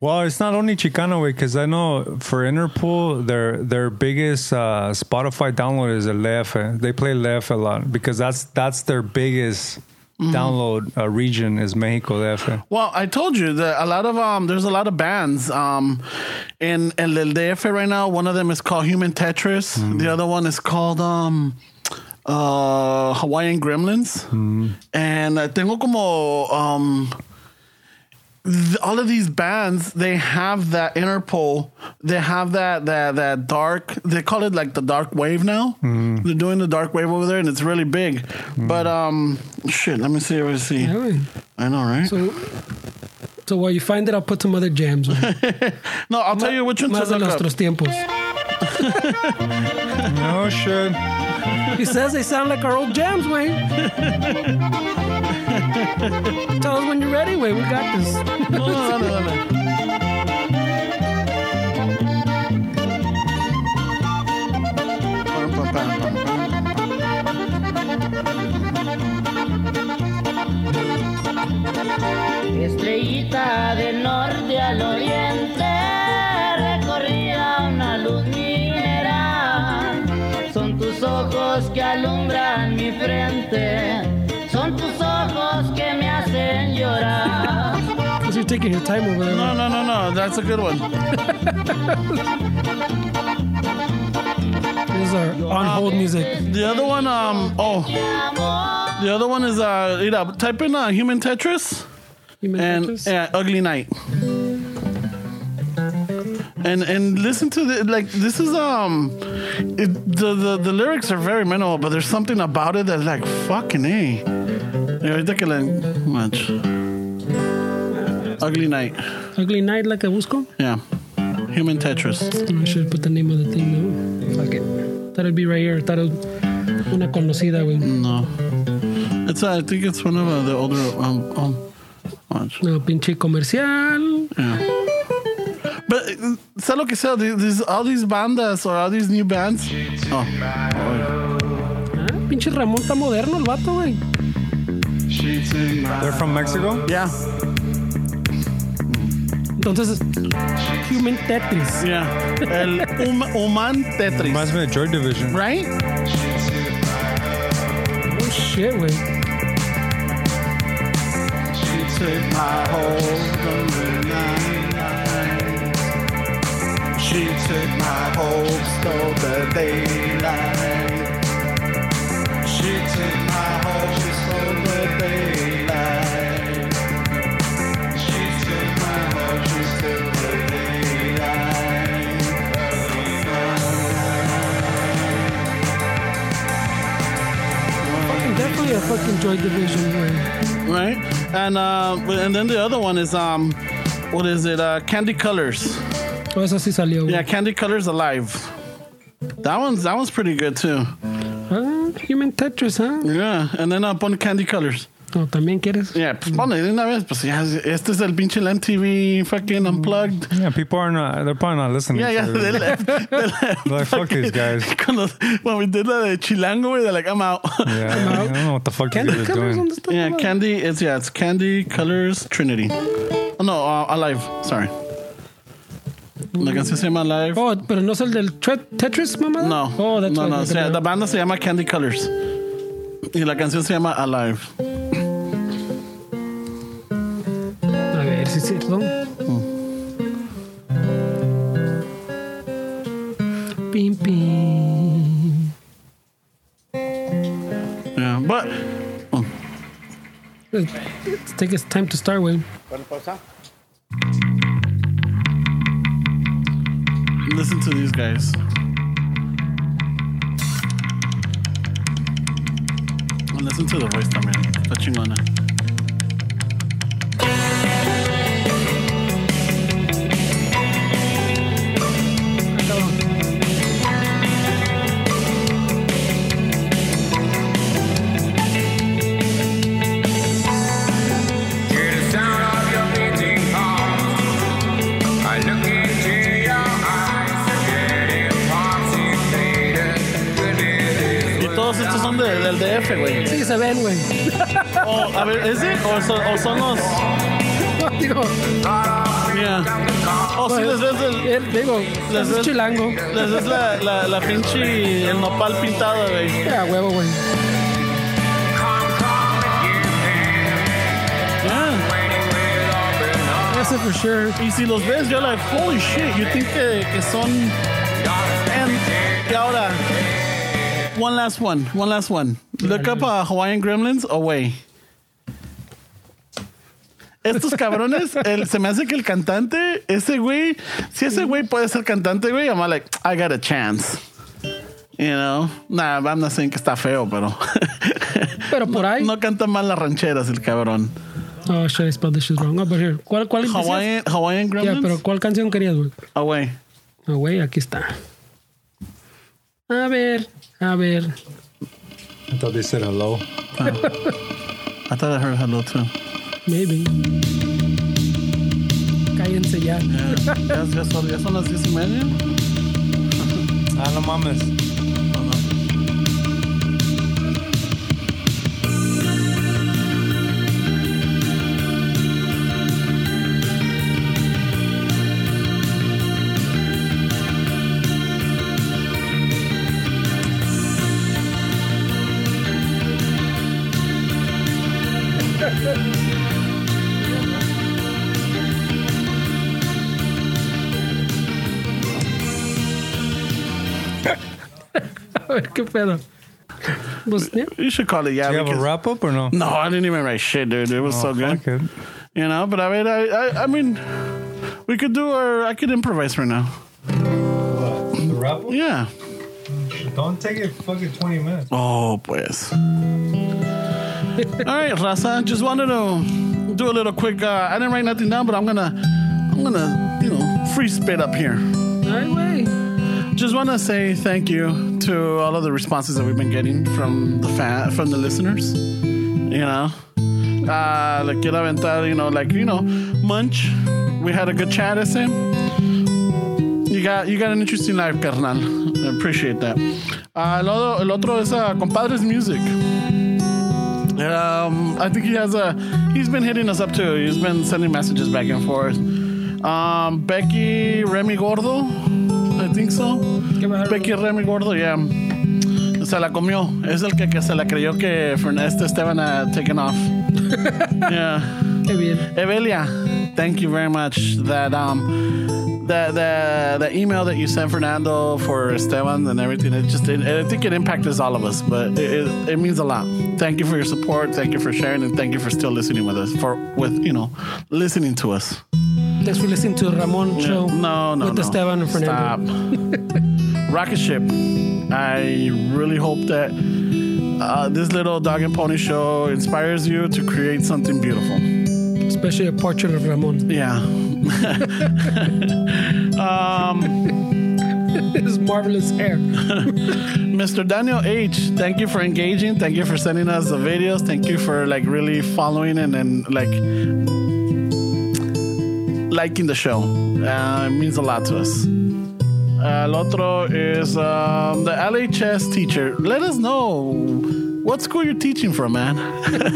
[SPEAKER 4] Well, it's not only Chicano way because I know for Interpol, their their biggest uh, Spotify download is a Lef. eh? They play Lef a lot because that's that's their biggest
[SPEAKER 2] Mm-hmm.
[SPEAKER 4] download uh, region is Mexico Lef. eh?
[SPEAKER 2] Well, I told you that a lot of um, there's a lot of bands um, in in El DF right now. One of them is called Human Tetris.
[SPEAKER 3] Mm.
[SPEAKER 2] The other one is called um, uh, Hawaiian Gremlins.
[SPEAKER 3] Mm.
[SPEAKER 2] And uh, tengo como um, th- all of these bands they have that Interpol, they have that that that dark. They call it like the dark wave now.
[SPEAKER 3] Mm.
[SPEAKER 2] They're doing the dark wave over there, and it's really big. But um, shit, let me see. Let me see.
[SPEAKER 3] Yeah, wait.
[SPEAKER 2] I know, right?
[SPEAKER 3] So, so while you find it, I'll put some other jams. On.
[SPEAKER 2] No, I'll tell you which one to
[SPEAKER 3] Más de
[SPEAKER 2] look up.
[SPEAKER 3] nuestros tiempos.
[SPEAKER 4] No shit.
[SPEAKER 3] He says they sound like our old jams, Wayne. Tell us when you're ready, Wayne. We got this.
[SPEAKER 2] No, no, no, no, no.
[SPEAKER 10] Estrellita del norte al oriente, recorría una luz mineral. Son tus ojos que alumbran mi frente, son tus ojos que me hacen llorar.
[SPEAKER 3] Because you're taking your time over there.
[SPEAKER 2] No, no, no, no. That's a good one.
[SPEAKER 3] This is our on hold music.
[SPEAKER 2] The other one, um, oh, the other one is uh, you know, type in uh, human Tetris and eh, yeah, ugly night. And and listen to the like. This is um, it, the, the the lyrics are very minimal, but there's something about it that's like fucking a. Ahorita que la- much. Ugly night.
[SPEAKER 3] Ugly night like a busco.
[SPEAKER 2] Yeah. Human Tetris.
[SPEAKER 3] I should put the name of the thing. Though. Fuck it. That'll be right here. That'll una conocida, güey.
[SPEAKER 2] No. It's uh, I think it's one of uh, the older um, um ones.
[SPEAKER 3] No pinche comercial.
[SPEAKER 2] But uh, sea lo que sea, these, these all these bandas or all these new bands. Oh,
[SPEAKER 3] Ah, pinche Ramón está moderno el vato, güey.
[SPEAKER 4] They're from Mexico.
[SPEAKER 2] yeah,
[SPEAKER 3] Entonces, Human Tetris.
[SPEAKER 2] yeah. El um, Oman Tetris,
[SPEAKER 4] Reminds me of Joy Division.
[SPEAKER 2] right?
[SPEAKER 3] Oh shit, güey.
[SPEAKER 10] She took my hope, stole the daylight. She took my hope, she stole the daylight. She took my hope, she stole the daylight.
[SPEAKER 3] Definitely a fucking Joy Division, güey.
[SPEAKER 2] Right. And uh, and then the other one is um, what is it? Uh, Candy Colors.
[SPEAKER 3] Todo eso sí salió, güey.
[SPEAKER 2] Yeah, Candy Colors Alive. That one's that one's pretty good too.
[SPEAKER 3] Ah, Human Tetris, ¿ah?
[SPEAKER 2] Yeah. And then upon Candy Colors.
[SPEAKER 3] No, también quieres.
[SPEAKER 2] Yeah, pues ponle de una vez, pues ya, este es el pinche el MTV fucking unplugged.
[SPEAKER 4] Yeah, people are not. They're probably not listening.
[SPEAKER 2] Yeah, yeah,
[SPEAKER 4] to it.
[SPEAKER 2] they left. They left.
[SPEAKER 4] Like, fuck these guys.
[SPEAKER 2] Cuando, when we did that de Chilango, güey, they're like, I'm out.
[SPEAKER 4] Yeah, I don't know what the fuck
[SPEAKER 3] Candy
[SPEAKER 4] you guys are
[SPEAKER 3] Colors,
[SPEAKER 4] doing.
[SPEAKER 3] ¿dónde está?
[SPEAKER 2] Yeah, Candy, it's, yeah, it's Candy, Colors, Trinity. Oh, no, uh, Alive, sorry. La canción se llama Alive.
[SPEAKER 3] Oh, pero no es el del Tre- Tetris, mamá.
[SPEAKER 2] No,
[SPEAKER 3] Oh, that's
[SPEAKER 2] no,
[SPEAKER 3] right.
[SPEAKER 2] no, o sea, la banda se llama Candy Colors. Y la canción se llama Alive.
[SPEAKER 3] A ver, sí, sí, perdón. Pim, pim.
[SPEAKER 2] Yeah, but oh,
[SPEAKER 3] Let's take its time to start, güey.
[SPEAKER 2] listen to these guys. And Listen to the voice también. Está chingona. son de- del DF, güey.
[SPEAKER 3] Sí, se ven, güey.
[SPEAKER 2] O, a ver, ¿es it? O son, o son los.
[SPEAKER 3] Digo,
[SPEAKER 2] Yeah. O si les ves el-
[SPEAKER 3] él- eh, digo,
[SPEAKER 2] Las
[SPEAKER 3] es
[SPEAKER 2] ves-
[SPEAKER 3] chilango.
[SPEAKER 2] Les ves la, la, la pinche. El nopal pintado, güey.
[SPEAKER 3] Ya, huevo, güey.
[SPEAKER 2] Yeah.
[SPEAKER 3] Eso Ah. for sure.
[SPEAKER 2] Y si los ves, you're like, holy shit, you think que, que son. And, y ahora. One last one, one last one. Look up uh, Hawaiian Gremlins away. Estos cabrones, el, se me hace que el cantante, ese güey, si ese güey puede ser cantante, güey, I'm like, I got a chance. You know? Nah, I'm not saying que está feo, pero.
[SPEAKER 3] Pero por ahí.
[SPEAKER 2] no canta mal las rancheras el cabrón.
[SPEAKER 3] Oh, shit, I spelled this shit wrong. Oh, but here. ¿Cuál, cuál empezas?
[SPEAKER 2] Hawaiian, Hawaiian
[SPEAKER 3] Ya,
[SPEAKER 2] Gremlins?
[SPEAKER 3] pero ¿cuál canción querías, güey?
[SPEAKER 2] Ah, güey.
[SPEAKER 3] Ah, güey, aquí está. A ver, a ver.
[SPEAKER 4] I thought they said hello.
[SPEAKER 2] I thought I heard hello too.
[SPEAKER 3] Maybe. Cállense ya.
[SPEAKER 2] Ya, ya son, ya son las diez y media.
[SPEAKER 4] Ah, no mames.
[SPEAKER 3] A ver, qué pedo. Pues, ya.
[SPEAKER 2] You should call it, yeah.
[SPEAKER 4] Do you have a
[SPEAKER 2] because-
[SPEAKER 4] wrap up or no? Oh,
[SPEAKER 2] no, I didn't even write shit, dude. It was so good.
[SPEAKER 4] Fuck it.
[SPEAKER 2] You know, but I mean, I, I, I mean, we could do our, I could improvise right now.
[SPEAKER 4] The wrap up?
[SPEAKER 2] Yeah.
[SPEAKER 4] Don't take it fucking 20 minutes.
[SPEAKER 2] Oh, pues. All right, Raza. Just wanted to do a little quick. Uh, I didn't write nothing down, but I'm gonna, I'm gonna, you know, free spit up here.
[SPEAKER 3] Ay, güey.
[SPEAKER 2] Just want to say thank you to all of the responses that we've been getting from the fan, from the listeners. You know, uh, le quiero aventar, you know, like you know, Munch. We had a good chat, ese. You got you got an interesting life, carnal. I appreciate that. Uh, el, otro, el otro es uh, Compadres Music. Um, I think he has a. He's been hitting us up too. He's been sending messages back and forth. Um, Becky Remy Gordo, I think so.
[SPEAKER 3] Qué bárbaro.
[SPEAKER 2] Becky Remy Gordo, ya. Se la comió. Es el que, que se la creyó que Fernesta Esteban had taken off. yeah.
[SPEAKER 3] Qué bien.
[SPEAKER 2] Evelia, thank you very much. That um, that the the email that you sent Fernando for Esteban and everything. It just it, I think it impacted all of us, but it, it, it means a lot. Thank you for your support. Thank you for sharing, and thank you for still listening with us. For with you know, listening to us.
[SPEAKER 3] Thanks for listening to Ramon Show.
[SPEAKER 2] No, no,
[SPEAKER 3] With
[SPEAKER 2] no.
[SPEAKER 3] Esteban and Fernando.
[SPEAKER 2] Stop. Rocket ship. I really hope that uh, this little dog and pony show inspires you to create something beautiful.
[SPEAKER 3] Especially a portrait of Ramon.
[SPEAKER 2] Yeah.
[SPEAKER 3] His marvelous hair.
[SPEAKER 2] Mr. Daniel H, thank you for engaging. Thank you for sending us the videos. Thank you for like really following and, and like liking the show. Uh, it means a lot to us. Uh, El otro is um, the LHS teacher. Let us know what school you're teaching from, man.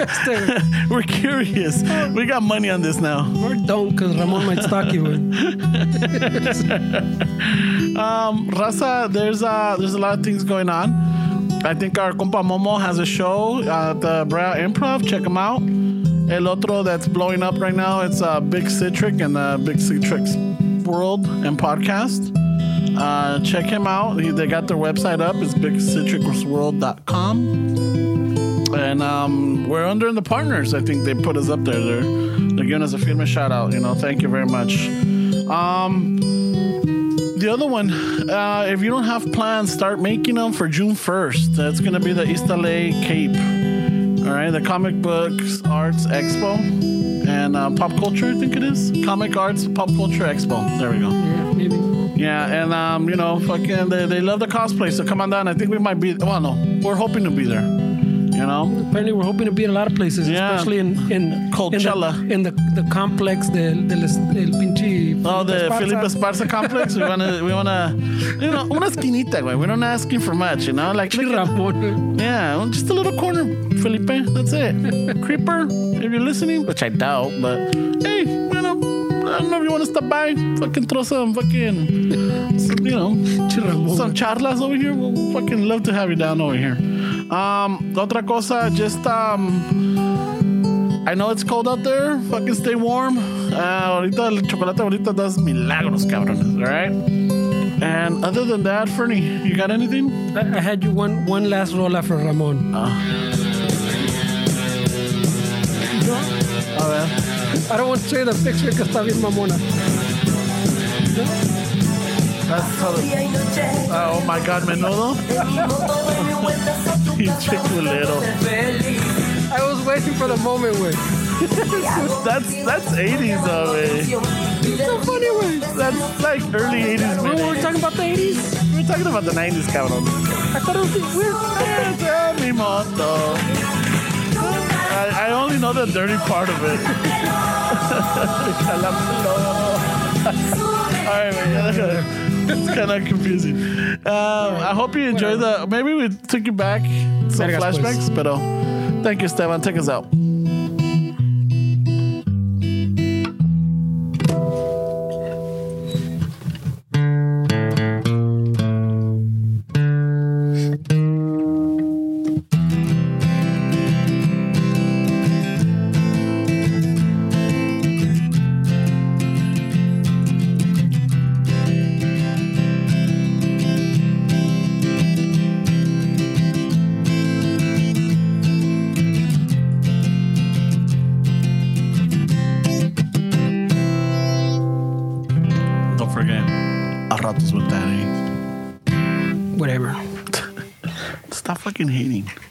[SPEAKER 3] Este,
[SPEAKER 2] We're curious. We got money on this now.
[SPEAKER 3] or don't, because Ramon might stalk you, güey.
[SPEAKER 2] Um, Raza, there's uh, there's a lot of things going on. I think our compa Momo has a show at the Brea Improv. Check him out. El otro that's blowing up right now, it's uh, Big Citric and the Big Citric's World and Podcast. Uh, check him out. He, they got their website up. It's bigcitricworld.com. And um, we're under the partners. I think they put us up there. They're, they're giving us a film shout out. You know, thank you very much. Um, the other one, uh, if you don't have plans, start making them for June 1st. That's going to be the East LA Cape. All right, the Comic Books Arts Expo and uh, Pop Culture, I think it is. Comic Arts Pop Culture Expo. There we go.
[SPEAKER 3] Yeah, maybe.
[SPEAKER 2] Yeah, and, um, you know, fucking, they, they love the cosplay, so come on down. I think we might be, well, no, we're hoping to be there. You know?
[SPEAKER 3] Apparently, we're hoping to be in a lot of places,
[SPEAKER 2] Yeah.
[SPEAKER 3] especially in in
[SPEAKER 2] Coachella.
[SPEAKER 3] in the, in the, the complex del del, es- del pinche.
[SPEAKER 2] Oh, the
[SPEAKER 3] Esparza.
[SPEAKER 2] Felipe Esparza complex. We wanna, we wanna, you know, una esquinita, güey. We're not asking for much, you know. Like,
[SPEAKER 3] Pinche Ramón.
[SPEAKER 2] yeah, well, just a little corner, Felipe. That's it. Creeper, if you're listening, which I doubt, but hey, you know, I don't know if you want to stop by. Fucking throw some fucking, some, you know,
[SPEAKER 3] Pinche Ramón.
[SPEAKER 2] some charlas over here. We'll fucking love to have you down over here. Um, otra cosa, just um, I know it's cold out there. Fucking stay warm. Uh, ahorita el chocolate ahorita does milagros, cabrones. All right. And other than that, Fernie, you got anything?
[SPEAKER 3] I, I had you one one last rola for Ramon.
[SPEAKER 2] Ah. A ver.
[SPEAKER 3] I don't want to say the picture because está bien mamona.
[SPEAKER 2] That's how the-
[SPEAKER 11] Día y noche,
[SPEAKER 2] oh my God, menudo.
[SPEAKER 11] de mi moto doy vueltas a tu
[SPEAKER 2] Pinche
[SPEAKER 11] casa,
[SPEAKER 2] culero.
[SPEAKER 11] buscándote feliz.
[SPEAKER 3] I was waiting for the moment where
[SPEAKER 2] That's that's 80s, though. eh.
[SPEAKER 11] So funny, güey.
[SPEAKER 2] That's like early 80s.
[SPEAKER 3] we Oh, were
[SPEAKER 2] Mid-80s.
[SPEAKER 3] talking about the 80s.
[SPEAKER 2] We're talking about the 90s, cabrón.
[SPEAKER 3] I thought it was weird.
[SPEAKER 2] Esa mi moto. I, I only know the dirty part of it. Calamito. All right, man. It's kind of confusing. Um, I hope you enjoy the. Maybe we took you back some
[SPEAKER 3] Vergas, pues.
[SPEAKER 2] flashbacks, but uh, thank you, Esteban. Take us out. Don't forget, a ratos with Danny.
[SPEAKER 3] Whatever.
[SPEAKER 2] Stop fucking hating.